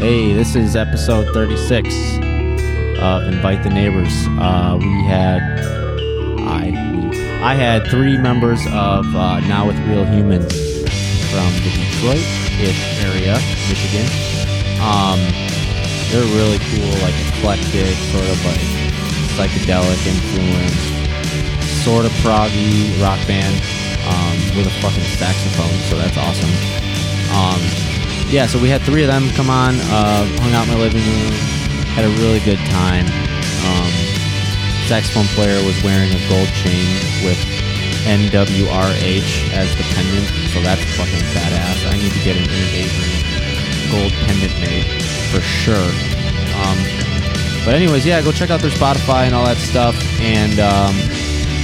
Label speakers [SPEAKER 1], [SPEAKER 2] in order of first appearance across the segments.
[SPEAKER 1] Hey, this is episode 36 of Invite the Neighbors. Uh, we had I we, I had three members of uh, Now with Real Humans from the Detroit-ish area, Michigan. Um, they're really cool, like eclectic, sort of like psychedelic influence, sort of proggy rock band um, with a fucking saxophone, so that's awesome. Um, yeah, so we had three of them come on, uh, hung out in my living room, had a really good time. Um, saxophone player was wearing a gold chain with NWRH as the pendant, so that's fucking badass. I need to get an engagement gold pendant made for sure. Um, but anyways, yeah, go check out their Spotify and all that stuff, and um,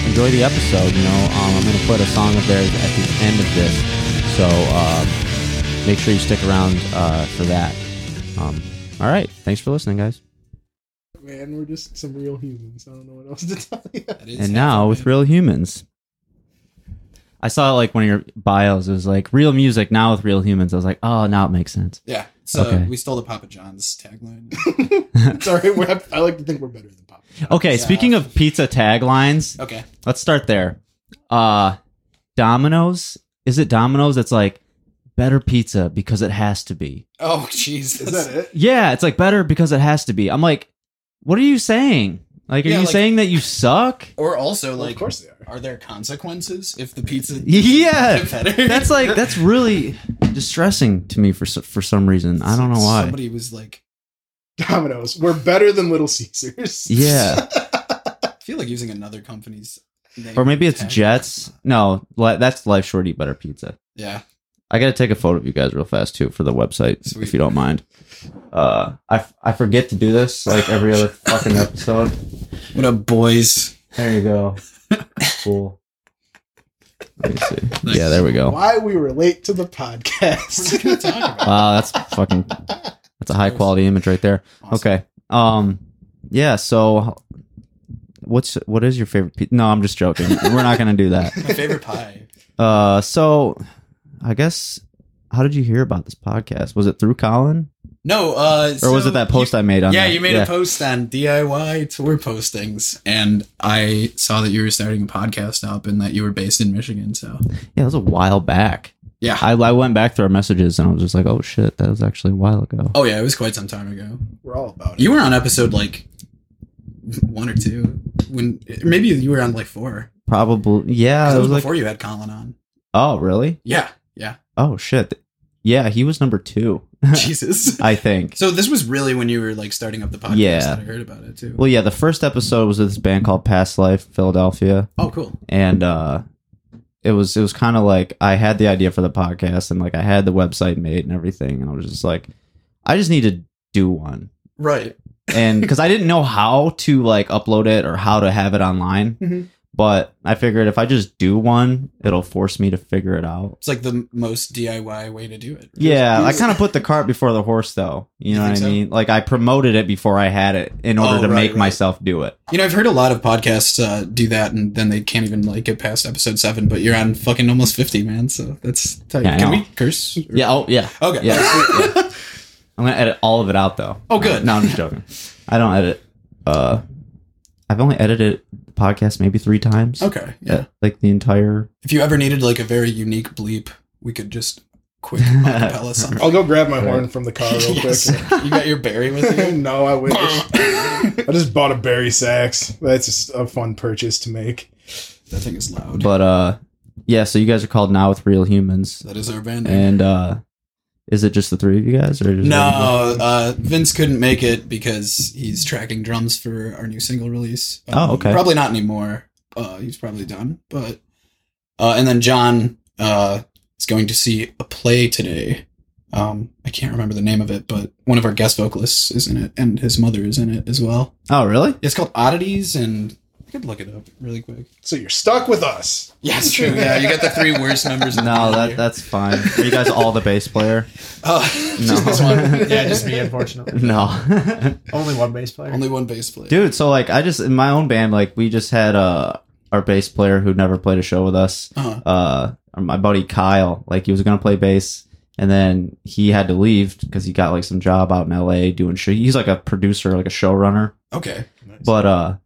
[SPEAKER 1] enjoy the episode. You know, um, I'm gonna put a song of theirs at the end of this, so um, make sure you stick around uh, for that. Um, all right, thanks for listening, guys.
[SPEAKER 2] Man, we're just some real humans. I don't know what else to tell you.
[SPEAKER 1] And now with real humans. I saw like one of your bios. It was like real music now with real humans. I was like, oh, now it makes sense.
[SPEAKER 3] Yeah. So
[SPEAKER 1] Okay.
[SPEAKER 3] we stole the Papa John's tagline.
[SPEAKER 2] Sorry, we're, I like to think we're better than Papa. John.
[SPEAKER 1] Okay, speaking of pizza taglines,
[SPEAKER 3] okay.
[SPEAKER 1] Let's start there. Uh Domino's. Is it Domino's that's like better pizza because it has to be?
[SPEAKER 3] Oh, jeez.
[SPEAKER 2] Is that it?
[SPEAKER 1] Yeah, it's like better because it has to be. I'm like, what are you saying? Like, are
[SPEAKER 3] Yeah,
[SPEAKER 1] you
[SPEAKER 3] like-
[SPEAKER 1] saying that you suck?
[SPEAKER 3] Or also,
[SPEAKER 2] Well,
[SPEAKER 3] like,
[SPEAKER 2] of course they are.
[SPEAKER 3] are there consequences if the pizza?
[SPEAKER 1] Yeah,
[SPEAKER 3] is better?
[SPEAKER 1] that's like that's really distressing to me for s- for some reason. I don't know why.
[SPEAKER 3] Somebody was like,
[SPEAKER 2] Domino's. We're better than Little Caesars.
[SPEAKER 1] Yeah,
[SPEAKER 3] I feel like using another company's name.
[SPEAKER 1] or maybe it's
[SPEAKER 3] tag.
[SPEAKER 1] Jets. No, li- that's Life Short Eat Better Pizza.
[SPEAKER 3] Yeah.
[SPEAKER 1] I gotta take a photo of you guys real fast too for the website,
[SPEAKER 3] Sweet.
[SPEAKER 1] if you don't mind. Uh, I, f- I forget to do this like every other fucking episode.
[SPEAKER 3] What up, boys?
[SPEAKER 1] There you go. Cool. Let me see. Yeah, there we go.
[SPEAKER 2] Why we relate to the
[SPEAKER 3] What are we
[SPEAKER 2] podcast?
[SPEAKER 3] talking about?
[SPEAKER 1] Wow, that's fucking. That's a high quality image right there.
[SPEAKER 3] Awesome.
[SPEAKER 1] Okay. Um. Yeah. So, what's what is your favorite? Pe- no, I'm just joking. We're not gonna do that.
[SPEAKER 3] My favorite pie.
[SPEAKER 1] Uh. So, I guess. How did you hear about this podcast? Was it through Colin,
[SPEAKER 3] No, uh,
[SPEAKER 1] or was it that post I made on?
[SPEAKER 3] yeah,
[SPEAKER 1] that?
[SPEAKER 3] you made a post on DIY tour postings, and I saw that you were starting a podcast up and that you were based in Michigan. So
[SPEAKER 1] Yeah, it was a while back.
[SPEAKER 3] yeah,
[SPEAKER 1] I, I went back through our messages and I was just like, oh shit, that was actually a while ago.
[SPEAKER 3] oh yeah, it was quite some time ago.
[SPEAKER 2] we're all about it.
[SPEAKER 3] You were on episode like one or two when maybe you were on like four.
[SPEAKER 1] Probably,
[SPEAKER 3] 'Cause
[SPEAKER 1] yeah.
[SPEAKER 3] it
[SPEAKER 1] Uh, It
[SPEAKER 3] was
[SPEAKER 1] was like,
[SPEAKER 3] before you had Colin on.
[SPEAKER 1] oh really?
[SPEAKER 3] Yeah, yeah.
[SPEAKER 1] Oh shit. Yeah, he was number two,
[SPEAKER 3] Jesus.
[SPEAKER 1] I think.
[SPEAKER 3] So this was really when you were like starting up the podcast.
[SPEAKER 1] Yeah.
[SPEAKER 3] that I heard about it too.
[SPEAKER 1] Well, yeah, the first episode was with this band called Past Life Philadelphia,
[SPEAKER 3] oh, cool.
[SPEAKER 1] and uh, it was it was kind of like I had the idea for the podcast and like I had the website made and everything, and I was just like, I just need to do one.
[SPEAKER 3] Right.
[SPEAKER 1] and because I didn't know how to like upload it or how to have it online,
[SPEAKER 3] Mm-hmm.
[SPEAKER 2] Mhm.
[SPEAKER 1] but I figured if I just do one, it'll force me to figure it out.
[SPEAKER 3] It's like the most DIY way to do it.
[SPEAKER 1] Yeah, I
[SPEAKER 2] Yes.
[SPEAKER 1] kind of put the cart before the horse, though. You
[SPEAKER 3] You
[SPEAKER 1] know what I
[SPEAKER 3] think so?
[SPEAKER 1] mean? Like I promoted it before I had it in order
[SPEAKER 3] Oh,
[SPEAKER 1] to
[SPEAKER 3] right,
[SPEAKER 1] make
[SPEAKER 3] right.
[SPEAKER 1] myself do it.
[SPEAKER 3] You know, I've heard a lot of podcasts uh, do that, and then they can't even like get past episode seven. But you're on fucking almost fifty, man. So that's tight.
[SPEAKER 1] Yeah, I
[SPEAKER 3] Can
[SPEAKER 1] know.
[SPEAKER 3] we curse?
[SPEAKER 1] Yeah. Oh, yeah.
[SPEAKER 3] Okay.
[SPEAKER 1] Yeah. I'm gonna edit all of it out, though.
[SPEAKER 3] Oh, good.
[SPEAKER 1] No, I'm just joking. I don't edit. Uh, I've only edited the podcast maybe three times. Uh,
[SPEAKER 3] okay. Yeah.
[SPEAKER 1] Like the entire.
[SPEAKER 3] If you ever needed like a very unique bleep, we could just quick acapella something.
[SPEAKER 2] I'll go grab my horn from the car real
[SPEAKER 3] Yes. Oh, you got your berry with
[SPEAKER 2] quick.
[SPEAKER 3] you.
[SPEAKER 2] no, I wish. I just bought a berry sax. That's just a fun purchase to make.
[SPEAKER 3] That thing is loud.
[SPEAKER 1] But uh, yeah. So you guys are called now with real humans.
[SPEAKER 3] that is our band name.
[SPEAKER 1] And uh is it just the three of you guys or is it-
[SPEAKER 3] No, uh, Vince couldn't make it because he's tracking drums for our new single release. Um,
[SPEAKER 1] Oh, okay.
[SPEAKER 3] Probably not anymore. Uh, he's probably done. But uh, and then John uh, is going to see a play today. Um, I can't remember the name of it, but one of our guest vocalists is in it, and his mother is in it as well.
[SPEAKER 1] Oh, really?
[SPEAKER 3] It's called Oddities, and I could look it up really quick.
[SPEAKER 2] So you're stuck with us.
[SPEAKER 3] Yeah, it's true. Yeah, you got the three worst members. of the
[SPEAKER 1] No,
[SPEAKER 3] year.
[SPEAKER 1] that that's fine. Are you guys all the bass player?
[SPEAKER 3] Uh,
[SPEAKER 1] No.
[SPEAKER 3] just this one.
[SPEAKER 4] yeah, just me, unfortunately.
[SPEAKER 1] No.
[SPEAKER 4] Only one bass player.
[SPEAKER 3] Only one bass player.
[SPEAKER 1] Dude, so like I just in my own band like we just had uh our bass player who never played a show with us.
[SPEAKER 3] Uh-huh.
[SPEAKER 1] Uh my buddy Kyle, like he was going to play bass and then he had to leave because he got like some job out in LA doing shit. He's like a producer, like a showrunner.
[SPEAKER 3] Okay.
[SPEAKER 2] Nice.
[SPEAKER 1] But uh,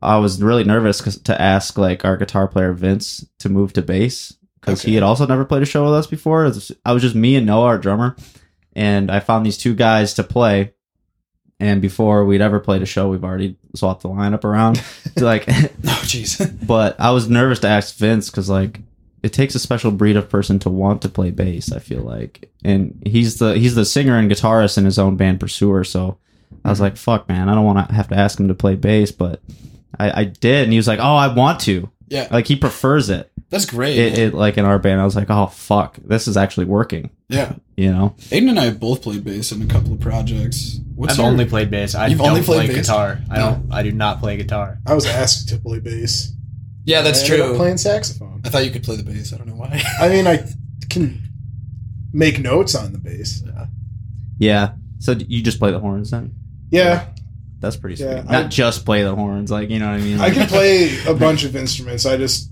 [SPEAKER 1] I was really nervous 'cause- to ask like our guitar player Vince to move to bass because
[SPEAKER 3] Okay.
[SPEAKER 1] he had also never played a show with us before. It was- I was just me and Noah, our drummer, and I found these two guys to play. And before we'd ever played a show, we've already swapped the lineup around. So, like,
[SPEAKER 3] Oh, jeez.
[SPEAKER 1] but I was nervous to ask Vince because like it takes a special breed of person to want to play bass. I feel like, and he's the he's the singer and guitarist in his own band Pursuer. So I
[SPEAKER 3] Mm-hmm.
[SPEAKER 1] was like, fuck, man, I don't want to have to ask him to play bass, but I, I did, and he was like, oh, I want to.
[SPEAKER 3] Yeah.
[SPEAKER 1] Like he prefers it.
[SPEAKER 3] That's great.
[SPEAKER 1] It, it like in our band, I was like, oh fuck, this is actually working.
[SPEAKER 3] yeah.
[SPEAKER 1] You know,
[SPEAKER 3] Aiden and I have both played bass in a couple of projects. What's
[SPEAKER 4] I've
[SPEAKER 3] your-
[SPEAKER 4] only played bass. I
[SPEAKER 3] You've
[SPEAKER 4] don't
[SPEAKER 3] only played
[SPEAKER 4] play
[SPEAKER 3] bass?
[SPEAKER 4] guitar. I don't. I do not play guitar.
[SPEAKER 2] I was asked to play bass.
[SPEAKER 3] Yeah, that's
[SPEAKER 2] I ended up
[SPEAKER 3] true.
[SPEAKER 2] Playing saxophone.
[SPEAKER 3] I thought you could play the bass. I don't know why.
[SPEAKER 2] I mean, I can make notes on the bass.
[SPEAKER 1] yeah. So d- you just play the horns then?
[SPEAKER 2] Yeah,
[SPEAKER 1] That's pretty sweet.
[SPEAKER 2] Yeah, I-
[SPEAKER 1] Not just play the horns, like you know what I mean.
[SPEAKER 2] I
[SPEAKER 1] Like,
[SPEAKER 2] can play a bunch of instruments. I just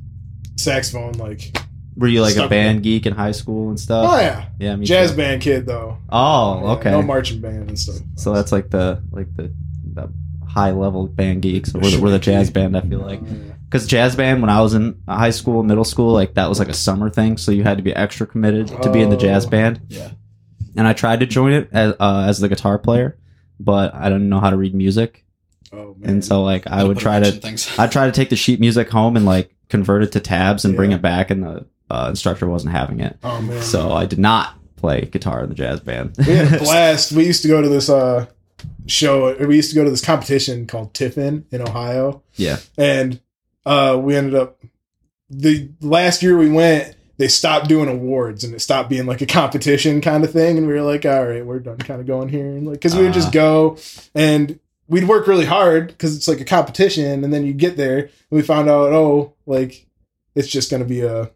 [SPEAKER 2] saxophone like.
[SPEAKER 1] were you like a
[SPEAKER 2] Stuck-
[SPEAKER 1] band geek in high school and stuff?
[SPEAKER 2] Oh yeah,
[SPEAKER 1] Yeah, Uh, me
[SPEAKER 2] jazz
[SPEAKER 1] too.
[SPEAKER 2] band kid though. Yeah,
[SPEAKER 1] Oh, okay.
[SPEAKER 2] No marching band and stuff.
[SPEAKER 1] So that's like the like the, the high level band geeks. We're the, we're the jazz band. I feel like because jazz band when I was in high school, middle school, like that was like a summer thing. So you had to be extra committed to be in the jazz
[SPEAKER 2] Oh.
[SPEAKER 1] band.
[SPEAKER 3] yeah.
[SPEAKER 1] And I tried to join it as uh, as the guitar player, but I didn't know how to read music,
[SPEAKER 2] Oh man.
[SPEAKER 1] and so like I would try to
[SPEAKER 3] Things.
[SPEAKER 1] I would try to take the sheet music home and like convert it to tabs and bring
[SPEAKER 2] Yeah.
[SPEAKER 1] it back, and the uh, instructor wasn't having it.
[SPEAKER 2] oh man.
[SPEAKER 1] So I did not play guitar in the jazz band.
[SPEAKER 2] we had a blast. We used to go to this uh show. We used to go to this competition called Tiffin in Ohio,
[SPEAKER 1] yeah.
[SPEAKER 2] and uh we ended up the last year we went. They stopped doing awards and it stopped being like a competition kind of thing. And we were like, all right, we're done kind of going here. And like, cause we would
[SPEAKER 1] Ah.
[SPEAKER 2] just go and we'd work really hard cause it's like a competition. And then you get there and we found out, oh, like it's just going to be a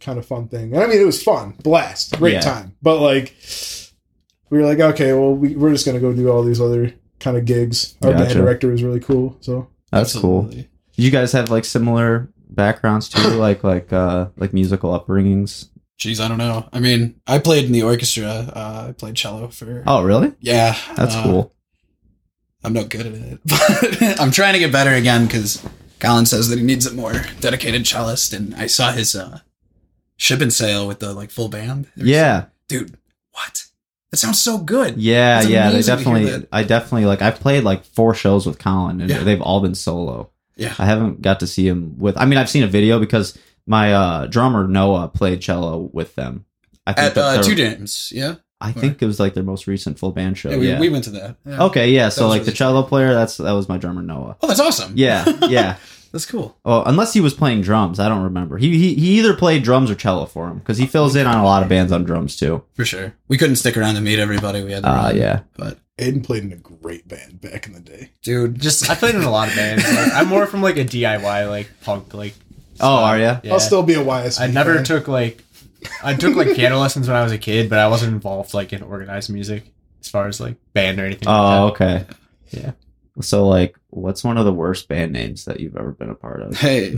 [SPEAKER 2] kind of fun thing. And I mean, it was fun, blast, great
[SPEAKER 1] Yeah.
[SPEAKER 2] time. But like, we were like, okay, well, we, we're just gonna go do all these other kind of gigs. Our band
[SPEAKER 1] Gotcha.
[SPEAKER 2] director was really cool, so
[SPEAKER 1] That's cool. you guys have like similar backgrounds too like like uh like musical upbringings
[SPEAKER 3] Jeez, I don't know. I mean, I played in the orchestra. Uh, I played cello for.
[SPEAKER 1] oh really
[SPEAKER 3] Yeah,
[SPEAKER 1] that's
[SPEAKER 3] uh,
[SPEAKER 1] cool
[SPEAKER 3] I'm not good at it, but I'm trying to get better again because Colin says that he needs a more dedicated cellist, and I saw his uh, ship and sail with the like full band.
[SPEAKER 1] yeah
[SPEAKER 3] dude, what? That sounds so good.
[SPEAKER 1] yeah
[SPEAKER 3] It's
[SPEAKER 1] yeah they
[SPEAKER 3] amazing to hear
[SPEAKER 1] definitely
[SPEAKER 3] that.
[SPEAKER 1] i definitely like i've played like four shows with colin and
[SPEAKER 3] Yeah.
[SPEAKER 1] they've all been solo
[SPEAKER 3] Yeah.
[SPEAKER 1] i haven't got to see him with i mean i've seen a video because my uh drummer noah played cello with them i think
[SPEAKER 3] At uh,
[SPEAKER 1] their-
[SPEAKER 3] two dams, yeah.
[SPEAKER 1] i think it was like their most recent full band show
[SPEAKER 3] yeah, we,
[SPEAKER 1] yeah
[SPEAKER 3] we went to that. Yeah.
[SPEAKER 1] okay yeah so
[SPEAKER 3] was
[SPEAKER 1] like the
[SPEAKER 3] really-
[SPEAKER 1] cello player that's that was my drummer noah
[SPEAKER 3] Oh, that's awesome.
[SPEAKER 1] yeah yeah
[SPEAKER 3] that's cool.
[SPEAKER 1] Oh, unless he was playing drums, I don't remember. He he, he either played drums or cello for him because he fills in on a lot of bands on drums too.
[SPEAKER 3] For sure. We couldn't stick around to meet everybody. We had to
[SPEAKER 1] Uh,
[SPEAKER 3] run.
[SPEAKER 1] yeah,
[SPEAKER 3] But
[SPEAKER 2] Aiden played in a great band back in the day.
[SPEAKER 3] dude, just
[SPEAKER 4] I played in a lot of bands. Like, I'm more from like a DIY like punk like.
[SPEAKER 1] Oh, are ya?
[SPEAKER 4] Yeah.
[SPEAKER 2] I'll still be a YSB.
[SPEAKER 4] I never
[SPEAKER 2] fan.
[SPEAKER 4] took like. I took like piano lessons when I was a kid, but I wasn't involved like in organized music as far as like band or anything.
[SPEAKER 1] Oh,
[SPEAKER 4] like
[SPEAKER 1] okay. Yeah. So like, what's one of the worst band names that you've ever been a part of?
[SPEAKER 3] hey,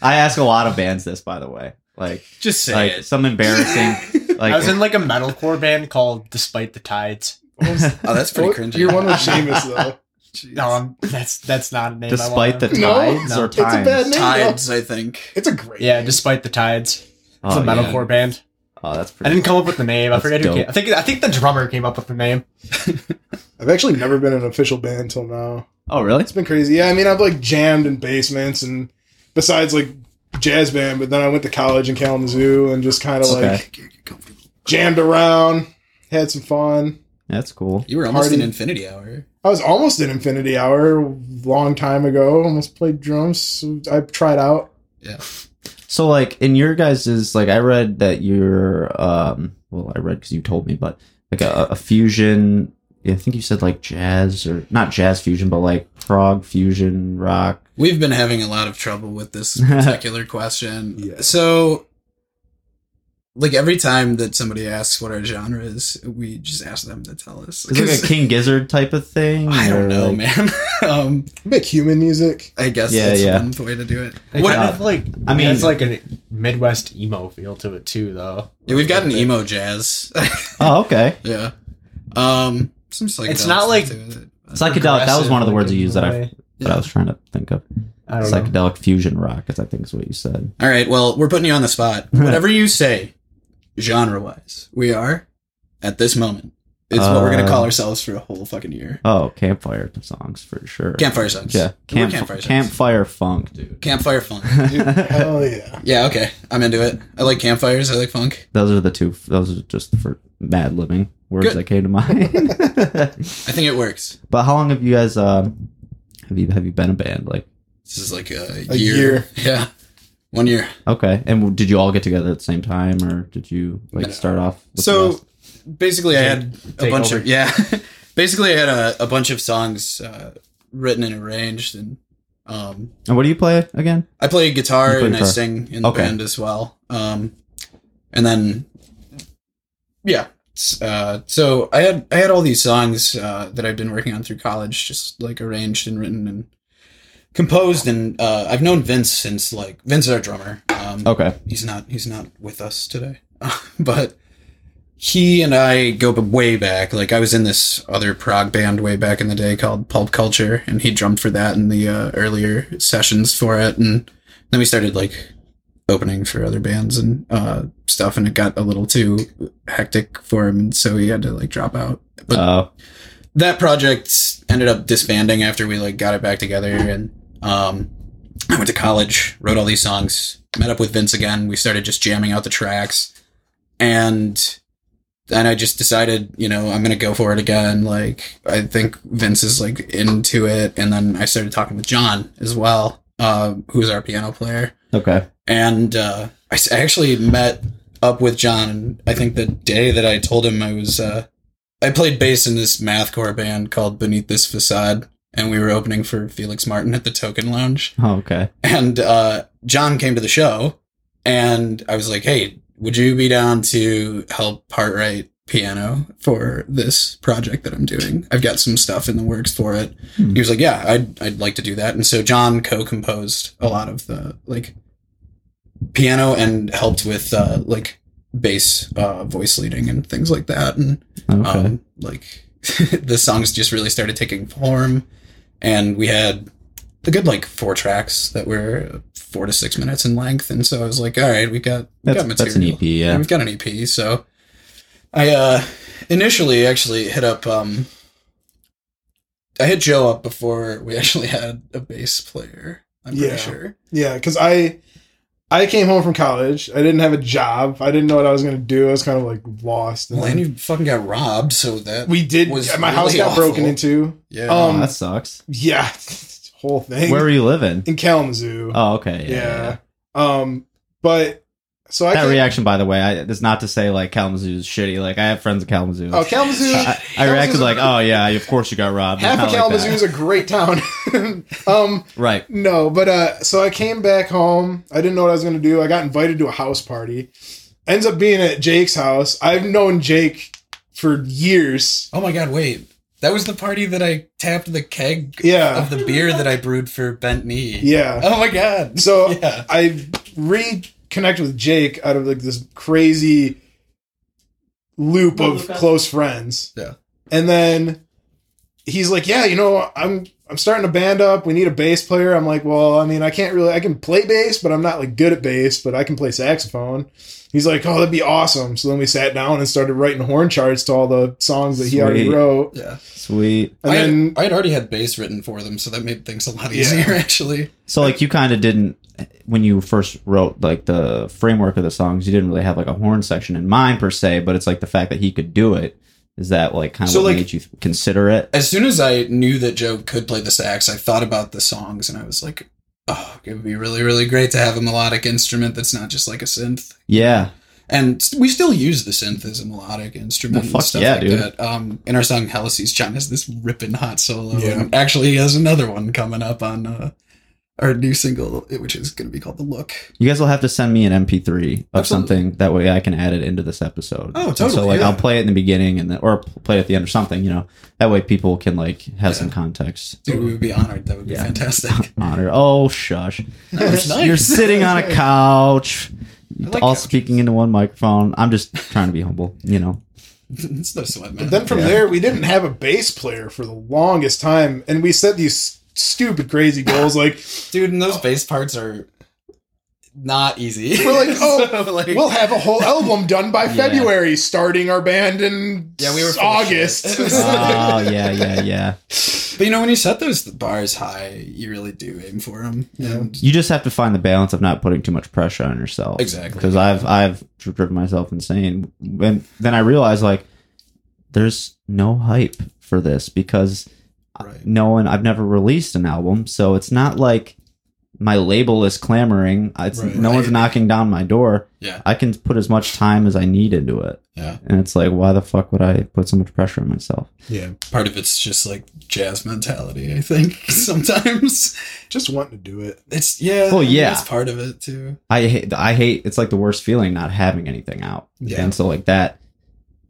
[SPEAKER 1] I ask a lot of bands this, by the way. Like,
[SPEAKER 3] just say
[SPEAKER 1] like
[SPEAKER 3] it.
[SPEAKER 1] some embarrassing.
[SPEAKER 4] that.
[SPEAKER 1] Like,
[SPEAKER 4] I was in like a metalcore band called Despite the Tides.
[SPEAKER 2] What was-
[SPEAKER 3] Oh, that's pretty
[SPEAKER 2] what-
[SPEAKER 3] cringy.
[SPEAKER 2] You're one with Seamus though.
[SPEAKER 3] Jeez.
[SPEAKER 4] No, I'm, Um, that's that's not a name. I
[SPEAKER 1] despite the
[SPEAKER 4] wanna-
[SPEAKER 2] No,
[SPEAKER 1] tides
[SPEAKER 4] no.
[SPEAKER 1] or
[SPEAKER 4] It's
[SPEAKER 2] It's a
[SPEAKER 1] times.
[SPEAKER 2] bad name. though.
[SPEAKER 3] Tides, I think.
[SPEAKER 2] It's a great.
[SPEAKER 4] yeah,
[SPEAKER 2] name.
[SPEAKER 4] Despite the Tides. It's
[SPEAKER 1] Oh,
[SPEAKER 4] a
[SPEAKER 1] yeah.
[SPEAKER 4] metalcore band.
[SPEAKER 1] oh, that's
[SPEAKER 4] I
[SPEAKER 1] pretty.
[SPEAKER 4] didn't come up with the name.
[SPEAKER 1] That's
[SPEAKER 4] I forget who.
[SPEAKER 1] dope.
[SPEAKER 4] Came. I think I think the drummer came up with the name.
[SPEAKER 2] I've actually never been in an official band until now.
[SPEAKER 1] oh, really?
[SPEAKER 2] It's been crazy. Yeah, I mean, I've like jammed in basements and besides like jazz band, but then I went to college in Kalamazoo and just kind of
[SPEAKER 1] Okay.
[SPEAKER 2] like jammed around, had some fun.
[SPEAKER 1] That's cool.
[SPEAKER 3] You were almost
[SPEAKER 2] Party.
[SPEAKER 3] in Infinity Hour.
[SPEAKER 2] I was almost in Infinity Hour a long time ago. Almost played drums. I tried out.
[SPEAKER 3] Yeah.
[SPEAKER 1] So like in your guys's like I read that you're um well I read because you told me but like a, a fusion I think you said like jazz or not jazz fusion but like prog fusion rock
[SPEAKER 3] We've been having a lot of trouble with this particular question.
[SPEAKER 2] Yeah.
[SPEAKER 3] So, like every time that somebody asks what our genre is, we just ask them to tell us.
[SPEAKER 1] is it like a
[SPEAKER 3] 'Cause
[SPEAKER 1] King Gizzard type of thing
[SPEAKER 3] I
[SPEAKER 1] or,
[SPEAKER 3] don't know,
[SPEAKER 1] like-
[SPEAKER 3] man. um,
[SPEAKER 2] Make human music.
[SPEAKER 3] I guess
[SPEAKER 1] Yeah,
[SPEAKER 3] that's
[SPEAKER 1] yeah.
[SPEAKER 3] one way to do it.
[SPEAKER 1] Thank
[SPEAKER 3] What-
[SPEAKER 1] God.
[SPEAKER 4] What if like uh,
[SPEAKER 1] I
[SPEAKER 4] I
[SPEAKER 1] mean-
[SPEAKER 4] mean, it's like an Midwest emo feel to it too, though.
[SPEAKER 3] Yeah, we've got an emo jazz.
[SPEAKER 1] Oh, okay.
[SPEAKER 3] yeah. Um, some
[SPEAKER 4] It's not
[SPEAKER 3] psychedelic
[SPEAKER 4] like-
[SPEAKER 3] stuff to it.
[SPEAKER 1] Psychedelic. That was one of the words you used that I,
[SPEAKER 4] Progressive,
[SPEAKER 1] that I was trying to think of.
[SPEAKER 4] I
[SPEAKER 3] e-
[SPEAKER 4] don't know.
[SPEAKER 1] Psychedelic fusion rock, I think is what you said.
[SPEAKER 3] All right. Well, we're putting you on the spot. Whatever you say, genre wise, we are at this moment. It's what we're gonna
[SPEAKER 1] Uh,
[SPEAKER 3] call ourselves for a whole fucking year.
[SPEAKER 1] Oh, campfire songs for sure.
[SPEAKER 3] Campfire songs.
[SPEAKER 1] yeah,
[SPEAKER 3] We're
[SPEAKER 1] camp, campfire,
[SPEAKER 3] songs.
[SPEAKER 1] funk, dude.
[SPEAKER 3] Campfire funk.
[SPEAKER 2] Dude, hell yeah.
[SPEAKER 3] Yeah. Okay. I'm into it. I like campfires. I like funk.
[SPEAKER 1] Those are the two. Those are just for mad living words
[SPEAKER 3] Good.
[SPEAKER 1] that came to mind.
[SPEAKER 3] I think it works.
[SPEAKER 1] but how long have you guys? Um, have you have you been a band? Like,
[SPEAKER 3] This is like a,
[SPEAKER 2] A
[SPEAKER 3] year.
[SPEAKER 2] year.
[SPEAKER 3] Yeah. One year.
[SPEAKER 1] okay. And did you all get together at the same time, or did you like
[SPEAKER 3] No.
[SPEAKER 1] start off? with the
[SPEAKER 3] so
[SPEAKER 1] rest?
[SPEAKER 3] basically i had a
[SPEAKER 4] take
[SPEAKER 3] bunch
[SPEAKER 4] over.
[SPEAKER 3] of yeah basically i had a, a bunch of songs uh, written and arranged and um,
[SPEAKER 1] and what do you play again?
[SPEAKER 3] i play guitar
[SPEAKER 1] You play
[SPEAKER 3] and i
[SPEAKER 1] guitar.
[SPEAKER 3] sing in the
[SPEAKER 1] Okay.
[SPEAKER 3] band as well um, and then yeah s- uh, so i had i had all these songs uh, that i've been working on through college just like arranged and written and composed and uh, i've known vince since like vince is our drummer um,
[SPEAKER 1] Okay.
[SPEAKER 3] he's not he's not with us today but he and i go b- way back like i was in this other prog band way back in the day called pulp culture and he drummed for that in the uh, earlier sessions for it and then we started like opening for other bands and uh, stuff and it got a little too hectic for him and so he had to like drop out but
[SPEAKER 1] Uh,
[SPEAKER 3] that project ended up disbanding after we like got it back together and um I went to college, wrote all these songs, met up with Vince again, we started just jamming out the tracks and then I just decided, you know, I'm going to go for it again. Like I think Vince is like into it and then I started talking with John as well, uh who's our piano player
[SPEAKER 1] okay.
[SPEAKER 3] and uh, I s- I actually met up with John. I think the day that I told him I was, uh, I played bass in this mathcore band called Beneath This Facade, and we were opening for Felix Martin at the Token Lounge.
[SPEAKER 1] Oh, okay.
[SPEAKER 3] And uh, John came to the show, and I was like, "Hey, would you be down to help part write piano for this project that I'm doing? I've got some stuff in the works for it."
[SPEAKER 1] Hmm.
[SPEAKER 3] He was like, "Yeah, I'd I'd like to do that." And so John co-composed a lot of the like piano and helped with uh, like bass uh, voice leading and things like that. And
[SPEAKER 1] Okay.
[SPEAKER 3] um, like the songs just really started taking form and we had a good like four tracks that were four to six minutes in length and so i was like all right we got we got
[SPEAKER 1] that's, that's an
[SPEAKER 3] material
[SPEAKER 1] EP. Yeah.
[SPEAKER 3] we've got an ep so i uh initially actually hit up um i hit joe up before we actually had a bass player i'm
[SPEAKER 2] Yeah.
[SPEAKER 3] pretty sure
[SPEAKER 2] Yeah, because I I came home from college. I didn't have a job. I didn't know what I was gonna do. I was kind of like lost.
[SPEAKER 3] well and you fucking got robbed so that
[SPEAKER 2] we did.
[SPEAKER 3] was
[SPEAKER 2] yeah, my house
[SPEAKER 3] really
[SPEAKER 2] got
[SPEAKER 3] awful.
[SPEAKER 2] broken into.
[SPEAKER 3] yeah
[SPEAKER 1] Oh,
[SPEAKER 2] um,
[SPEAKER 1] that sucks.
[SPEAKER 2] Yeah, whole thing.
[SPEAKER 1] Where were you living?
[SPEAKER 2] in Kalamazoo?
[SPEAKER 1] Oh, okay.
[SPEAKER 2] yeah, Um, but so I
[SPEAKER 1] that
[SPEAKER 2] came-
[SPEAKER 1] reaction, by the way, I, is not to say like Kalamazoo's shitty. Like I have friends in Kalamazoo.
[SPEAKER 2] Oh, Kalamazoo.
[SPEAKER 1] I, I reacted like, oh yeah, of course you got robbed.
[SPEAKER 2] half of
[SPEAKER 1] Kinda like that.
[SPEAKER 2] Kalamazoo is a great town. um,
[SPEAKER 1] right.
[SPEAKER 2] No, but uh, so I came back home. I didn't know what I was gonna do. I got invited to a house party. Ends up being at Jake's house. I've known Jake for years.
[SPEAKER 3] Oh my god, wait. That was the party that I tapped the keg
[SPEAKER 2] Yeah.
[SPEAKER 3] of the beer that I brewed for Bent Knee.
[SPEAKER 2] Yeah.
[SPEAKER 3] Oh my god.
[SPEAKER 2] So
[SPEAKER 3] yeah.
[SPEAKER 2] I reconnect with Jake out of like this crazy loop of close friends.
[SPEAKER 3] Yeah.
[SPEAKER 2] And then he's like, "Yeah, you know, I'm I'm starting a band up. We need a bass player." I'm like, "Well, I mean, I can't really I can play bass, but I'm not like good at bass, but I can play saxophone." He's like, "Oh, that'd be awesome." So then we sat down and started writing horn charts to all the songs that he already
[SPEAKER 1] Sweet.
[SPEAKER 2] wrote.
[SPEAKER 3] Yeah.
[SPEAKER 1] Sweet.
[SPEAKER 2] And
[SPEAKER 3] I,
[SPEAKER 2] then
[SPEAKER 3] had, I had already had bass written for them, so that made things a lot
[SPEAKER 2] Yeah.
[SPEAKER 3] easier actually.
[SPEAKER 1] So like you kind of didn't when you first wrote like the framework of the songs, you didn't really have like a horn section in mind per se, but it's like the fact that he could do it is that like kind of
[SPEAKER 3] So,
[SPEAKER 1] what
[SPEAKER 3] like-
[SPEAKER 1] made you consider it.
[SPEAKER 3] As soon as I knew that Joe could play the sax, I thought about the songs and I was like, oh, it would be really, really great to have a melodic instrument that's not just like a synth.
[SPEAKER 1] Yeah.
[SPEAKER 3] And s- we still use the synth as a melodic instrument
[SPEAKER 1] Well, fuck
[SPEAKER 3] and stuff
[SPEAKER 1] yeah,
[SPEAKER 3] like
[SPEAKER 1] dude.
[SPEAKER 3] that. Um, in our song Helices, John has this ripping hot solo.
[SPEAKER 2] Yeah.
[SPEAKER 3] And actually, he has another one coming up on uh, our new single, which is going to be called "The Look."
[SPEAKER 1] You guys will have to send me an MP3 of
[SPEAKER 3] Absolutely.
[SPEAKER 1] something. That way, I can add it into this episode.
[SPEAKER 3] Oh,
[SPEAKER 1] And So,
[SPEAKER 3] totally,
[SPEAKER 1] like,
[SPEAKER 3] yeah.
[SPEAKER 1] I'll play it in the beginning and then, or play it at the end or something. You know, that way people can like have some context.
[SPEAKER 3] Dude, we would be honored. That would be
[SPEAKER 1] Yeah.
[SPEAKER 3] fantastic.
[SPEAKER 1] Honor. Oh, shush.
[SPEAKER 3] it's nice.
[SPEAKER 1] You're sitting on a couch,
[SPEAKER 3] like
[SPEAKER 1] all
[SPEAKER 3] couches.
[SPEAKER 1] speaking into one microphone. I'm just trying to be humble. You know.
[SPEAKER 3] it's no sweat, man.
[SPEAKER 2] But then from
[SPEAKER 1] Yeah.
[SPEAKER 2] there, we didn't have a bass player for the longest time, and we set these stupid, crazy goals. Like
[SPEAKER 3] dude, and those bass parts are not easy.
[SPEAKER 2] We're like, oh,
[SPEAKER 3] So, like-
[SPEAKER 2] we'll have a whole album done by
[SPEAKER 1] Yeah.
[SPEAKER 2] February, starting our band in
[SPEAKER 3] Yeah, we were full of
[SPEAKER 2] August.
[SPEAKER 3] shit. Uh-huh.
[SPEAKER 1] Oh yeah, yeah, yeah.
[SPEAKER 3] but you know, when you set those bars high, you really do aim for them. And
[SPEAKER 1] You just have to find the balance of not putting too much pressure on yourself.
[SPEAKER 3] Exactly.
[SPEAKER 1] Because I've I've driven myself insane, and then I realized like there's no hype for this because
[SPEAKER 3] right.
[SPEAKER 1] no one I've never released an album, so it's not like my label is clamoring. It's
[SPEAKER 3] Right.
[SPEAKER 1] no one's
[SPEAKER 3] Right.
[SPEAKER 1] knocking down my door.
[SPEAKER 3] Yeah.
[SPEAKER 1] I can put as much time as I need into it,
[SPEAKER 3] Yeah.
[SPEAKER 1] and it's like why the fuck would I put so much pressure on myself?
[SPEAKER 2] Yeah,
[SPEAKER 3] Part of it's just like jazz mentality, I think. Sometimes
[SPEAKER 2] just wanting to do it.
[SPEAKER 3] it's yeah.
[SPEAKER 1] Oh,
[SPEAKER 3] I mean,
[SPEAKER 1] yeah.
[SPEAKER 3] that's part of it too.
[SPEAKER 1] I hate I hate it's like the worst feeling not having anything out.
[SPEAKER 3] Yeah.
[SPEAKER 1] And so like that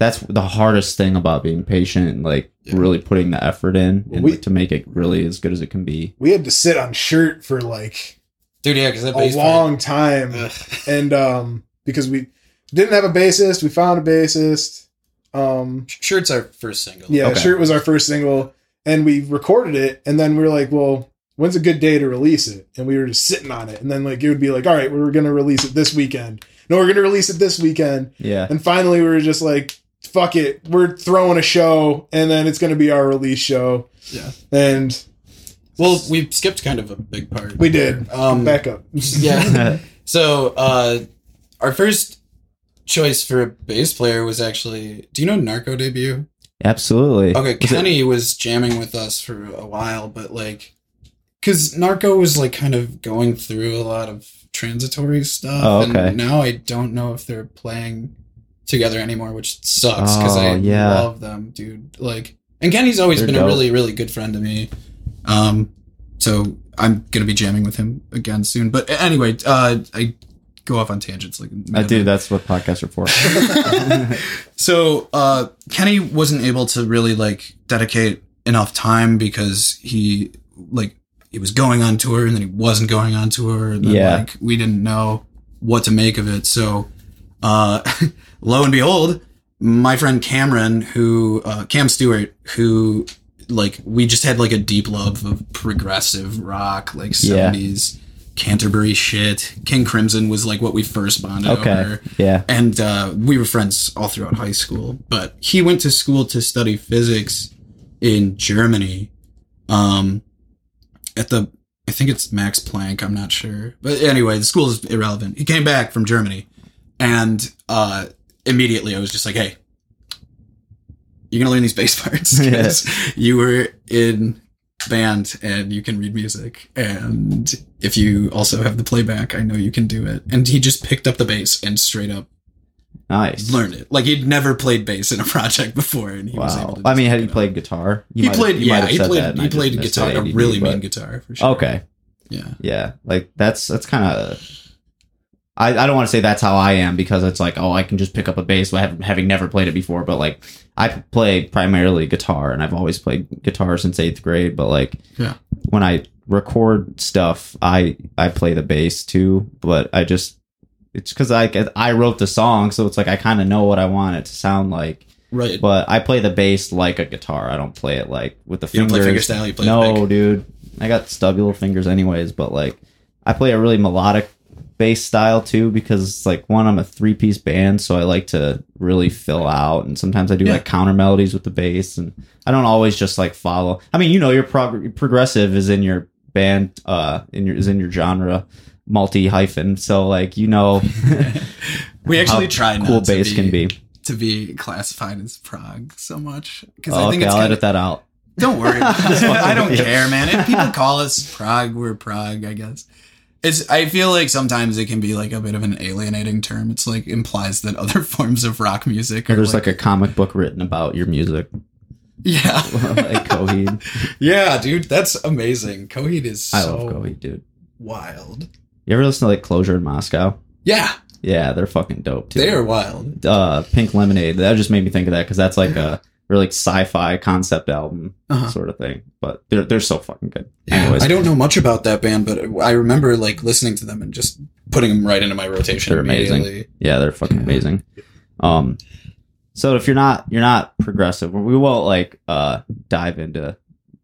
[SPEAKER 1] that's the hardest thing about being patient and like
[SPEAKER 3] Yeah.
[SPEAKER 1] really putting the effort in and
[SPEAKER 2] We-
[SPEAKER 1] like, to make it really as good as it can be.
[SPEAKER 2] We had to sit on shirt for like
[SPEAKER 3] Dude, yeah, because that
[SPEAKER 2] a
[SPEAKER 3] bass
[SPEAKER 2] long time,
[SPEAKER 3] Part,
[SPEAKER 2] and um, because we didn't have a bassist, we found a bassist. Um,
[SPEAKER 3] Shirt's our first single.
[SPEAKER 2] yeah,
[SPEAKER 1] Okay.
[SPEAKER 2] shirt was our first single, and we recorded it, and then we were like, well. When's a good day to release it? And we were just sitting on it. And then, like, it would be like, all right, we're going to release it this weekend. No, we're going to release it this weekend.
[SPEAKER 1] Yeah.
[SPEAKER 2] And finally, we were just like, fuck it. We're throwing a show, and then it's going to be our release show.
[SPEAKER 3] Yeah.
[SPEAKER 2] And
[SPEAKER 3] Well, we skipped kind of a big part.
[SPEAKER 2] we did.
[SPEAKER 3] Um,
[SPEAKER 2] Back up.
[SPEAKER 3] yeah. So uh, our first choice for a bass player was actually. Do you know Narco debut?
[SPEAKER 1] Absolutely.
[SPEAKER 3] Okay,
[SPEAKER 1] Was it-
[SPEAKER 3] Kenny was jamming with us for a while, but like, because Narco was like kind of going through a lot of transitory stuff.
[SPEAKER 1] Oh, okay.
[SPEAKER 3] And now I don't know if they're playing together anymore, which sucks because
[SPEAKER 1] Oh,
[SPEAKER 3] I
[SPEAKER 1] yeah.
[SPEAKER 3] love them, dude. Like, and Kenny's always
[SPEAKER 1] They're
[SPEAKER 3] been
[SPEAKER 1] dope.
[SPEAKER 3] a really, really good friend to me. Um, so I'm gonna be jamming with him again soon. But anyway, uh, I go off on tangents like
[SPEAKER 1] I do. Uh, That's what podcasts are for.
[SPEAKER 3] so uh, Kenny wasn't able to really like dedicate enough time because he like he was going on tour and then he wasn't going on tour and then
[SPEAKER 1] Yeah.
[SPEAKER 3] like we didn't know what to make of it. So uh, lo and behold, my friend Cameron, who uh, Cam Stewart, who like we just had like a deep love of progressive rock, like
[SPEAKER 1] Yeah.
[SPEAKER 3] seventies Canterbury shit. King Crimson was like what we first bonded
[SPEAKER 1] okay.
[SPEAKER 3] over
[SPEAKER 1] Yeah.
[SPEAKER 3] and uh, we were friends all throughout high school. But he went to school to study physics in Germany, um, at the I think it's Max Planck. I'm not sure, but anyway, the school is irrelevant. He came back from Germany, and uh, immediately I was just like, "Hey, you're gonna learn these bass parts 'cause you were in." band and you can read music and if you also have the playback i know you can do it and he just picked up the bass and straight up
[SPEAKER 1] Nice.
[SPEAKER 3] learned it. Like he'd never played bass in a project before, and he was able
[SPEAKER 1] Wow.
[SPEAKER 3] to.
[SPEAKER 1] I mean,
[SPEAKER 3] just
[SPEAKER 1] had he
[SPEAKER 3] pick it
[SPEAKER 1] played guitar? You
[SPEAKER 3] Up. He
[SPEAKER 1] might have-
[SPEAKER 3] played.
[SPEAKER 1] you might
[SPEAKER 3] yeah,
[SPEAKER 1] have
[SPEAKER 3] he
[SPEAKER 1] said
[SPEAKER 3] played.
[SPEAKER 1] that and I
[SPEAKER 3] he
[SPEAKER 1] just
[SPEAKER 3] played
[SPEAKER 1] missed the
[SPEAKER 3] guitar, a
[SPEAKER 1] ADD,
[SPEAKER 3] really
[SPEAKER 1] but-
[SPEAKER 3] mean guitar for sure.
[SPEAKER 1] Okay.
[SPEAKER 3] Yeah.
[SPEAKER 1] Yeah, like that's that's kind of. I, I don't want to say that's how I am because it's like oh I can just pick up a bass without having never played it before, but like I play primarily guitar and I've always played guitar since eighth grade. But like
[SPEAKER 3] Yeah.
[SPEAKER 1] when I record stuff, I I play the bass too, but I just it's because I I wrote the song, so it's like I kind of know what I want it to sound like.
[SPEAKER 3] Right.
[SPEAKER 1] But I play the bass like a guitar. I don't play it like with the
[SPEAKER 3] you don't
[SPEAKER 1] fingers
[SPEAKER 3] play fingerstyle. You play
[SPEAKER 1] no,
[SPEAKER 3] pick.
[SPEAKER 1] dude. I got stubby little fingers, anyways. But like, I play a really melodic bass style too because it's like one, I'm a three piece band, so I like to really fill out, and sometimes I do
[SPEAKER 3] Yeah.
[SPEAKER 1] like counter melodies with the bass, and I don't always just like follow. I mean, you know, your prog- progressive is in your band, uh, in your is in your genre multi hyphen, so like you know,
[SPEAKER 3] We actually
[SPEAKER 1] how
[SPEAKER 3] try not
[SPEAKER 1] cool
[SPEAKER 3] to
[SPEAKER 1] bass
[SPEAKER 3] be,
[SPEAKER 1] can be.
[SPEAKER 3] to be classified as prog so much because
[SPEAKER 1] Oh,
[SPEAKER 3] I think
[SPEAKER 1] okay,
[SPEAKER 3] it's
[SPEAKER 1] I'll
[SPEAKER 3] kind
[SPEAKER 1] edit
[SPEAKER 3] of,
[SPEAKER 1] that out.
[SPEAKER 3] don't worry. I don't
[SPEAKER 1] Yeah.
[SPEAKER 3] care, man. If people call us prog, we're prog. I guess. It's, I feel like sometimes it can be like a bit of an alienating term. It's like implies that other forms of rock music are
[SPEAKER 1] There's like a comic book written about your music,
[SPEAKER 3] yeah
[SPEAKER 1] like Coheed.
[SPEAKER 3] Yeah, dude, that's amazing. Coheed is so
[SPEAKER 1] I love Coheed, dude.
[SPEAKER 3] wild.
[SPEAKER 1] You ever listen to like Closure in Moscow?
[SPEAKER 3] Yeah,
[SPEAKER 1] Yeah, they're fucking dope too.
[SPEAKER 3] they are wild.
[SPEAKER 1] uh, Pink Lemonade. That just made me think of that because that's like a really like sci-fi concept album
[SPEAKER 3] Uh-huh.
[SPEAKER 1] sort of thing. But they're they're so fucking good.
[SPEAKER 3] Yeah,
[SPEAKER 1] Anyways,
[SPEAKER 3] I don't know much about that band, but I remember like listening to them and just putting them right into my rotation.
[SPEAKER 1] They're amazing.
[SPEAKER 3] immediately.
[SPEAKER 1] Yeah, they're fucking
[SPEAKER 3] Yeah.
[SPEAKER 1] amazing. Um, so if you're not you're not progressive, we won't like uh dive into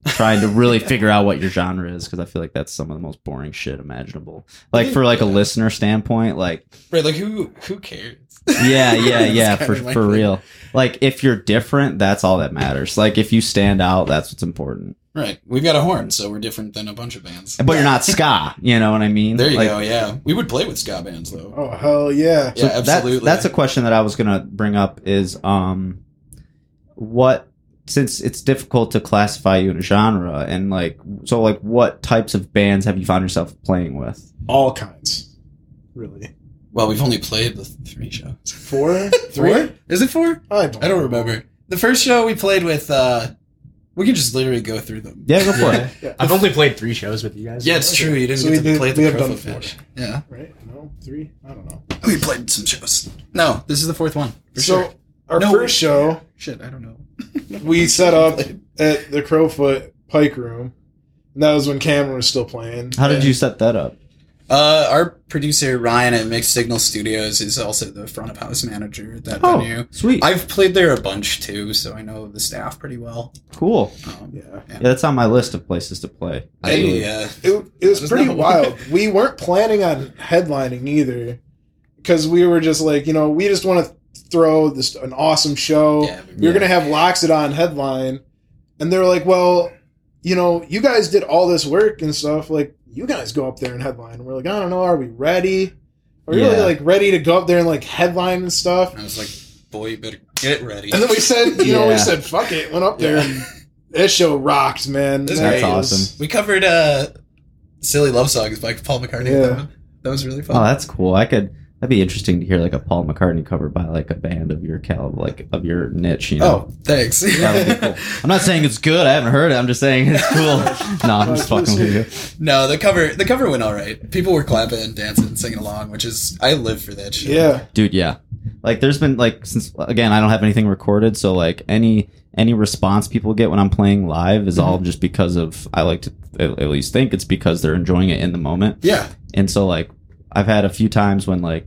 [SPEAKER 1] trying to really figure out what your genre is because I feel like that's some of the most boring shit imaginable. Like for like a listener standpoint, like
[SPEAKER 3] Right? Like who who cares?
[SPEAKER 1] yeah, yeah,
[SPEAKER 3] That's
[SPEAKER 1] yeah,
[SPEAKER 3] kinda
[SPEAKER 1] for
[SPEAKER 3] my
[SPEAKER 1] for
[SPEAKER 3] thing.
[SPEAKER 1] real. Like if you're different, that's all that matters. Like if you stand out, that's what's important.
[SPEAKER 3] Right. We've got a horn, so we're different than a bunch of bands.
[SPEAKER 1] But you're not ska, you know what I mean?
[SPEAKER 3] There you
[SPEAKER 1] Like,
[SPEAKER 3] go. Yeah, we would play with ska bands though.
[SPEAKER 2] Oh hell yeah!
[SPEAKER 3] Yeah,
[SPEAKER 1] that-
[SPEAKER 3] absolutely.
[SPEAKER 1] that's a question that I was gonna bring up is um what since it's difficult to classify you in a genre and like so like what types of bands have you found yourself playing with?
[SPEAKER 2] All kinds, really.
[SPEAKER 3] well, we've only played the th- three shows.
[SPEAKER 2] Four, Four?
[SPEAKER 3] Is it four?
[SPEAKER 2] I don't.
[SPEAKER 3] I don't remember. The first show we played with, uh we can just literally go through them.
[SPEAKER 1] Yeah, go for it.
[SPEAKER 4] I've only played three shows with you guys.
[SPEAKER 3] Yeah, it's true. You didn't
[SPEAKER 2] So
[SPEAKER 3] get
[SPEAKER 2] we
[SPEAKER 3] to
[SPEAKER 2] did-
[SPEAKER 3] play at
[SPEAKER 2] we
[SPEAKER 3] the
[SPEAKER 2] have done
[SPEAKER 3] Crowfoot
[SPEAKER 2] four.
[SPEAKER 3] Fish. Yeah,
[SPEAKER 2] Right? No, three. I don't know.
[SPEAKER 3] we played some shows. No, this is the fourth one. For
[SPEAKER 2] so
[SPEAKER 3] sure.
[SPEAKER 2] our
[SPEAKER 3] No.
[SPEAKER 2] first show,
[SPEAKER 3] Shit, I don't know.
[SPEAKER 2] we set up at the Crowfoot Pike Room, and that was when Cameron was still playing.
[SPEAKER 1] How did
[SPEAKER 2] And
[SPEAKER 1] you set that up?
[SPEAKER 3] Uh, our producer Ryan at Mixed Signal Studios is also the front of house manager at that
[SPEAKER 2] Oh.
[SPEAKER 3] venue.
[SPEAKER 1] Oh, sweet.
[SPEAKER 3] I've played there a bunch too, so I know the staff pretty well.
[SPEAKER 1] cool.
[SPEAKER 3] Um,
[SPEAKER 2] Yeah,
[SPEAKER 1] Yeah, that's on my list of places to play.
[SPEAKER 3] I, uh,
[SPEAKER 2] it, it was
[SPEAKER 3] That was
[SPEAKER 2] pretty
[SPEAKER 3] not-
[SPEAKER 2] wild. We weren't planning on headlining either, because we were just like, you know, we just want to throw this an awesome show.
[SPEAKER 3] yeah, we-
[SPEAKER 2] we were gonna have Loxodon headline, and they were like, "Well, you know, you guys did all this work and stuff. Like, you guys go up there and headline." And we're like, "I don't know. Are we ready? Are we really
[SPEAKER 1] Yeah.
[SPEAKER 2] like ready to go up there and like headline and stuff?"
[SPEAKER 3] I was like, boy, you better get ready.
[SPEAKER 2] And then we said, "You know, we
[SPEAKER 1] Yeah.
[SPEAKER 2] said fuck it." Went up there,
[SPEAKER 3] Yeah.
[SPEAKER 2] and that show rocked, man.
[SPEAKER 3] That's
[SPEAKER 2] That
[SPEAKER 1] great.
[SPEAKER 2] was-
[SPEAKER 1] awesome.
[SPEAKER 3] We covered uh, "Silly Love Songs" by Paul McCartney.
[SPEAKER 2] Yeah.
[SPEAKER 3] That, one- that was really fun.
[SPEAKER 1] Oh, that's cool. I could. That'd be interesting to hear like a Paul McCartney cover by like a band of your caliber, like of your niche. You know.
[SPEAKER 3] Oh, thanks.
[SPEAKER 1] That would be cool. I'm not saying it's good. I haven't heard it. I'm just saying it's cool. no, I'm just fucking with you.
[SPEAKER 3] no, the cover the cover went all right. People were clapping, and dancing, and singing along, which is I live for that shit.
[SPEAKER 2] Yeah,
[SPEAKER 1] dude yeah like there's been like since again i don't have anything recorded so like any any response people get when i'm playing live is all just because of i like to at at least think it's because they're enjoying it in the moment
[SPEAKER 3] yeah,
[SPEAKER 1] and so like i've had a few times when like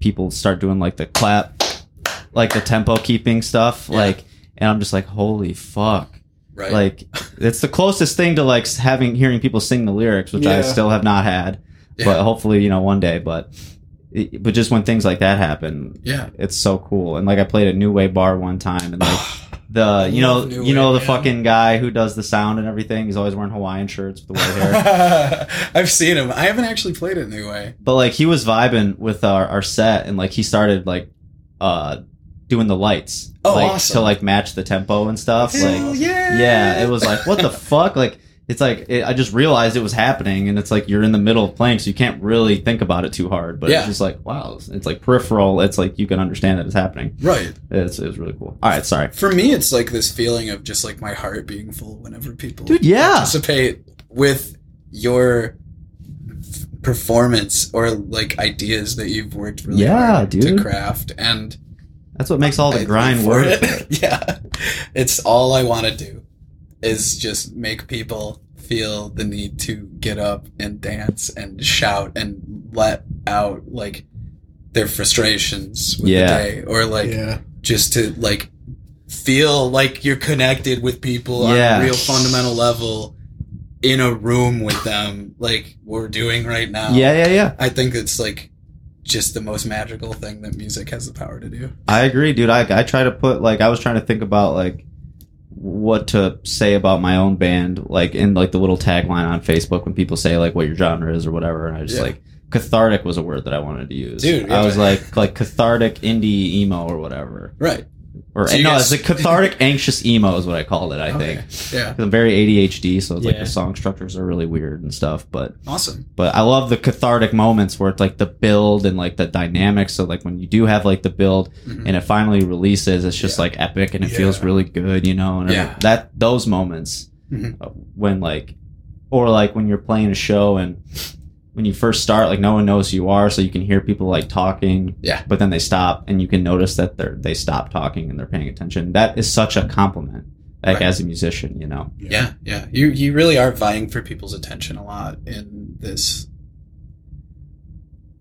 [SPEAKER 1] people start doing like the clap like the tempo keeping stuff
[SPEAKER 3] Yeah.
[SPEAKER 1] like and i'm just like holy fuck
[SPEAKER 3] right.
[SPEAKER 1] like it's the closest thing to like having hearing people sing the lyrics which i
[SPEAKER 2] Yeah.
[SPEAKER 1] still have not had but
[SPEAKER 3] Yeah.
[SPEAKER 1] hopefully you know one day but it, but just when things like that happen
[SPEAKER 3] yeah,
[SPEAKER 1] it's so cool and like i played at new way bar one time and like
[SPEAKER 3] I
[SPEAKER 1] the you know
[SPEAKER 3] love New
[SPEAKER 1] you know
[SPEAKER 3] Way,
[SPEAKER 1] the
[SPEAKER 3] man.
[SPEAKER 1] fucking guy who does the sound and everything he's always wearing hawaiian shirts with the white hair
[SPEAKER 3] I've seen him. I haven't actually played it anyway.
[SPEAKER 1] but like he was vibing with our, our set and like he started like uh doing the lights
[SPEAKER 3] Oh,
[SPEAKER 1] like
[SPEAKER 3] awesome.
[SPEAKER 1] to like match the tempo and stuff like
[SPEAKER 3] Hell yeah,
[SPEAKER 1] yeah it was like what the fuck like it's like it, i just realized it was happening and it's like you're in the middle of playing so you can't really think about it too hard but
[SPEAKER 3] Yeah.
[SPEAKER 1] it's just like wow it's, it's like peripheral it's like you can understand that it's happening
[SPEAKER 3] right.
[SPEAKER 1] it's, it was really cool all right sorry
[SPEAKER 3] For me, it's like this feeling of just like my heart being full whenever people
[SPEAKER 1] Dude, yeah.
[SPEAKER 3] participate with your f- performance or like ideas that you've worked really
[SPEAKER 1] Yeah,
[SPEAKER 3] hard
[SPEAKER 1] dude.
[SPEAKER 3] to craft and
[SPEAKER 1] that's what makes all the
[SPEAKER 3] I
[SPEAKER 1] grind
[SPEAKER 3] live for
[SPEAKER 1] worth it.
[SPEAKER 3] it. yeah, it's all I want to do is just make people feel the need to get up and dance and shout and let out like their frustrations with
[SPEAKER 1] Yeah.
[SPEAKER 3] the day or like
[SPEAKER 2] yeah.
[SPEAKER 3] just to like feel like you're connected with people on
[SPEAKER 1] Yeah.
[SPEAKER 3] a real fundamental level in a room with them like we're doing right now
[SPEAKER 1] yeah yeah yeah
[SPEAKER 3] i think it's like just the most magical thing that music has the power to do
[SPEAKER 1] I agree, dude. I I try to put like I was trying to think about like what to say about my own band, like in like the little tagline on Facebook when people say like what your genre is or whatever, and I just
[SPEAKER 3] Yeah.
[SPEAKER 1] like cathartic was a word that I wanted to use.
[SPEAKER 3] Dude,
[SPEAKER 1] I
[SPEAKER 3] yeah.
[SPEAKER 1] was like like cathartic indie emo or whatever,
[SPEAKER 3] right
[SPEAKER 1] or
[SPEAKER 3] So you
[SPEAKER 1] no,
[SPEAKER 3] guys-
[SPEAKER 1] it's a cathartic anxious emo is what I called it. I
[SPEAKER 3] Okay.
[SPEAKER 1] think
[SPEAKER 3] yeah
[SPEAKER 1] 'Cause I'm very ADHD, so it's like
[SPEAKER 4] Yeah.
[SPEAKER 1] the song structures are really weird and stuff, but
[SPEAKER 3] awesome
[SPEAKER 1] but I love the cathartic moments where it's like the build and like the dynamics. So like when you do have like the build
[SPEAKER 3] Mhm.
[SPEAKER 1] and it finally releases, it's just like epic and it feels
[SPEAKER 2] Yeah.
[SPEAKER 1] really good, you know. And
[SPEAKER 3] Yeah.
[SPEAKER 1] every- that those moments
[SPEAKER 3] Mhm.
[SPEAKER 1] uh, when like, or like when you're playing a show and when you first start, like no one knows who you are, so you can hear people like talking.
[SPEAKER 3] Yeah.
[SPEAKER 1] But then they stop, and you can notice that they're they stop talking and they're paying attention. That is such a compliment, like
[SPEAKER 3] Right.
[SPEAKER 1] as a musician, you know.
[SPEAKER 3] Yeah, yeah. You you really are vying for people's attention a lot in this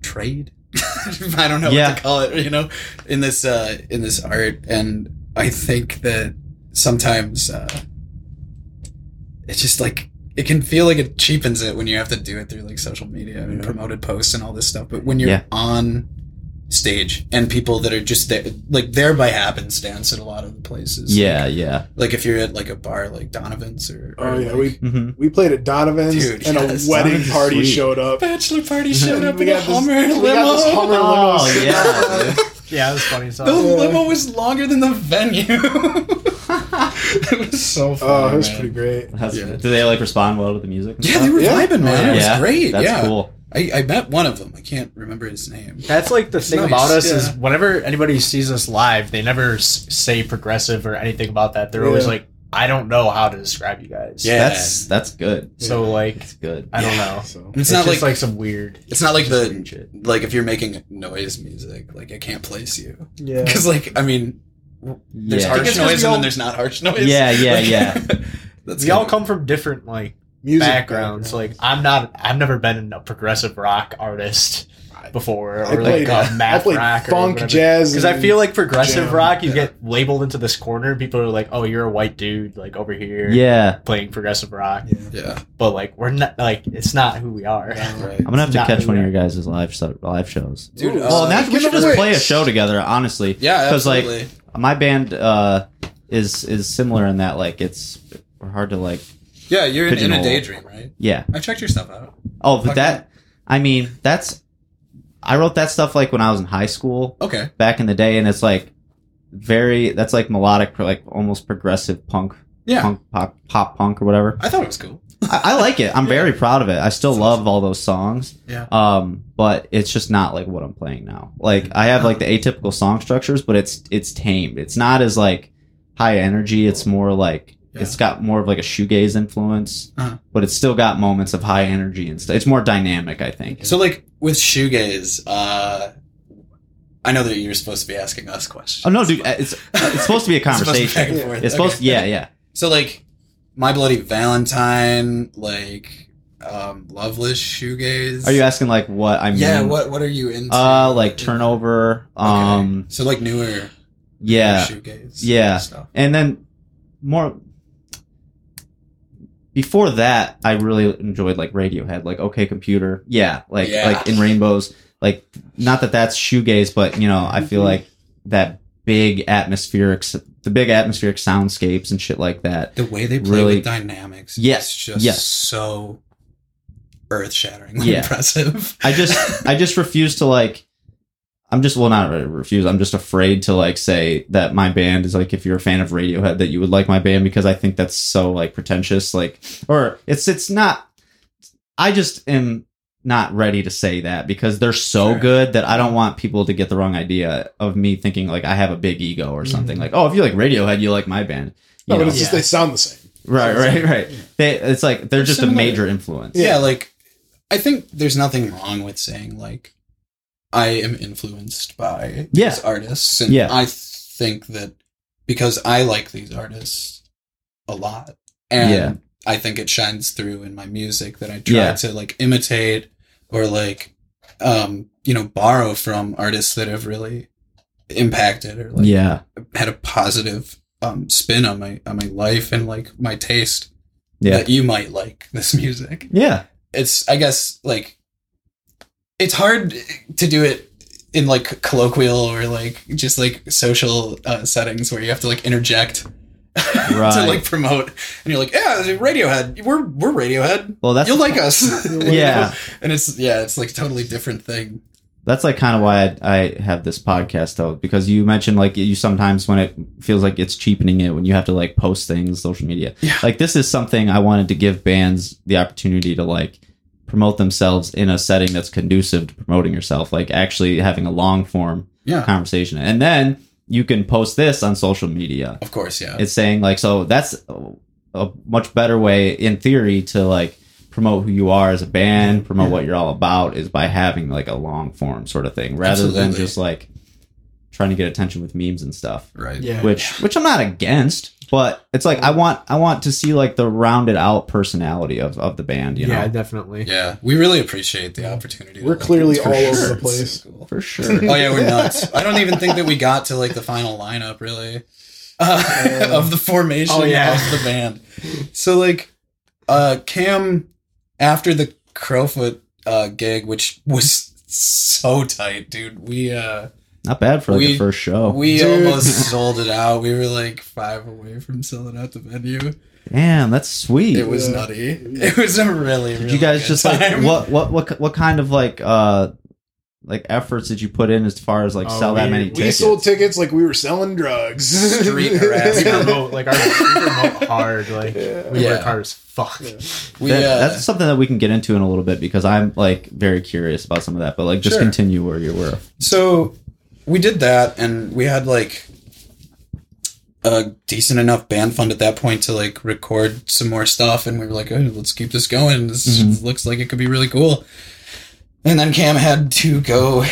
[SPEAKER 3] trade. I don't know
[SPEAKER 1] Yeah.
[SPEAKER 3] what to call it, you know, in this uh in this art and I think that sometimes uh it's just like it can feel like it cheapens it when you have to do it through like social media and
[SPEAKER 2] Yeah.
[SPEAKER 3] promoted posts and all this stuff, but when you're
[SPEAKER 1] Yeah.
[SPEAKER 3] on stage and people that are just there like there by happenstance at a lot of the places.
[SPEAKER 1] Yeah, yeah.
[SPEAKER 3] Like if you're at like a bar like Donovan's or, or
[SPEAKER 2] Oh yeah,
[SPEAKER 3] like-
[SPEAKER 2] we
[SPEAKER 1] hmm
[SPEAKER 2] we played at Donovan's
[SPEAKER 3] Dude,
[SPEAKER 2] and
[SPEAKER 3] yes,
[SPEAKER 2] a wedding
[SPEAKER 1] Donovan's is
[SPEAKER 2] party
[SPEAKER 1] sweet.
[SPEAKER 2] showed up.
[SPEAKER 3] bachelor party
[SPEAKER 2] showed
[SPEAKER 3] showed
[SPEAKER 2] up
[SPEAKER 3] up
[SPEAKER 2] We
[SPEAKER 3] in
[SPEAKER 2] in a
[SPEAKER 3] a
[SPEAKER 2] got this- Hummer
[SPEAKER 3] Hummer
[SPEAKER 2] we
[SPEAKER 3] limo.
[SPEAKER 2] got this limo. Hummer limo
[SPEAKER 1] Oh
[SPEAKER 2] sitting
[SPEAKER 1] yeah.
[SPEAKER 2] on
[SPEAKER 1] dude.
[SPEAKER 4] Yeah, that was funny as
[SPEAKER 3] the
[SPEAKER 4] hell.
[SPEAKER 3] limo was longer than the venue. it was so funny.
[SPEAKER 2] Oh, it was
[SPEAKER 3] man.
[SPEAKER 2] pretty great.
[SPEAKER 1] That's,
[SPEAKER 3] Yeah.
[SPEAKER 1] Do they like respond well to the music? and
[SPEAKER 3] Yeah,
[SPEAKER 1] stuff?
[SPEAKER 3] they were
[SPEAKER 2] Yeah.
[SPEAKER 3] vibing, man.
[SPEAKER 4] Yeah.
[SPEAKER 3] It was
[SPEAKER 1] yeah,
[SPEAKER 3] great.
[SPEAKER 1] That's
[SPEAKER 3] yeah,
[SPEAKER 1] cool.
[SPEAKER 3] I, I met one of them. I can't remember his name.
[SPEAKER 4] That's like the thing
[SPEAKER 3] Nice,
[SPEAKER 4] about us is
[SPEAKER 3] yeah.
[SPEAKER 4] whenever anybody sees us live, they never s- say progressive or anything about that. They're always
[SPEAKER 2] Yeah.
[SPEAKER 4] like, "I don't know how to describe you guys."
[SPEAKER 3] Yeah.
[SPEAKER 1] That's that's good.
[SPEAKER 4] So like,
[SPEAKER 1] It's good.
[SPEAKER 4] I don't
[SPEAKER 3] Yeah.
[SPEAKER 4] know.
[SPEAKER 2] So
[SPEAKER 3] It's,
[SPEAKER 4] It's,
[SPEAKER 3] not
[SPEAKER 4] not
[SPEAKER 3] like,
[SPEAKER 4] like like some weird.
[SPEAKER 3] it's not like
[SPEAKER 1] Just
[SPEAKER 3] the
[SPEAKER 1] reach it.
[SPEAKER 3] like if you're making noise music, like I can't place you
[SPEAKER 2] yeah,
[SPEAKER 3] because like I mean there's
[SPEAKER 1] Yeah.
[SPEAKER 3] harsh
[SPEAKER 4] Because we
[SPEAKER 3] noise and
[SPEAKER 4] all-
[SPEAKER 3] then there's not harsh noise.
[SPEAKER 1] Yeah, yeah,
[SPEAKER 3] Like,
[SPEAKER 1] yeah.
[SPEAKER 3] That's
[SPEAKER 4] We all
[SPEAKER 3] kinda-
[SPEAKER 4] come from different like
[SPEAKER 2] music
[SPEAKER 4] backgrounds. Like I'm not. I've never been a progressive rock artist before,
[SPEAKER 2] I
[SPEAKER 4] or
[SPEAKER 2] played,
[SPEAKER 4] like a
[SPEAKER 2] I
[SPEAKER 4] math
[SPEAKER 2] played
[SPEAKER 4] rock or
[SPEAKER 2] funk,
[SPEAKER 4] whatever.
[SPEAKER 2] jazz,
[SPEAKER 4] Because I feel like progressive
[SPEAKER 2] jam,
[SPEAKER 4] rock, you
[SPEAKER 3] yeah.
[SPEAKER 4] get labeled into this corner. People are like, "Oh, you're a white dude, like over here,
[SPEAKER 1] Yeah,
[SPEAKER 4] playing progressive rock."
[SPEAKER 2] yeah.
[SPEAKER 3] yeah.
[SPEAKER 4] But like, we're not like it's not who we are.
[SPEAKER 3] Right.
[SPEAKER 1] I'm gonna have to
[SPEAKER 4] Not
[SPEAKER 1] catch one of
[SPEAKER 4] really.
[SPEAKER 1] your guys' live so- live shows.
[SPEAKER 3] Dude,
[SPEAKER 2] Ooh,
[SPEAKER 3] uh,
[SPEAKER 1] Well, now we
[SPEAKER 2] give
[SPEAKER 1] should
[SPEAKER 2] it
[SPEAKER 1] just
[SPEAKER 2] away.
[SPEAKER 1] play a show together. Honestly,
[SPEAKER 3] Yeah,
[SPEAKER 1] 'Cause, like,
[SPEAKER 3] absolutely.
[SPEAKER 1] my band uh, is is similar in that like it's hard to like
[SPEAKER 3] yeah, you're in, in a
[SPEAKER 1] pigeonhole.
[SPEAKER 3] daydream, right?
[SPEAKER 1] yeah.
[SPEAKER 3] I checked your stuff out.
[SPEAKER 1] Oh, but
[SPEAKER 3] Fuck
[SPEAKER 1] that I mean that's I wrote that stuff like when I was in high school
[SPEAKER 3] Okay.
[SPEAKER 1] back in the day, and it's like very that's like melodic, like almost progressive punk,
[SPEAKER 3] Yeah.
[SPEAKER 1] punk pop, pop punk or whatever.
[SPEAKER 3] I thought it was cool.
[SPEAKER 1] I, I like it. I'm very proud of it. I still love all those songs.
[SPEAKER 3] Yeah.
[SPEAKER 1] Um, but it's just not like what I'm playing now. Like I have like the atypical song structures, but it's it's tamed. It's not as like high energy. It's more like
[SPEAKER 3] Yeah.
[SPEAKER 1] it's got more of like a shoegaze influence,
[SPEAKER 3] Uh-huh.
[SPEAKER 1] but it's still got moments of high energy and stuff. It's more dynamic, I think.
[SPEAKER 3] So like with shoegaze, uh I know that you're supposed to be asking us questions.
[SPEAKER 1] Oh no, dude! It's it's supposed to be a conversation.
[SPEAKER 3] back and
[SPEAKER 2] Yeah.
[SPEAKER 3] forth.
[SPEAKER 1] It's supposed,
[SPEAKER 3] Okay.
[SPEAKER 1] yeah, yeah,
[SPEAKER 3] So like My Bloody Valentine, like um Loveless Shoegaze.
[SPEAKER 1] Are you asking like what I mean?
[SPEAKER 3] Yeah, what what are you into?
[SPEAKER 1] Uh, like turnover.
[SPEAKER 3] Okay.
[SPEAKER 1] Um,
[SPEAKER 3] So like newer
[SPEAKER 1] yeah.
[SPEAKER 3] newer shoegaze.
[SPEAKER 1] Yeah.
[SPEAKER 3] Stuff.
[SPEAKER 1] and then more before that i really enjoyed like radiohead like okay computer yeah like
[SPEAKER 3] Yeah.
[SPEAKER 1] like in rainbows like not that that's shoegaze but you know i feel like that big atmospheric s- the big atmospheric soundscapes and shit like that
[SPEAKER 3] The way they play
[SPEAKER 1] Really-
[SPEAKER 3] with dynamics
[SPEAKER 1] Yes,
[SPEAKER 3] is just
[SPEAKER 1] yes.
[SPEAKER 3] so earth shattering
[SPEAKER 1] Yeah.
[SPEAKER 3] impressive.
[SPEAKER 1] i just i just refuse to like i'm just well not really refuse i'm just afraid to like say that my band is like if you're a fan of radiohead that you would like my band because i think that's so like pretentious like or it's it's not i just am not ready to say that because they're so
[SPEAKER 3] Sure.
[SPEAKER 1] good that i don't want people to get the wrong idea of me thinking like i have a big ego
[SPEAKER 3] Mm-hmm.
[SPEAKER 1] or something like oh if you like radiohead you like my band You
[SPEAKER 2] No,
[SPEAKER 3] Oh,
[SPEAKER 2] but
[SPEAKER 1] know?
[SPEAKER 2] it's just they sound the same.
[SPEAKER 1] right right right they, it's like they're, just a
[SPEAKER 3] similar.
[SPEAKER 1] major influence
[SPEAKER 3] yeah. like i think there's nothing wrong with saying like i am influenced by
[SPEAKER 1] Yeah.
[SPEAKER 3] these artists and
[SPEAKER 1] Yeah.
[SPEAKER 3] i think that because i like these artists a lot and
[SPEAKER 1] Yeah.
[SPEAKER 3] i think it shines through in my music that i try
[SPEAKER 1] Yeah.
[SPEAKER 3] to like imitate or like um you know borrow from artists that have really impacted or like
[SPEAKER 1] yeah
[SPEAKER 3] had a positive um spin on my on my life and like my taste
[SPEAKER 1] Yeah.
[SPEAKER 3] that you might like this music
[SPEAKER 1] yeah
[SPEAKER 3] it's I guess like it's hard to do it in like colloquial or like just like social uh, settings where you have to like interject to
[SPEAKER 1] Right.
[SPEAKER 3] like promote and you're like yeah Radiohead we're we're Radiohead
[SPEAKER 1] well that's
[SPEAKER 3] you'll like us
[SPEAKER 1] yeah
[SPEAKER 3] and it's yeah it's like a totally different thing
[SPEAKER 1] that's like kind of why I, I have this podcast though because you mentioned like you sometimes when it feels like it's cheapening it when you have to like post things social media
[SPEAKER 3] Yeah.
[SPEAKER 1] like this is something i wanted to give bands the opportunity to like promote themselves in a setting that's conducive to promoting yourself like actually having a long form
[SPEAKER 3] yeah
[SPEAKER 1] conversation and then you can post this on social media
[SPEAKER 3] of course yeah
[SPEAKER 1] it's saying like so that's a, a much better way in theory to like promote who you are as a band, promote what you're all about is by having like a long form sort of thing rather than
[SPEAKER 3] Absolutely.
[SPEAKER 1] just like trying to get attention with memes and stuff.
[SPEAKER 3] Right.
[SPEAKER 2] Yeah.
[SPEAKER 1] Which which I'm not against, but it's like I want I want to see like the rounded out personality of of the band, you know.
[SPEAKER 4] yeah, definitely.
[SPEAKER 3] Yeah. We really appreciate the opportunity. to,
[SPEAKER 2] We're
[SPEAKER 3] like,
[SPEAKER 2] clearly
[SPEAKER 3] for
[SPEAKER 2] all over
[SPEAKER 3] sure.
[SPEAKER 2] the place.
[SPEAKER 3] So cool.
[SPEAKER 1] For sure.
[SPEAKER 3] Oh yeah, we're nuts. I don't even think that we got to like the final lineup really uh,
[SPEAKER 2] Um,
[SPEAKER 3] of the formation
[SPEAKER 4] oh, yeah.
[SPEAKER 3] of the band. So like uh Cam after the Crowfoot uh gig which was so tight, dude. We uh
[SPEAKER 1] not bad for like
[SPEAKER 3] We-
[SPEAKER 1] the first show.
[SPEAKER 3] we
[SPEAKER 2] Dude.
[SPEAKER 3] almost sold it out. We were like 5 away from selling out the venue.
[SPEAKER 1] Damn, that's sweet.
[SPEAKER 3] It was
[SPEAKER 2] Yeah.
[SPEAKER 3] nutty. It was a really
[SPEAKER 1] did you guys just like what what what what kind of like uh like efforts did you put in as far as like
[SPEAKER 4] Oh,
[SPEAKER 1] sell that
[SPEAKER 4] we-
[SPEAKER 1] many
[SPEAKER 4] we
[SPEAKER 2] We
[SPEAKER 1] tickets?
[SPEAKER 2] sold tickets like we were selling drugs.
[SPEAKER 3] Street
[SPEAKER 4] We
[SPEAKER 3] harassment.
[SPEAKER 4] promote like our we promote hard. Like
[SPEAKER 2] Yeah.
[SPEAKER 4] we
[SPEAKER 3] Yeah.
[SPEAKER 4] work hard as fuck.
[SPEAKER 2] Yeah.
[SPEAKER 3] we
[SPEAKER 1] That-
[SPEAKER 3] uh,
[SPEAKER 1] that's something that we can get into in a little bit because I'm like very curious about some of that. But like, just
[SPEAKER 3] Sure.
[SPEAKER 1] continue where you were.
[SPEAKER 3] So we did that, and we had like a decent enough band fund at that point to like record some more stuff, and we were like, oh, let's keep this going. This
[SPEAKER 1] Mhm.
[SPEAKER 3] looks like it could be really cool. And then Cam had to go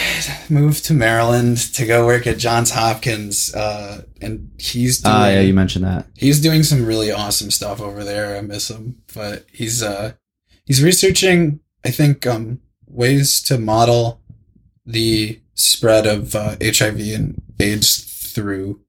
[SPEAKER 3] move to Maryland to go work at Johns Hopkins, uh, and he's doing
[SPEAKER 1] Ah, yeah, you mentioned that.
[SPEAKER 3] he's doing some really awesome stuff over there. I miss him, but he's uh he's researching I think um ways to model the spread of uh, HIV and AIDS through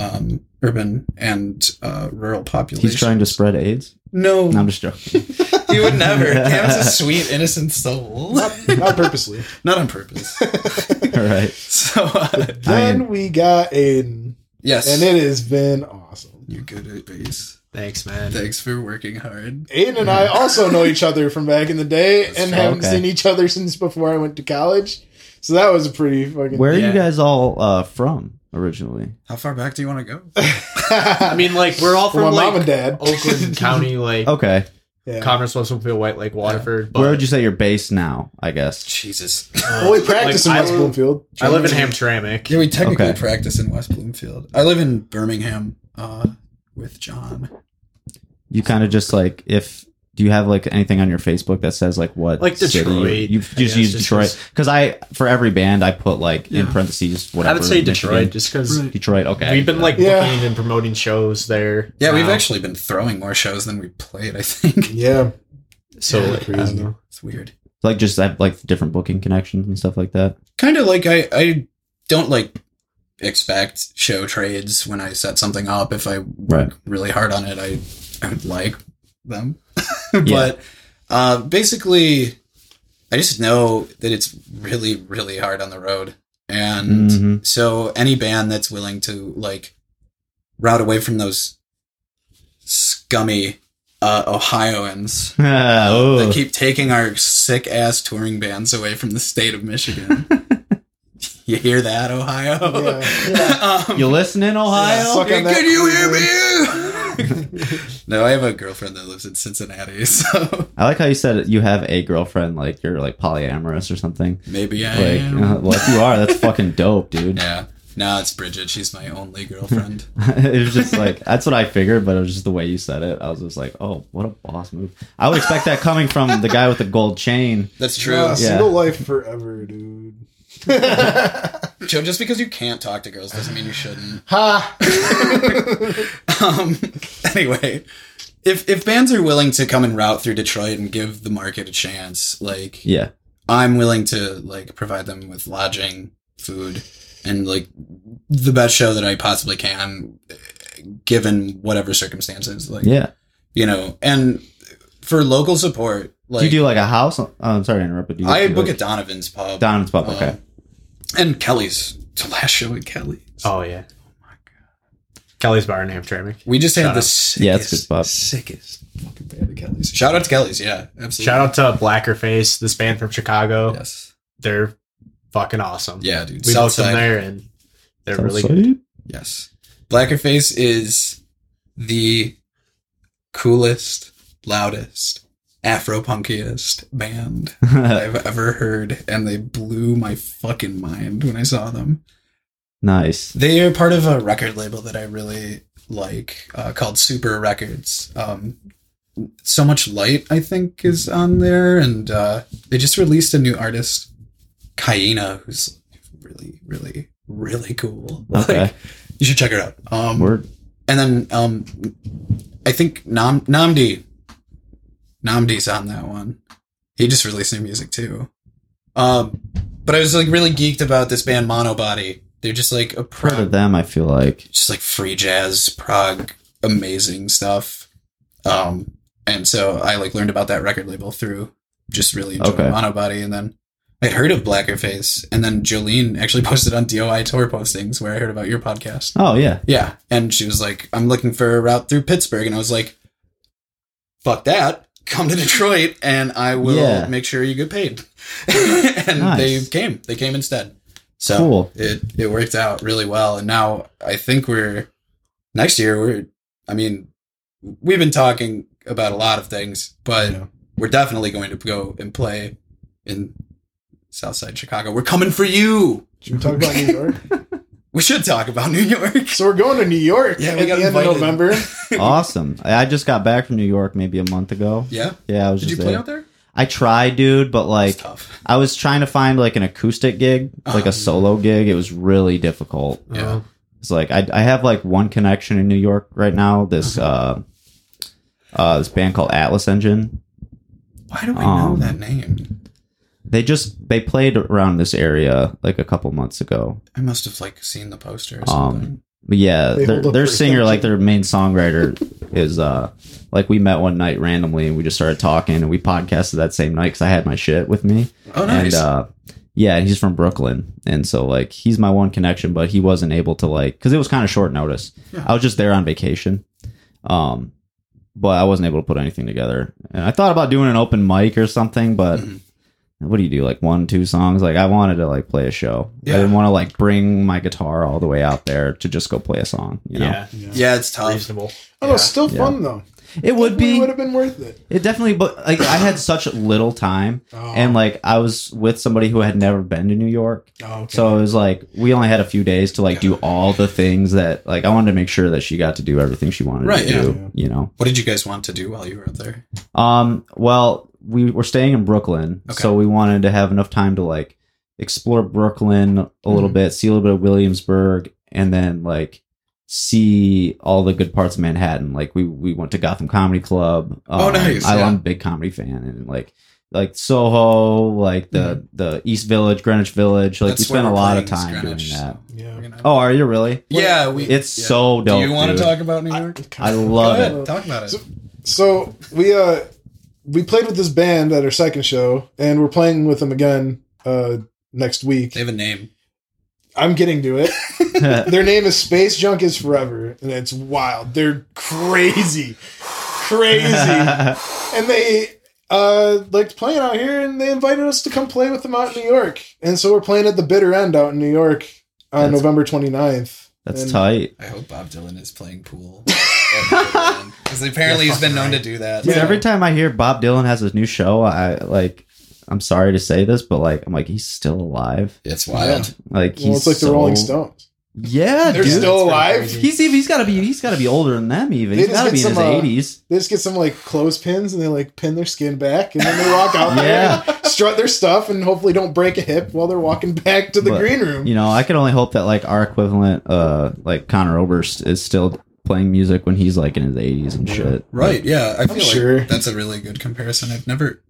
[SPEAKER 3] um urban and uh rural populations.
[SPEAKER 1] He's trying to spread AIDS.
[SPEAKER 3] No,
[SPEAKER 1] No, I'm just joking.
[SPEAKER 3] he would never. Cam's a sweet innocent soul.
[SPEAKER 2] Not, not purposely.
[SPEAKER 3] Not on purpose.
[SPEAKER 1] All right.
[SPEAKER 3] So uh,
[SPEAKER 1] I
[SPEAKER 2] Then
[SPEAKER 1] mean,
[SPEAKER 2] we got Aiden,
[SPEAKER 3] yes.
[SPEAKER 2] and it has been awesome.
[SPEAKER 3] you're good at bass.
[SPEAKER 4] Thanks, man.
[SPEAKER 3] Thanks for working hard.
[SPEAKER 2] Aiden and I also know each other from back in the day,
[SPEAKER 3] That's
[SPEAKER 2] and
[SPEAKER 3] true.
[SPEAKER 2] haven't
[SPEAKER 1] Okay.
[SPEAKER 2] seen each other since before I went to college. So that was a pretty fucking.
[SPEAKER 1] where are you
[SPEAKER 4] Yeah.
[SPEAKER 1] guys all uh, from originally?
[SPEAKER 3] How far back do you want to go?
[SPEAKER 4] I mean, like we're all
[SPEAKER 2] for
[SPEAKER 4] from
[SPEAKER 2] my
[SPEAKER 4] like
[SPEAKER 2] mom and dad,
[SPEAKER 4] Oakland County, like
[SPEAKER 1] Okay.
[SPEAKER 2] Yeah.
[SPEAKER 4] Commerce, Westfield, White Lake, Waterford. uh,
[SPEAKER 1] Where would you say you're based now? I guess.
[SPEAKER 3] Jesus.
[SPEAKER 2] Well, we practice
[SPEAKER 4] Like,
[SPEAKER 2] in
[SPEAKER 4] I-
[SPEAKER 2] West Bloomfield.
[SPEAKER 4] I live in
[SPEAKER 3] Yeah,
[SPEAKER 4] Hamtramck.
[SPEAKER 3] we technically
[SPEAKER 1] Okay.
[SPEAKER 3] practice in West Bloomfield. I live in Birmingham uh, with John.
[SPEAKER 1] You kind of just like if. Do you have like anything on your Facebook that says like what
[SPEAKER 4] Like
[SPEAKER 1] city you-
[SPEAKER 4] Detroit,
[SPEAKER 1] You,
[SPEAKER 4] I
[SPEAKER 1] just
[SPEAKER 4] guess,
[SPEAKER 1] use
[SPEAKER 4] just
[SPEAKER 1] Detroit because I for every band I put like in
[SPEAKER 3] Yeah.
[SPEAKER 1] parentheses whatever.
[SPEAKER 4] I would say
[SPEAKER 1] Michigan.
[SPEAKER 4] Detroit, just because
[SPEAKER 1] Detroit. Okay.
[SPEAKER 4] we've been like
[SPEAKER 2] Yeah.
[SPEAKER 4] booking and promoting shows there. Um,
[SPEAKER 3] Yeah, we've
[SPEAKER 4] now.
[SPEAKER 3] actually been throwing more shows than we played, I think.
[SPEAKER 2] Yeah,
[SPEAKER 4] so um, like,
[SPEAKER 3] I don't know. It's weird.
[SPEAKER 1] like just have like different booking connections and stuff like that.
[SPEAKER 3] Kind of like I, I don't like expect show trades when I set something up. If I work
[SPEAKER 1] Right.
[SPEAKER 3] really hard on it, I, I would like them.
[SPEAKER 1] Yeah.
[SPEAKER 3] but uh, basically, I just know that it's really, really hard on the road. And.
[SPEAKER 1] Mhm.
[SPEAKER 3] So any band that's willing to like route away from those scummy uh, Ohioans
[SPEAKER 1] Ah,
[SPEAKER 3] that
[SPEAKER 1] oh.
[SPEAKER 3] keep taking our sick ass touring bands away from the state of Michigan. you hear that, Ohio?
[SPEAKER 2] Yeah.
[SPEAKER 3] um,
[SPEAKER 1] you listening, Ohio?
[SPEAKER 2] Suck on that
[SPEAKER 3] can you hear
[SPEAKER 2] Cleveland.
[SPEAKER 3] me? no, I have a girlfriend that lives in Cincinnati, so
[SPEAKER 1] I like how you said you have a girlfriend, like you're like polyamorous or something.
[SPEAKER 3] maybe I
[SPEAKER 1] Like,
[SPEAKER 3] am.
[SPEAKER 1] uh, well, if you are, that's fucking dope, dude.
[SPEAKER 3] yeah. No, it's Bridget. She's my only girlfriend.
[SPEAKER 1] it was just like that's what I figured, but it was just the way you said it. I was just like, oh, what a boss move. I would expect that coming from the guy with the gold chain.
[SPEAKER 3] That's true.
[SPEAKER 2] Yeah,
[SPEAKER 1] Yeah.
[SPEAKER 2] Single life forever, dude.
[SPEAKER 3] Joe, just because you can't talk to girls doesn't mean you shouldn't.
[SPEAKER 2] ha.
[SPEAKER 3] um, anyway, if if bands are willing to come and route through Detroit and give the market a chance, like
[SPEAKER 1] Yeah,
[SPEAKER 3] I'm willing to like provide them with lodging, food, and like the best show that I possibly can, eh, given whatever circumstances. Like
[SPEAKER 1] yeah.
[SPEAKER 3] you know, and for local support, like
[SPEAKER 1] do you do like a house? Oh, I'm sorry to interrupt, but do you
[SPEAKER 3] I
[SPEAKER 1] do,
[SPEAKER 3] book
[SPEAKER 1] like,
[SPEAKER 3] at Donovan's Pub,
[SPEAKER 1] Don's pub.
[SPEAKER 3] um,
[SPEAKER 1] Okay,
[SPEAKER 3] and Kelly's. The last show at Kelly's.
[SPEAKER 4] Oh yeah. Kelly's Bar in Hamtramck.
[SPEAKER 3] We just
[SPEAKER 4] Shout
[SPEAKER 3] had the
[SPEAKER 4] out.
[SPEAKER 3] sickest,
[SPEAKER 1] Yeah, it's good spot.
[SPEAKER 3] sickest fucking band of Kelly's. Shout out to Kelly's, yeah, absolutely.
[SPEAKER 4] Shout out to Blackerface, this band from Chicago.
[SPEAKER 3] yes,
[SPEAKER 4] They're fucking awesome.
[SPEAKER 3] yeah, dude.
[SPEAKER 4] we booked them
[SPEAKER 3] Southside,
[SPEAKER 4] there, and they're really
[SPEAKER 1] Sounds
[SPEAKER 4] good.
[SPEAKER 1] sweet.
[SPEAKER 3] yes. Blackerface is the coolest, loudest, afro punkiest band I've ever heard, and they blew my fucking mind when I saw them.
[SPEAKER 1] nice.
[SPEAKER 3] They are part of a record label that I really like uh, called Super Records. Um, so much light i think is on there and uh they just released a new artist Kaina, who's really really really cool
[SPEAKER 1] Okay.
[SPEAKER 3] like, you should check her out um
[SPEAKER 1] Word.
[SPEAKER 3] and then um i think nam namdi namdi's on that one he just released new music too um but i was like really geeked about this band monobody they're just like a
[SPEAKER 1] Proud
[SPEAKER 3] prog
[SPEAKER 1] of them, I feel like.
[SPEAKER 3] just like free jazz, prog, amazing stuff. Um, and so I like learned about that record label through just really enjoying
[SPEAKER 1] Okay.
[SPEAKER 3] Monobody, and then I heard of Blackerface, and then Jolene actually posted on DOI tour postings where I heard about your podcast.
[SPEAKER 1] Oh yeah.
[SPEAKER 3] Yeah, and she was like, "I'm looking for a route through Pittsburgh," and I was like, "Fuck that." Come to Detroit and I will
[SPEAKER 1] Yeah.
[SPEAKER 3] make sure you get paid. and
[SPEAKER 1] Nice.
[SPEAKER 3] they came. They came instead. So
[SPEAKER 1] Cool.
[SPEAKER 3] it it worked out really well and now i think we're next year we're i mean we've been talking about a lot of things but
[SPEAKER 2] Yeah.
[SPEAKER 3] we're definitely going to go and play in southside chicago we're coming for you
[SPEAKER 2] Should we talk about New York?
[SPEAKER 3] we should talk about new york
[SPEAKER 2] so we're going to New York
[SPEAKER 3] Yeah, we
[SPEAKER 2] at the
[SPEAKER 3] got
[SPEAKER 2] end
[SPEAKER 3] invited.
[SPEAKER 2] of November.
[SPEAKER 1] awesome. I I just got back from New York maybe a month ago.
[SPEAKER 3] yeah
[SPEAKER 1] Yeah, I was
[SPEAKER 3] did
[SPEAKER 1] just
[SPEAKER 3] you play
[SPEAKER 1] there.
[SPEAKER 3] out there
[SPEAKER 1] I tried, dude, but like
[SPEAKER 3] it's tough
[SPEAKER 1] I was trying to find like an acoustic gig, like
[SPEAKER 3] Uh-huh.
[SPEAKER 1] a solo gig. It was really difficult.
[SPEAKER 3] yeah
[SPEAKER 1] It's like I, I have like one connection in New York right now. This uh, uh, this band called Atlas Engine.
[SPEAKER 3] why do we know
[SPEAKER 1] Um,
[SPEAKER 3] that name
[SPEAKER 1] They just they played around this area like a couple months ago.
[SPEAKER 3] i must have like seen the poster or
[SPEAKER 1] Um,
[SPEAKER 3] something
[SPEAKER 1] But yeah,
[SPEAKER 2] They
[SPEAKER 1] their,
[SPEAKER 2] hold up
[SPEAKER 1] their
[SPEAKER 2] for
[SPEAKER 1] singer,
[SPEAKER 2] attention.
[SPEAKER 1] like their main songwriter, is uh like we met one night randomly and we just started talking and we podcasted that same night because I had my shit with me.
[SPEAKER 3] oh
[SPEAKER 1] And
[SPEAKER 3] nice
[SPEAKER 1] uh, yeah, and he's from Brooklyn, and so like he's my one connection, but he wasn't able to like because it was kind of short notice.
[SPEAKER 3] Yeah.
[SPEAKER 1] I was just there on vacation, um, but I wasn't able to put anything together. And I thought about doing an open mic or something, but
[SPEAKER 3] Mhm.
[SPEAKER 1] what do you do? Like one, two songs? Like I wanted to like play a show.
[SPEAKER 3] Yeah.
[SPEAKER 1] I didn't want to like bring my guitar all the way out there to just go play a song. You know,
[SPEAKER 4] yeah.
[SPEAKER 3] yeah it's tough
[SPEAKER 4] Reasonable.
[SPEAKER 2] Oh, no, it's still fun though.
[SPEAKER 1] it would be.
[SPEAKER 2] would have been worth it.
[SPEAKER 1] It definitely, but like I had such little time,
[SPEAKER 2] Oh,
[SPEAKER 1] and like I was with somebody who had never been to New York.
[SPEAKER 2] oh, okay.
[SPEAKER 1] So it was like we only had a few days to like do all the things that like I wanted to make sure that she got to do everything she wanted
[SPEAKER 3] Right,
[SPEAKER 1] to
[SPEAKER 3] yeah.
[SPEAKER 1] do. You know.
[SPEAKER 3] what did you guys want to do while you were out there
[SPEAKER 1] Um. Well, we were staying in Brooklyn,
[SPEAKER 3] Okay.
[SPEAKER 1] so we wanted to have enough time to like explore Brooklyn a little
[SPEAKER 3] Mhm.
[SPEAKER 1] bit, see a little bit of Williamsburg, and then like see all the good parts of Manhattan. Like we we went to Gotham Comedy Club. Um,
[SPEAKER 3] Oh, nice,
[SPEAKER 1] I,
[SPEAKER 3] yeah.
[SPEAKER 1] I'm a big comedy fan, and like like Soho, like the the East Village, Greenwich Village. Like
[SPEAKER 3] Mm-hmm. That's
[SPEAKER 1] we
[SPEAKER 3] where
[SPEAKER 1] spent a
[SPEAKER 3] we're
[SPEAKER 1] lot of
[SPEAKER 3] playing, is
[SPEAKER 1] time doing
[SPEAKER 3] Greenwich,
[SPEAKER 1] that.
[SPEAKER 3] so we're
[SPEAKER 2] yeah.
[SPEAKER 3] gonna-
[SPEAKER 1] Oh, are you really?
[SPEAKER 3] yeah we
[SPEAKER 1] It's
[SPEAKER 3] yeah.
[SPEAKER 1] so dope.
[SPEAKER 3] Do you want
[SPEAKER 1] dude.
[SPEAKER 3] to talk about New
[SPEAKER 2] I-
[SPEAKER 3] York?
[SPEAKER 1] I love
[SPEAKER 3] Go
[SPEAKER 1] it.
[SPEAKER 3] ahead, talk about it.
[SPEAKER 2] So- So we uh we played with this band at our second show, and we're playing with them again uh next week.
[SPEAKER 3] They have a name.
[SPEAKER 2] I'm getting to it. Their name is Space Junk is Forever, and it's wild. They're crazy, crazy, and they uh liked playing out here, and they invited us to come play with them out in New York, and so we're playing at the Bitter End out in New York on
[SPEAKER 1] That's-
[SPEAKER 2] November 29th.
[SPEAKER 1] That's
[SPEAKER 2] and,
[SPEAKER 1] tight.
[SPEAKER 3] I hope Bob Dylan is playing pool. Because apparently he's been known to do that.
[SPEAKER 1] Dude,
[SPEAKER 2] Yeah.
[SPEAKER 1] every time I hear Bob Dylan has a new show, I like. I'm sorry to say this, but like, I'm like, he's still alive.
[SPEAKER 3] It's wild.
[SPEAKER 1] Like, he's
[SPEAKER 2] Well, it's like
[SPEAKER 1] so,
[SPEAKER 2] the Rolling Stones.
[SPEAKER 1] Yeah,
[SPEAKER 2] They're
[SPEAKER 1] dude.
[SPEAKER 2] still alive.
[SPEAKER 1] He's even. He's got to be. He's got to be older than them. Even.
[SPEAKER 2] They
[SPEAKER 1] He's
[SPEAKER 2] just
[SPEAKER 1] got to
[SPEAKER 2] get
[SPEAKER 1] be in his
[SPEAKER 2] some, uh,
[SPEAKER 1] 80s.
[SPEAKER 2] They just get some like clothespins and they like pin their skin back and then they walk out
[SPEAKER 1] Yeah.
[SPEAKER 2] there, strut their stuff, and hopefully don't break a hip while they're walking back to the
[SPEAKER 1] But,
[SPEAKER 2] green room.
[SPEAKER 1] You know, I can only hope that like our equivalent, uh, like Connor Oberst, is still playing music when he's like in his 80s and shit.
[SPEAKER 3] Right, yeah. I feel like
[SPEAKER 2] sure.
[SPEAKER 3] that's a really good comparison. I've never.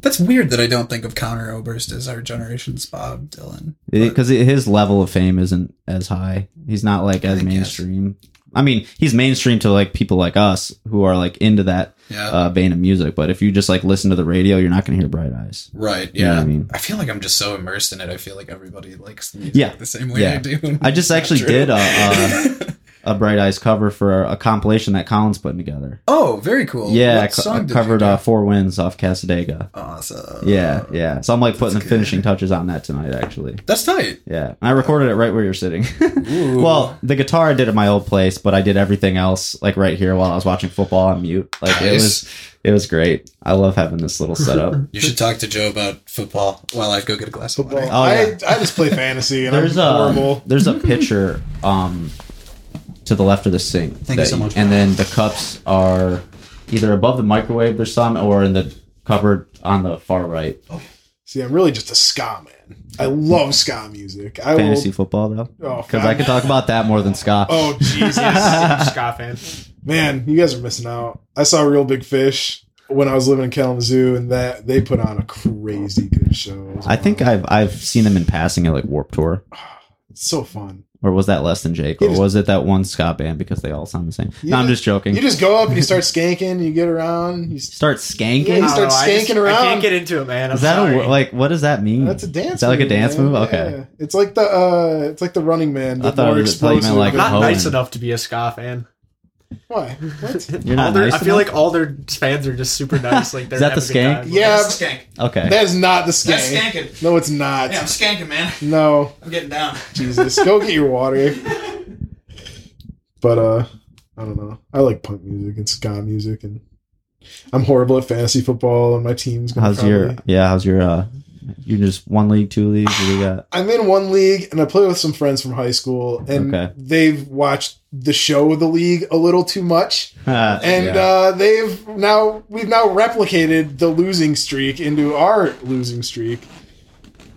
[SPEAKER 3] That's weird that I don't think of Connor Oberst as our generation's Bob Dylan. But-
[SPEAKER 1] because his level of fame isn't as high. He's not like as
[SPEAKER 3] I guess.
[SPEAKER 1] mainstream. I mean, he's mainstream to like people like us who are like into that
[SPEAKER 3] yeah.
[SPEAKER 1] uh, vein of music. But if you just like listen to the radio, you're not gonna hear Bright Eyes.
[SPEAKER 3] right,
[SPEAKER 1] You know what
[SPEAKER 3] yeah.
[SPEAKER 1] I mean,
[SPEAKER 3] I feel like I'm just so immersed in it. I feel like everybody likes music
[SPEAKER 1] Yeah.
[SPEAKER 3] the same way
[SPEAKER 1] Yeah.
[SPEAKER 3] I do.
[SPEAKER 1] I just
[SPEAKER 3] Not
[SPEAKER 1] actually
[SPEAKER 3] true.
[SPEAKER 1] did uh, a, a a Bright Eyes cover for a compilation that Colin's putting together.
[SPEAKER 3] oh, very cool.
[SPEAKER 1] yeah,
[SPEAKER 3] What
[SPEAKER 1] co-
[SPEAKER 3] song did you
[SPEAKER 1] covered
[SPEAKER 3] do?
[SPEAKER 1] uh, Four Winds off Casadega.
[SPEAKER 3] Awesome.
[SPEAKER 1] Yeah, yeah. So I'm like putting the
[SPEAKER 3] that's
[SPEAKER 1] finishing touches on that tonight, actually.
[SPEAKER 3] That's tight.
[SPEAKER 1] Yeah, I recorded it right where you're sitting.
[SPEAKER 3] Ooh.
[SPEAKER 1] Well, the guitar I did at my old place, but I did everything else like right here while I was watching football on mute. Like it
[SPEAKER 3] Nice.
[SPEAKER 1] was it was great. I love having this little setup.
[SPEAKER 3] You should talk to Joe about football while I go get a glass of
[SPEAKER 2] Football.
[SPEAKER 3] water.
[SPEAKER 1] Oh, yeah.
[SPEAKER 2] I, I just play fantasy and
[SPEAKER 1] there's uh,
[SPEAKER 2] I'm
[SPEAKER 1] a
[SPEAKER 2] horrible.
[SPEAKER 1] there's a pitcher um to the left of the sink.
[SPEAKER 3] Thank you so much,
[SPEAKER 1] And
[SPEAKER 3] Brian.
[SPEAKER 1] then the cups are either above the microwave. There's some, or in the cupboard on the far right.
[SPEAKER 2] See, I'm really just a ska man. I love ska music. I
[SPEAKER 1] Fantasy football, though,
[SPEAKER 2] will.
[SPEAKER 1] because I can talk about that more than Scott.
[SPEAKER 2] Oh Jesus,
[SPEAKER 4] Ska fan.
[SPEAKER 2] man, you guys are missing out. I saw Real Big Fish when I was living in Kalamazoo, and that they put on a crazy good show. It was
[SPEAKER 1] I think
[SPEAKER 2] wild.
[SPEAKER 1] I've I've seen them in passing at like Warp Tour,
[SPEAKER 2] it's so fun.
[SPEAKER 1] or was that less than Jake,
[SPEAKER 2] You
[SPEAKER 1] or
[SPEAKER 2] just-
[SPEAKER 1] was it that one Scott band because they all sound the same?
[SPEAKER 2] You
[SPEAKER 1] No, I'm
[SPEAKER 2] just-
[SPEAKER 1] just joking.
[SPEAKER 2] You just go up and you start skanking. You get around. You s-
[SPEAKER 1] Start skanking.
[SPEAKER 2] Yeah, you
[SPEAKER 4] I don't
[SPEAKER 2] start
[SPEAKER 4] know, I
[SPEAKER 2] skanking
[SPEAKER 4] just-
[SPEAKER 2] around.
[SPEAKER 4] I can't get into it, man. I'm
[SPEAKER 1] Is that
[SPEAKER 4] sorry.
[SPEAKER 1] a wor- like? What does that mean?
[SPEAKER 2] that's a dance.
[SPEAKER 1] Hmm. Is that like a dance
[SPEAKER 2] man.
[SPEAKER 1] move? Okay.
[SPEAKER 2] Yeah. It's like the uh, it's like the Running Man.
[SPEAKER 1] I
[SPEAKER 2] But
[SPEAKER 1] thought
[SPEAKER 2] more
[SPEAKER 1] it was- I thought you meant
[SPEAKER 2] explosive.
[SPEAKER 1] like
[SPEAKER 4] I'm not
[SPEAKER 1] Hohen.
[SPEAKER 4] nice enough to be a ska fan.
[SPEAKER 2] Why? What?
[SPEAKER 1] You're not
[SPEAKER 4] All their-
[SPEAKER 1] nice
[SPEAKER 4] I feel
[SPEAKER 1] enough?
[SPEAKER 4] like all their fans are just super nice. Like they're
[SPEAKER 1] Is that the
[SPEAKER 4] having a good
[SPEAKER 1] skank?
[SPEAKER 4] time.
[SPEAKER 2] Yeah,
[SPEAKER 3] That's skank.
[SPEAKER 1] Okay.
[SPEAKER 2] that is not the
[SPEAKER 3] That's
[SPEAKER 2] skank.
[SPEAKER 3] skanking.
[SPEAKER 2] No, it's not.
[SPEAKER 3] Yeah, I'm skanking, man.
[SPEAKER 2] No,
[SPEAKER 3] I'm getting down.
[SPEAKER 2] Jesus, go get your water. But uh, I don't know. I like punk music and ska music, and I'm horrible at fantasy football, and my team's gonna.
[SPEAKER 1] how's your
[SPEAKER 2] probably-
[SPEAKER 1] yeah? How's your uh? You're just one league, two leagues. What do you got?
[SPEAKER 2] I'm in one league, and I play with some friends from high school, and
[SPEAKER 1] Okay.
[SPEAKER 2] they've watched the show the league a little too much,
[SPEAKER 1] Uh,
[SPEAKER 2] and
[SPEAKER 3] Yeah.
[SPEAKER 2] uh, they've now we've now replicated the losing streak into our losing streak.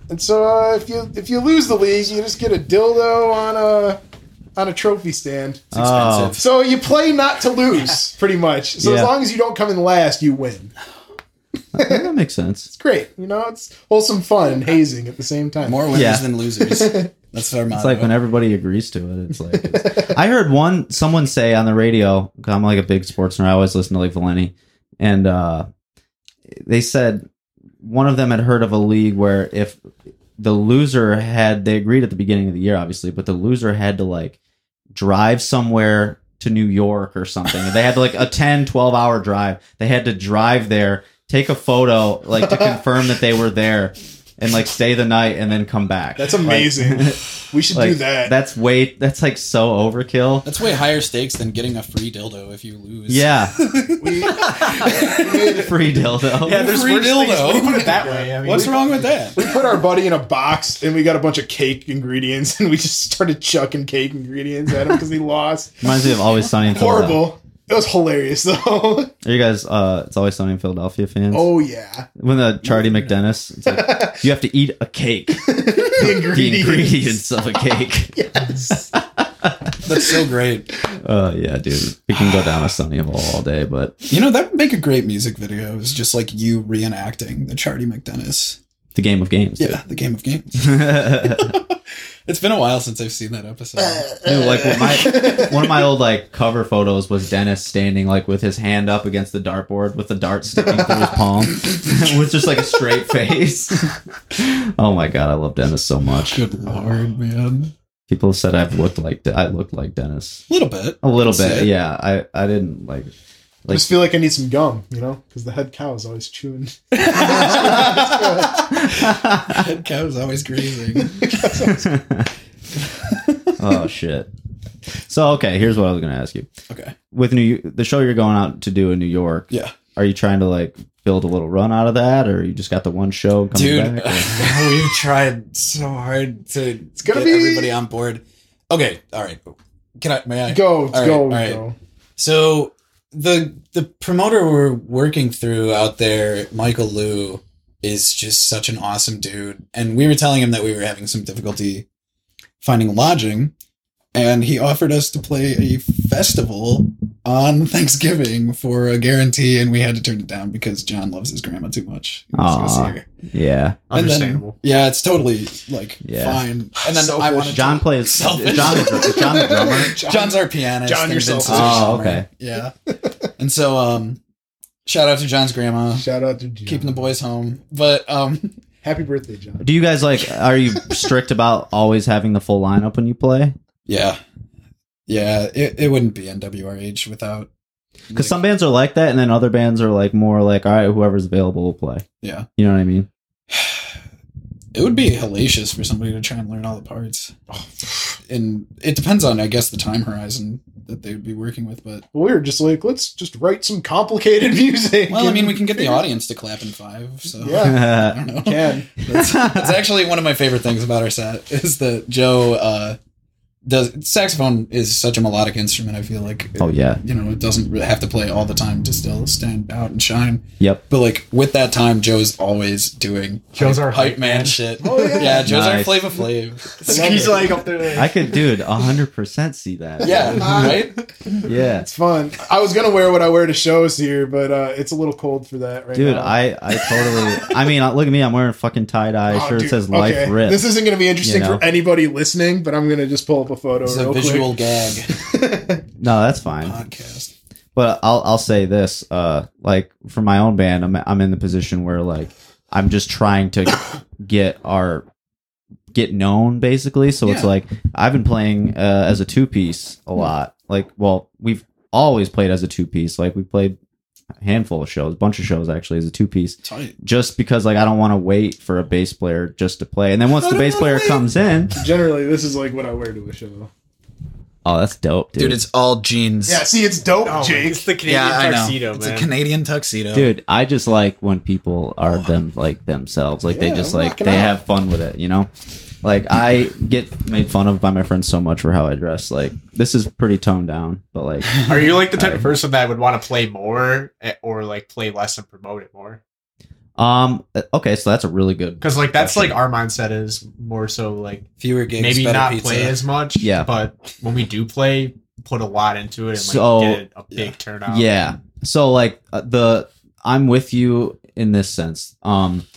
[SPEAKER 2] And so uh, if you if you lose the league, you just get a dildo on a on a trophy stand.
[SPEAKER 3] It's
[SPEAKER 1] Uh, Oh,
[SPEAKER 3] expensive.
[SPEAKER 2] So you play not to lose, pretty much. So as
[SPEAKER 1] Yeah.
[SPEAKER 2] long as you don't come in last, you win.
[SPEAKER 1] I think that makes sense.
[SPEAKER 2] It's great. You know, it's wholesome fun and hazing at the same time.
[SPEAKER 3] More winners
[SPEAKER 1] Yeah.
[SPEAKER 3] than losers. That's our motto.
[SPEAKER 1] It's like when everybody agrees to it. It's like I heard one someone say on the radio. 'cause I'm like a big sports nerd. I always listen to like Valenti, and uh, they said one of them had heard of a league where if the loser had they agreed at the beginning of the year, obviously, but the loser had to like drive somewhere to New York or something. They had like a 10, 12 hour drive. They had to drive there, take a photo, like to confirm that they were there, and like stay the night and then come back.
[SPEAKER 2] That's
[SPEAKER 1] Like,
[SPEAKER 2] amazing. we should do
[SPEAKER 1] like,
[SPEAKER 2] that.
[SPEAKER 1] That's way. That's like so overkill.
[SPEAKER 3] That's way higher stakes than getting a free dildo if you lose.
[SPEAKER 1] Yeah,
[SPEAKER 2] We, we made-
[SPEAKER 1] free dildo.
[SPEAKER 4] Yeah, there's
[SPEAKER 3] Free
[SPEAKER 4] worse things.
[SPEAKER 3] dildo.
[SPEAKER 4] When you put it that way, I mean,
[SPEAKER 3] What's wrong with that?
[SPEAKER 2] we put our buddy in a box and we got a bunch of cake ingredients and we just started chucking cake ingredients at him because he lost.
[SPEAKER 1] Reminds me of Always Sunny in Philadelphia.
[SPEAKER 2] Horrible. It was hilarious though.
[SPEAKER 1] Are you guys, uh, it's Always Sunny in Philadelphia fans.
[SPEAKER 2] oh yeah.
[SPEAKER 1] When the Charlie McDennis, it's like, you have to eat a cake.
[SPEAKER 2] The
[SPEAKER 1] the
[SPEAKER 2] ingredients.
[SPEAKER 1] ingredients of a cake.
[SPEAKER 2] Yes.
[SPEAKER 3] That's so great.
[SPEAKER 1] Uh, yeah, dude. We can go down a Sunny of all, all day, but
[SPEAKER 3] You know, that would make a great music video. Is just like you reenacting the Charlie McDennis.
[SPEAKER 1] the game of games. dude.
[SPEAKER 3] Yeah, the game of games. It's been a while since I've seen that episode.
[SPEAKER 2] Uh.
[SPEAKER 1] Dude, like when my one of my old like cover photos was Dennis standing like with his hand up against the dartboard with the dart sticking through his palm with just like a straight face. oh my god, I love Dennis so much.
[SPEAKER 3] Good lord, man.
[SPEAKER 1] People have said I've looked like I looked like Dennis
[SPEAKER 3] A little bit.
[SPEAKER 1] a little
[SPEAKER 3] That's
[SPEAKER 1] bit.
[SPEAKER 3] it.
[SPEAKER 1] Yeah, I I didn't like
[SPEAKER 2] I just feel like I need some gum, you know, because the head cow is always chewing.
[SPEAKER 3] Head cow's always grazing.
[SPEAKER 1] oh shit. So okay, here's what I was gonna ask you.
[SPEAKER 3] Okay.
[SPEAKER 1] With New the show you're going out to do in New York,
[SPEAKER 3] Yeah.
[SPEAKER 1] are you trying to like build a little run out of that, or you just got the one show coming
[SPEAKER 3] Dude,
[SPEAKER 1] back? or-
[SPEAKER 3] we've tried so hard to
[SPEAKER 2] gonna
[SPEAKER 3] get
[SPEAKER 2] be-
[SPEAKER 3] everybody on board. Okay, all right. Can I may I
[SPEAKER 2] Go,
[SPEAKER 3] right,
[SPEAKER 2] go,
[SPEAKER 3] all right.
[SPEAKER 2] go.
[SPEAKER 3] So the the promoter we're working through out there, Michael Liu, is just such an awesome dude. And we were telling him that we were having some difficulty finding lodging, and he offered us to play a festival on Thanksgiving for a guarantee, and we had to turn it down because John loves his grandma too much. He wants to go see
[SPEAKER 1] Aw.
[SPEAKER 3] her.
[SPEAKER 1] Yeah.
[SPEAKER 3] And then-
[SPEAKER 4] Understandable.
[SPEAKER 3] yeah, it's totally like
[SPEAKER 1] Yeah.
[SPEAKER 3] fine. And then I wanted
[SPEAKER 1] John plays John,
[SPEAKER 3] Selfish.
[SPEAKER 1] the dr- is John the drummer.
[SPEAKER 3] to, John's our pianist.
[SPEAKER 2] John,
[SPEAKER 3] and
[SPEAKER 2] you're
[SPEAKER 3] Vince is
[SPEAKER 2] selfish.
[SPEAKER 3] our
[SPEAKER 1] Oh,
[SPEAKER 3] drummer.
[SPEAKER 1] okay.
[SPEAKER 3] Yeah. and so, um, shout out to John's grandma,
[SPEAKER 2] Shout out to John.
[SPEAKER 3] keeping the boys home. But um,
[SPEAKER 2] Happy birthday, John.
[SPEAKER 1] Do you guys like? Are you strict about always having the full lineup when you play?
[SPEAKER 3] yeah, yeah, it, it wouldn't be NWRH without
[SPEAKER 1] Because some bands are like that, and then other bands are like more like, all right, whoever's available will play.
[SPEAKER 3] yeah,
[SPEAKER 1] You know what I mean?
[SPEAKER 3] it would be hellacious for somebody to try and learn all the parts. And it depends on, I guess, the time horizon that they would be working with. But
[SPEAKER 2] Well, we were just like, let's just write some complicated music.
[SPEAKER 3] well, I mean, we can get the audience to clap in five. So
[SPEAKER 2] Yeah.
[SPEAKER 3] I don't know.
[SPEAKER 2] can.
[SPEAKER 3] That's actually one of my favorite things about our set is that Joe uh, does saxophone is such a melodic instrument. I feel like
[SPEAKER 1] Oh yeah.
[SPEAKER 3] you know it doesn't really have to play all the time to still stand out and shine.
[SPEAKER 1] Yep.
[SPEAKER 3] But like with that time, Joe's always doing
[SPEAKER 4] Joe's
[SPEAKER 3] hype-
[SPEAKER 4] our
[SPEAKER 3] hype
[SPEAKER 4] hype
[SPEAKER 3] man,
[SPEAKER 4] man.
[SPEAKER 3] shit.
[SPEAKER 2] Oh, yeah.
[SPEAKER 3] Joe's
[SPEAKER 1] Nice.
[SPEAKER 3] our Flava Flav.
[SPEAKER 4] He's like up there. Like,
[SPEAKER 1] I could, dude, hundred percent see that.
[SPEAKER 3] Yeah, right.
[SPEAKER 1] Yeah.
[SPEAKER 2] It's fun. I was gonna wear what I wear to shows here, but uh, it's a little cold for that right
[SPEAKER 1] Dude,
[SPEAKER 2] now.
[SPEAKER 1] I, I totally. I mean, look at me. I'm wearing a fucking tie dye
[SPEAKER 2] Oh,
[SPEAKER 1] shirt.
[SPEAKER 2] dude,
[SPEAKER 1] It says "Life
[SPEAKER 2] okay.
[SPEAKER 1] Rip."
[SPEAKER 2] This isn't gonna be interesting
[SPEAKER 1] You know?
[SPEAKER 2] for anybody listening, but I'm gonna just pull up a photo
[SPEAKER 3] It's
[SPEAKER 2] real
[SPEAKER 3] a visual gag
[SPEAKER 2] quick.
[SPEAKER 1] no, that's fine.
[SPEAKER 3] podcast.
[SPEAKER 1] but I'll I'll say this, uh, like for my own band, I'm I'm in the position where like I'm just trying to get our get known basically. So it's
[SPEAKER 3] Yeah. Hmm.
[SPEAKER 1] like I've been playing uh, as a two piece a lot. Like, well, we've always played as a two piece. Like we played a handful of shows, bunch of shows actually as a two piece.
[SPEAKER 3] Tight.
[SPEAKER 1] Just because like I don't want to wait for a bass player just to play, and then once
[SPEAKER 3] I
[SPEAKER 1] the
[SPEAKER 3] don't
[SPEAKER 1] bass
[SPEAKER 3] wanna
[SPEAKER 1] player
[SPEAKER 3] wait.
[SPEAKER 1] comes in,
[SPEAKER 2] Generally, this is like what I wear to a show.
[SPEAKER 1] oh that's dope, dude.
[SPEAKER 3] Dude, it's all jeans.
[SPEAKER 2] Yeah, see, it's dope, Jake.
[SPEAKER 4] oh, It's the Canadian tuxedo,
[SPEAKER 3] It's a
[SPEAKER 4] man.
[SPEAKER 3] Canadian tuxedo.
[SPEAKER 1] dude i just like when people are them like themselves like they
[SPEAKER 2] Oh. Yeah,
[SPEAKER 1] just
[SPEAKER 2] I'm
[SPEAKER 1] like
[SPEAKER 2] rocking
[SPEAKER 1] they
[SPEAKER 2] out.
[SPEAKER 1] have fun with it you know like i get made fun of by my friends so much for how i dress like this is pretty toned down but like
[SPEAKER 4] Are you like the type of person that would want to play more eh, or like play less and promote it more?
[SPEAKER 1] um okay so that's a really good
[SPEAKER 4] Because like that's
[SPEAKER 1] Gotcha.
[SPEAKER 4] like our mindset is more so like
[SPEAKER 3] fewer gigs,
[SPEAKER 4] maybe
[SPEAKER 3] better
[SPEAKER 4] not
[SPEAKER 3] pizza.
[SPEAKER 4] play as much.
[SPEAKER 1] Yeah.
[SPEAKER 4] But when we do play, put a lot into it and like
[SPEAKER 1] So-
[SPEAKER 4] get a big turnout.
[SPEAKER 1] yeah so like uh, the i'm with you in this sense um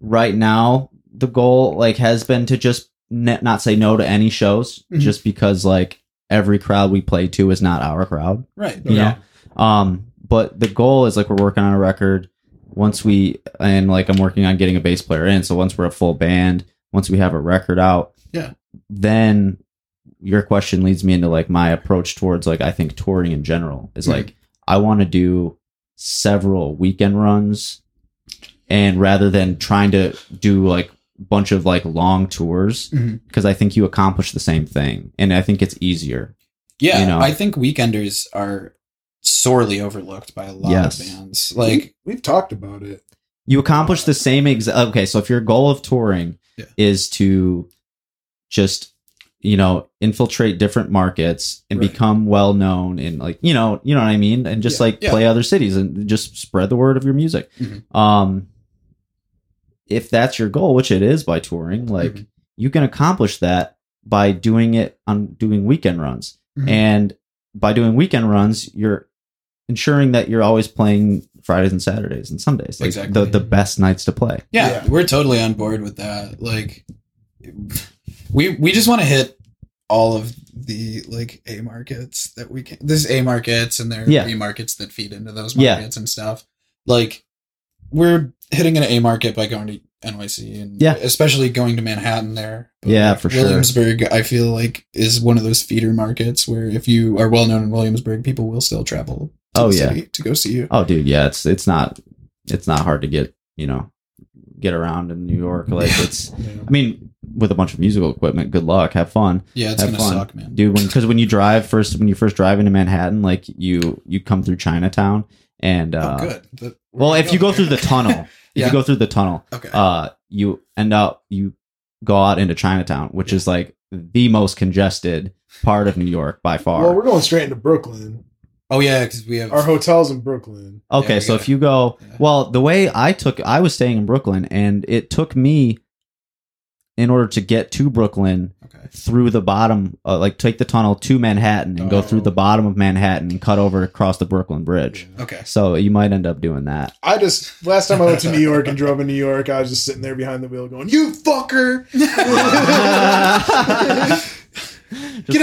[SPEAKER 1] right now the goal like has been to just ne- not say no to any shows
[SPEAKER 2] Mm-hmm.
[SPEAKER 3] Mhm.
[SPEAKER 1] just because like every crowd we play to is not our crowd
[SPEAKER 3] right.
[SPEAKER 1] you
[SPEAKER 4] Yeah.
[SPEAKER 1] know um but the goal is like we're working on a record once we and like i'm working on getting a bass player in so once we're a full band once we have a record out
[SPEAKER 3] Yeah.
[SPEAKER 1] then your question leads me into like my approach towards like i think touring in general is
[SPEAKER 3] Mhm.
[SPEAKER 1] like i want to do several weekend runs and rather than trying to do like bunch of like long tours because
[SPEAKER 3] Mhm.
[SPEAKER 1] i think you accomplish the same thing and i think it's easier
[SPEAKER 3] Yeah,
[SPEAKER 1] You know?
[SPEAKER 3] I think weekenders are sorely overlooked by a lot
[SPEAKER 1] Yes.
[SPEAKER 3] of bands. Like,
[SPEAKER 2] we, have talked about it.
[SPEAKER 1] you accomplish the same exact okay so if your goal of touring
[SPEAKER 3] Yeah.
[SPEAKER 1] is to just you know infiltrate different markets and
[SPEAKER 3] Right.
[SPEAKER 1] become well known and like you know you know what i mean and just
[SPEAKER 3] Yeah.
[SPEAKER 1] like
[SPEAKER 3] Yeah.
[SPEAKER 1] play other cities and just spread the word of your music
[SPEAKER 3] Mhm.
[SPEAKER 1] um if that's your goal which it is by touring like
[SPEAKER 3] Mhm.
[SPEAKER 1] you can accomplish that by doing it on doing weekend runs
[SPEAKER 3] Mhm.
[SPEAKER 1] and by doing weekend runs you're ensuring that you're always playing fridays and saturdays and sundays like
[SPEAKER 3] Exactly.
[SPEAKER 1] the, the best nights to play
[SPEAKER 3] yeah,
[SPEAKER 2] Yeah.
[SPEAKER 3] we're totally on board with that. Like, we we just want to hit all of the like A markets that we can. There's A markets and there are
[SPEAKER 1] Yeah.
[SPEAKER 3] B markets that feed into those
[SPEAKER 1] Yeah.
[SPEAKER 3] markets and stuff. Like, we're hitting an A market by going to NYC and
[SPEAKER 1] Yeah.
[SPEAKER 3] especially going to Manhattan there.
[SPEAKER 1] Yeah, for sure.
[SPEAKER 3] Williamsburg, I feel like is one of those feeder markets where if you are well known in Williamsburg, people will still travel. To
[SPEAKER 1] Oh,
[SPEAKER 3] the
[SPEAKER 1] yeah.
[SPEAKER 3] city to go see you.
[SPEAKER 1] Oh, dude, yeah, it's it's not it's not hard to get you know get around in New York. Like it's, I mean, with a bunch of musical equipment, good luck, have fun,
[SPEAKER 3] Yeah, it's
[SPEAKER 1] Have
[SPEAKER 3] gonna
[SPEAKER 1] fun.
[SPEAKER 3] suck, man.
[SPEAKER 1] dude. Because when, you drive first, when you first drive into Manhattan, like you you come through Chinatown and
[SPEAKER 3] oh,
[SPEAKER 1] uh,
[SPEAKER 3] good. The-
[SPEAKER 1] well,
[SPEAKER 3] we're
[SPEAKER 1] if you go
[SPEAKER 3] going
[SPEAKER 1] through
[SPEAKER 3] there.
[SPEAKER 1] the tunnel, if
[SPEAKER 3] Yeah.
[SPEAKER 1] you go through the tunnel,
[SPEAKER 3] okay.
[SPEAKER 1] uh, you end up you go out into Chinatown, which is like the most congested part of New York by far.
[SPEAKER 2] Well, we're going straight into Brooklyn.
[SPEAKER 3] Oh yeah, because we have
[SPEAKER 2] Our hotel's in Brooklyn.
[SPEAKER 1] Okay,
[SPEAKER 3] Yeah, we
[SPEAKER 1] so
[SPEAKER 3] gotta-
[SPEAKER 1] if you go,
[SPEAKER 3] yeah.
[SPEAKER 1] well, the way I took, I was staying in Brooklyn, and it took me, in order to get to Brooklyn,
[SPEAKER 3] okay.
[SPEAKER 1] through the bottom, uh, like take the tunnel to Manhattan and go through
[SPEAKER 2] Oh.
[SPEAKER 1] the bottom of Manhattan and cut over across the Brooklyn Bridge.
[SPEAKER 3] Okay.
[SPEAKER 1] So you might end up doing that.
[SPEAKER 2] I just last time I went to New York and drove in New York, I was just sitting there behind the wheel going, "You fucker,
[SPEAKER 1] Just
[SPEAKER 2] get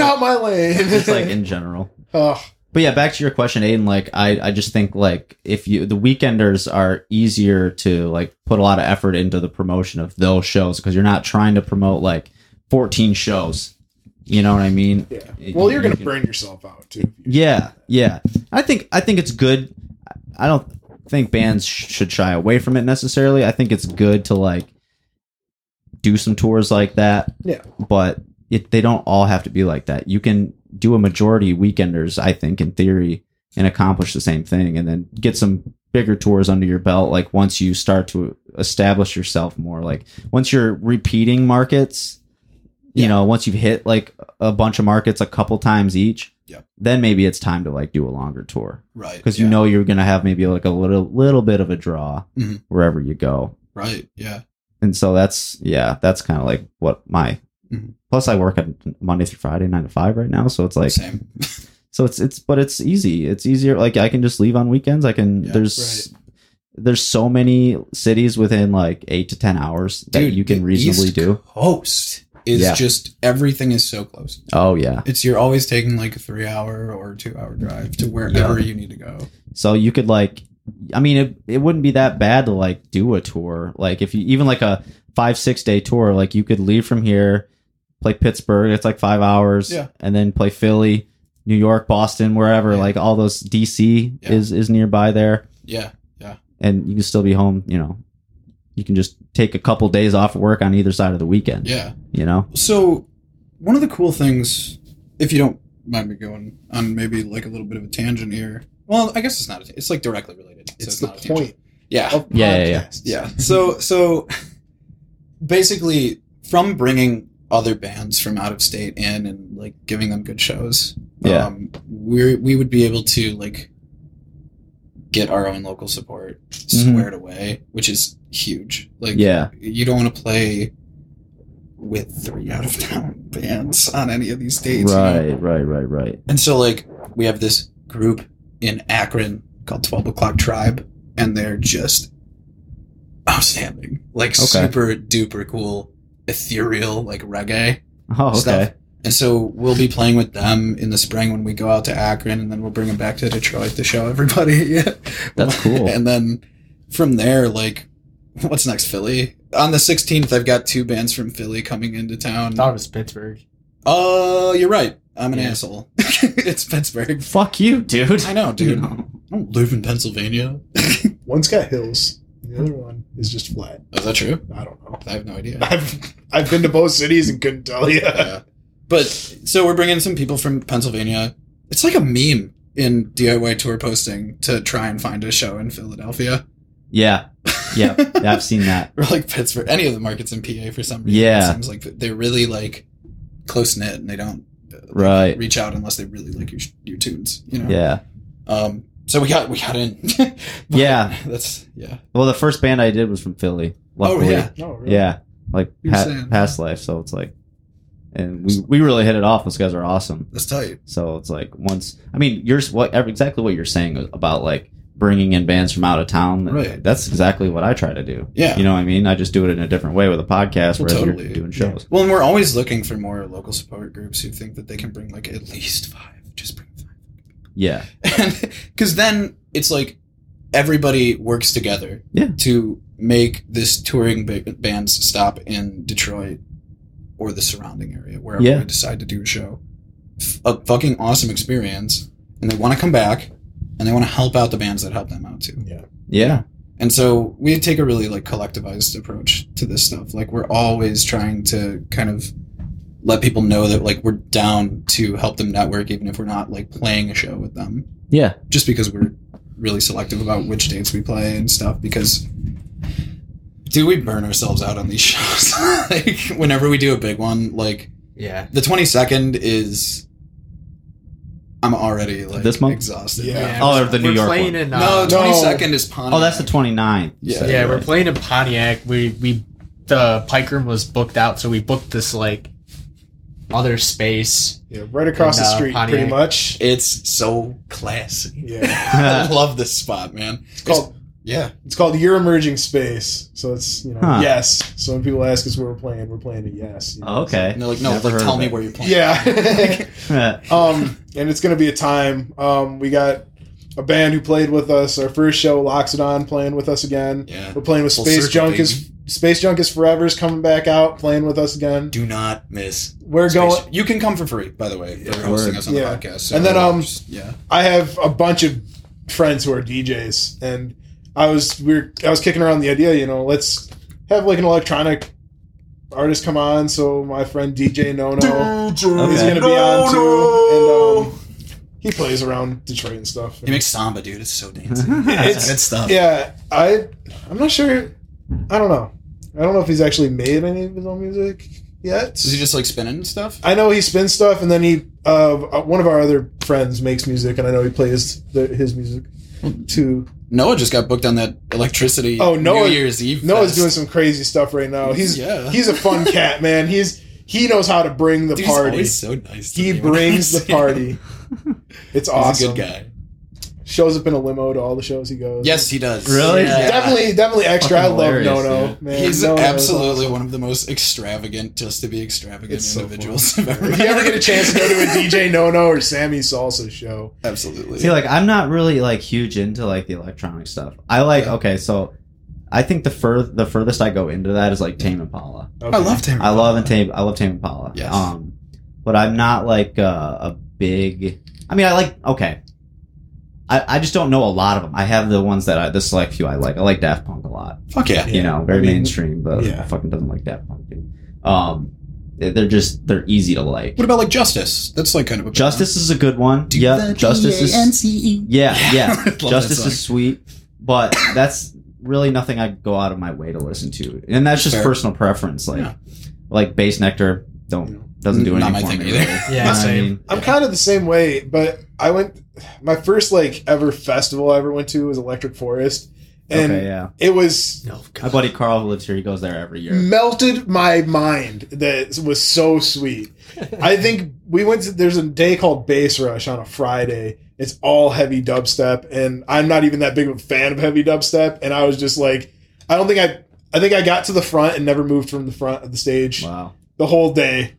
[SPEAKER 1] like-
[SPEAKER 2] out my lane!" Oh,
[SPEAKER 1] Just like in general.
[SPEAKER 2] Ugh.
[SPEAKER 1] But yeah, back to your question, Aiden. Like, I, I just think like if you the weekenders are easier to like put a lot of effort into the promotion of those shows because you're not trying to promote like 14 shows. You know what I mean?
[SPEAKER 2] yeah. Well, you're gonna
[SPEAKER 1] You can-
[SPEAKER 2] burn yourself out too.
[SPEAKER 1] Yeah, yeah. I think I think it's good. I don't think bands sh- should shy away from it necessarily. I think it's good to like do some tours like that.
[SPEAKER 2] Yeah.
[SPEAKER 1] But it, they don't all have to be like that. You can do a majority weekenders, I think, in theory, and accomplish the same thing, and then get some bigger tours under your belt. Like once you start to establish yourself more, like once you're repeating markets, you
[SPEAKER 3] Yeah.
[SPEAKER 1] know, once you've hit like a bunch of markets a couple times each,
[SPEAKER 3] Yep.
[SPEAKER 1] then maybe it's time to like do a longer tour
[SPEAKER 3] Right.
[SPEAKER 1] because you
[SPEAKER 3] yeah.
[SPEAKER 1] know you're gonna have maybe like a little little bit of a draw
[SPEAKER 3] Mhm.
[SPEAKER 1] wherever you go.
[SPEAKER 3] Right. Yeah.
[SPEAKER 1] and so that's yeah that's kind of like what my
[SPEAKER 3] Mhm.
[SPEAKER 1] plus i work on monday through friday nine to five right now so it's like
[SPEAKER 3] Same.
[SPEAKER 1] so it's it's but it's easy it's easier like i can just leave on weekends i can
[SPEAKER 3] Yeah,
[SPEAKER 1] there's there's so many cities within like eight to ten hours that you can
[SPEAKER 3] the
[SPEAKER 1] reasonably
[SPEAKER 3] East
[SPEAKER 1] do
[SPEAKER 3] Coast is
[SPEAKER 1] Yeah.
[SPEAKER 3] just everything is so close.
[SPEAKER 1] oh yeah
[SPEAKER 3] It's you're always taking like a three hour or two hour drive to wherever you need to go.
[SPEAKER 1] so you could like i mean it, it wouldn't be that bad to like do a tour like if you even like a five six day tour like you could leave from here play pittsburgh it's like five hours
[SPEAKER 3] Yeah.
[SPEAKER 1] and then play philly new york boston wherever
[SPEAKER 3] Yeah.
[SPEAKER 1] like all those dc
[SPEAKER 3] Yeah.
[SPEAKER 1] is is nearby there
[SPEAKER 3] Yeah.
[SPEAKER 1] and you can still be home you know you can just take a couple days off work on either side of the weekend
[SPEAKER 3] Yeah.
[SPEAKER 1] you know
[SPEAKER 3] So one of the cool things, if you don't mind me going on maybe like a little bit of a tangent here. Well, I guess it's not. A, it's like directly related. so
[SPEAKER 2] It's the
[SPEAKER 3] not a tangent.
[SPEAKER 2] point
[SPEAKER 3] Yeah.
[SPEAKER 2] of
[SPEAKER 1] Yeah, yeah, yeah.
[SPEAKER 2] podcasts.
[SPEAKER 3] Yeah. So so basically from bringing other bands from out of state in and like giving them good shows.
[SPEAKER 1] Yeah.
[SPEAKER 3] Um, we we would be able to like get our own local support squared away, which is huge. Like
[SPEAKER 1] Mm-hmm. yeah
[SPEAKER 3] you don't want to play with three out of town bands on any of these dates. you know?
[SPEAKER 1] right right right right
[SPEAKER 3] And so, like, we have this group in Akron called 12 O'Clock Tribe, and they're just outstanding. Like,
[SPEAKER 1] Okay.
[SPEAKER 3] super duper cool, ethereal, like reggae
[SPEAKER 1] oh okay
[SPEAKER 3] stuff. And so, we'll be playing with them in the spring when we go out to Akron, and then we'll bring them back to Detroit to show everybody. Yeah.
[SPEAKER 1] That's cool.
[SPEAKER 3] and then from there, like, what's next, Philly? On the 16th, I've got two bands from Philly coming into town.
[SPEAKER 4] thought it was Pittsburgh.
[SPEAKER 3] Oh, you're right. I'm an
[SPEAKER 4] Yeah.
[SPEAKER 3] asshole. it's Pittsburgh.
[SPEAKER 1] fuck you dude
[SPEAKER 3] I know, dude.
[SPEAKER 1] You know?
[SPEAKER 3] I don't live in Pennsylvania.
[SPEAKER 2] One's got hills, and the other one is just flat.
[SPEAKER 3] Is that true?
[SPEAKER 2] I don't know.
[SPEAKER 3] I have no idea.
[SPEAKER 2] I've I've been to both cities and couldn't tell you.
[SPEAKER 3] Yeah. But so we're bringing some people from Pennsylvania. It's like a meme in DIY tour posting to try and find a show in Philadelphia
[SPEAKER 1] yeah yeah i've seen that
[SPEAKER 3] or like Pittsburgh, any of the markets in PA for some reason.
[SPEAKER 1] Yeah.
[SPEAKER 3] It seems like they're really like close knit and they don't uh, like,
[SPEAKER 1] Right.
[SPEAKER 3] reach out unless they really like your, sh- your tunes, you know?
[SPEAKER 1] yeah
[SPEAKER 3] Um, so we got, we got in. But
[SPEAKER 1] Yeah.
[SPEAKER 3] That's, yeah.
[SPEAKER 1] Well, the first band I did was from Philly. Luckily.
[SPEAKER 3] Oh, yeah.
[SPEAKER 2] No, really.
[SPEAKER 1] Yeah. Like
[SPEAKER 3] You were
[SPEAKER 1] pa-
[SPEAKER 3] saying.
[SPEAKER 1] past life. So it's like, and we, we really hit it off. Those guys are awesome.
[SPEAKER 3] That's tight.
[SPEAKER 1] So it's like once, I mean, you're s- what, ev- exactly what you're saying about like bringing in bands from out of town.
[SPEAKER 3] Right.
[SPEAKER 1] That's exactly what I try to do.
[SPEAKER 3] Yeah.
[SPEAKER 1] You know what I mean? I just do it in a different way with a podcast
[SPEAKER 3] Well,
[SPEAKER 1] where
[SPEAKER 3] totally.
[SPEAKER 1] you're doing shows.
[SPEAKER 3] Well, and we're always looking for more local support groups who think that they can bring like at least five. Just bring
[SPEAKER 1] Yeah.
[SPEAKER 3] five. Because then it's like everybody works together
[SPEAKER 1] Yeah.
[SPEAKER 3] to make this touring ba- bands stop in Detroit or the surrounding area, wherever
[SPEAKER 1] Yeah.
[SPEAKER 3] we decide to do a show. F- A fucking awesome experience. And they want to come back and they want to help out the bands that help them out too.
[SPEAKER 1] Yeah.
[SPEAKER 3] And so we take a really like collectivized approach to this stuff. Like we're always trying to kind of let people know that like we're down to help them network even if we're not like playing a show with them.
[SPEAKER 1] Yeah.
[SPEAKER 3] Just because we're really selective about which dates we play and stuff because dude, we burn ourselves out on these shows. like whenever we do a big one, like
[SPEAKER 4] Yeah.
[SPEAKER 3] the 22nd is I'm already like
[SPEAKER 1] This month?
[SPEAKER 3] exhausted.
[SPEAKER 2] Yeah.
[SPEAKER 1] Oh,
[SPEAKER 4] we're-
[SPEAKER 1] or the
[SPEAKER 4] we're
[SPEAKER 1] New York
[SPEAKER 4] playing
[SPEAKER 1] one.
[SPEAKER 4] in, uh,
[SPEAKER 3] No,
[SPEAKER 2] no.
[SPEAKER 3] 22nd is Pontiac.
[SPEAKER 1] Oh, that's the 29th. you
[SPEAKER 3] Yeah.
[SPEAKER 1] said,
[SPEAKER 4] Yeah, we're
[SPEAKER 1] right?
[SPEAKER 4] playing in Pontiac. We we the Pike Room was booked out, so we booked this like other space.
[SPEAKER 2] Yeah, right across
[SPEAKER 4] And,
[SPEAKER 2] the
[SPEAKER 4] uh,
[SPEAKER 2] street,
[SPEAKER 4] Pontiac.
[SPEAKER 2] pretty much.
[SPEAKER 3] It's so classy.
[SPEAKER 2] Yeah,
[SPEAKER 3] I love this spot, man.
[SPEAKER 2] it's called
[SPEAKER 3] Yeah.
[SPEAKER 2] it's called your emerging space. So it's you know
[SPEAKER 1] Huh.
[SPEAKER 2] yes. So when people ask us where we're playing, we're playing at yes. you know.
[SPEAKER 1] Oh, okay.
[SPEAKER 3] And they're like, no,
[SPEAKER 1] Never
[SPEAKER 3] like,
[SPEAKER 1] heard
[SPEAKER 3] tell
[SPEAKER 1] of
[SPEAKER 3] me
[SPEAKER 1] it.
[SPEAKER 3] where you're playing.
[SPEAKER 2] Yeah. um, and it's gonna be a time. Um, we got a band who played with us our first show, Loxodon, playing with us again.
[SPEAKER 3] yeah.
[SPEAKER 2] We're playing with
[SPEAKER 3] Full
[SPEAKER 2] Space
[SPEAKER 3] circle,
[SPEAKER 2] Junk
[SPEAKER 3] baby.
[SPEAKER 2] is Space Junk is Forever's coming back out, playing with us again.
[SPEAKER 3] Do not miss.
[SPEAKER 2] We're
[SPEAKER 3] Space-
[SPEAKER 2] going.
[SPEAKER 3] You can come for free, by the way, for
[SPEAKER 1] Yeah.
[SPEAKER 3] hosting
[SPEAKER 1] Word.
[SPEAKER 3] us on
[SPEAKER 2] Yeah.
[SPEAKER 3] the podcast. so-
[SPEAKER 2] And then, um,
[SPEAKER 3] yeah,
[SPEAKER 2] I have a bunch of friends who are DJs, and I was we were I was kicking around the idea, you know, let's have like an electronic artist come on. So my friend DJ No No is
[SPEAKER 1] Okay.
[SPEAKER 2] going to be on too, and um, he plays around Detroit and stuff.
[SPEAKER 3] he makes samba, dude. It's so dancing.
[SPEAKER 1] It's-
[SPEAKER 3] it's good stuff.
[SPEAKER 2] Mhm. yeah, I I'm not sure. I don't know. I don't know if he's actually made any of his own music. yet.
[SPEAKER 3] Is he just like spinning and stuff?
[SPEAKER 2] I know he spins stuff, and then he uh, one of our other friends makes music, and I know he plays the, his music too.
[SPEAKER 3] Noah just got booked on that electricity.
[SPEAKER 2] Oh, Noah-
[SPEAKER 3] New Year's Eve.
[SPEAKER 2] Noah's
[SPEAKER 3] fest.
[SPEAKER 2] doing some crazy stuff right now. He's
[SPEAKER 3] Yeah.
[SPEAKER 2] he's a fun cat, man. He's he knows how to bring the
[SPEAKER 3] Dude, he's
[SPEAKER 2] party.
[SPEAKER 3] always so nice. to
[SPEAKER 2] He
[SPEAKER 3] me when I
[SPEAKER 2] brings
[SPEAKER 3] see
[SPEAKER 2] the party. It's
[SPEAKER 3] Him. He's
[SPEAKER 2] awesome.
[SPEAKER 3] a good guy.
[SPEAKER 2] Shows up in a limo to all the shows he goes.
[SPEAKER 3] Yes, he does.
[SPEAKER 1] Really?
[SPEAKER 3] Yeah.
[SPEAKER 2] definitely, definitely extra. I
[SPEAKER 1] Fucking
[SPEAKER 2] love
[SPEAKER 1] hilarious,
[SPEAKER 2] No No,
[SPEAKER 1] dude.
[SPEAKER 2] man.
[SPEAKER 3] He's
[SPEAKER 2] No No's
[SPEAKER 3] absolutely one of the most extravagant, just to be extravagant
[SPEAKER 2] It's so
[SPEAKER 3] individuals I've
[SPEAKER 2] awesome.
[SPEAKER 3] ever
[SPEAKER 2] If you ever get a chance to go to a DJ No No or Sammy Salsa show,
[SPEAKER 3] Absolutely.
[SPEAKER 1] See, like I'm not really like huge into like the electronic stuff. I like okay, so I think the fur the furthest I go into that is like Tame Impala.
[SPEAKER 2] okay.
[SPEAKER 3] I love him.
[SPEAKER 1] I love and Tame I love Tame Impala.
[SPEAKER 3] Yes.
[SPEAKER 1] Um, but I'm not like uh, a big. I mean, I like okay. I, I just don't know a lot of them. I have the ones that I the select few I like. I like Daft Punk a lot.
[SPEAKER 3] Fuck yeah.
[SPEAKER 1] you know, very
[SPEAKER 2] I mean,
[SPEAKER 1] mainstream, but
[SPEAKER 2] yeah.
[SPEAKER 1] fucking doesn't like Daft Punk. Dude. Um, they- they're just they're easy to like.
[SPEAKER 3] What about like Justice? That's like kind of a
[SPEAKER 1] Justice is a good one.
[SPEAKER 3] Do
[SPEAKER 1] yeah, Justice is yeah,
[SPEAKER 3] Yeah.
[SPEAKER 1] yeah.
[SPEAKER 3] Love that
[SPEAKER 1] Justice
[SPEAKER 3] song.
[SPEAKER 1] is sweet, but that's really nothing I go out of my way to listen to, and that's just
[SPEAKER 3] Fair.
[SPEAKER 1] personal preference. Like,
[SPEAKER 3] Yeah.
[SPEAKER 1] like bass nectar don't
[SPEAKER 3] You know,
[SPEAKER 1] doesn't do
[SPEAKER 3] not
[SPEAKER 1] anything
[SPEAKER 3] my
[SPEAKER 1] for
[SPEAKER 3] thing
[SPEAKER 1] me,
[SPEAKER 3] either.
[SPEAKER 1] really.
[SPEAKER 4] Yeah,
[SPEAKER 1] You know what I
[SPEAKER 4] same.
[SPEAKER 1] mean?
[SPEAKER 2] I'm kind of the same way, but I went. My first like ever festival I ever went to was Electric Forest, and
[SPEAKER 1] okay, yeah.
[SPEAKER 2] it was
[SPEAKER 4] Oh,
[SPEAKER 1] My buddy Carl who lives here, he goes there every year.
[SPEAKER 2] melted my mind that was so sweet i think we went to there's a day called bass rush on a friday it's all heavy dubstep and i'm not even that big of a fan of heavy dubstep and i was just like i don't think i i think i got to the front and never moved from the front of the stage
[SPEAKER 1] Wow,
[SPEAKER 2] the whole day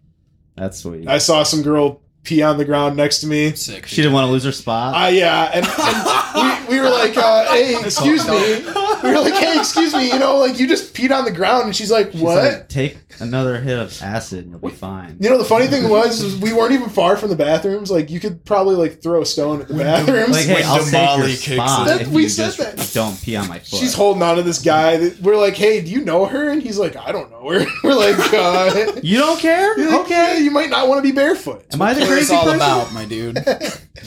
[SPEAKER 1] that's sweet.
[SPEAKER 2] i saw some girl pee on the ground next to me
[SPEAKER 3] Sick.
[SPEAKER 1] she didn't want to lose her spot.
[SPEAKER 2] I yeah, and, and we, we were like, uh, "Hey, excuse me." We were like, "Hey, excuse me." You know, like you just peed on the ground, and she's like,
[SPEAKER 1] She's
[SPEAKER 2] "What?"
[SPEAKER 1] like, Take another hit of acid and you'll be fine.
[SPEAKER 2] You know, the funny thing was, is we weren't even far from the bathrooms. Like, you could probably, like, throw a stone at the bathrooms.
[SPEAKER 1] Like, hey,
[SPEAKER 3] When
[SPEAKER 1] I'll save
[SPEAKER 3] Damali
[SPEAKER 1] your
[SPEAKER 3] kicks
[SPEAKER 1] spot
[SPEAKER 2] in.
[SPEAKER 1] if
[SPEAKER 2] We
[SPEAKER 1] you
[SPEAKER 2] said
[SPEAKER 1] just
[SPEAKER 2] that.
[SPEAKER 1] don't pee on my foot.
[SPEAKER 2] She's holding on to this guy. That, we're like, hey, do you know her? And he's like, I don't know her. We're like, uh,
[SPEAKER 1] you don't care?
[SPEAKER 2] you're like, yeah,
[SPEAKER 1] okay.
[SPEAKER 2] you might not want to be barefoot.
[SPEAKER 1] Am I the
[SPEAKER 3] What it's
[SPEAKER 1] crazy
[SPEAKER 3] all
[SPEAKER 1] person?
[SPEAKER 3] about, my dude.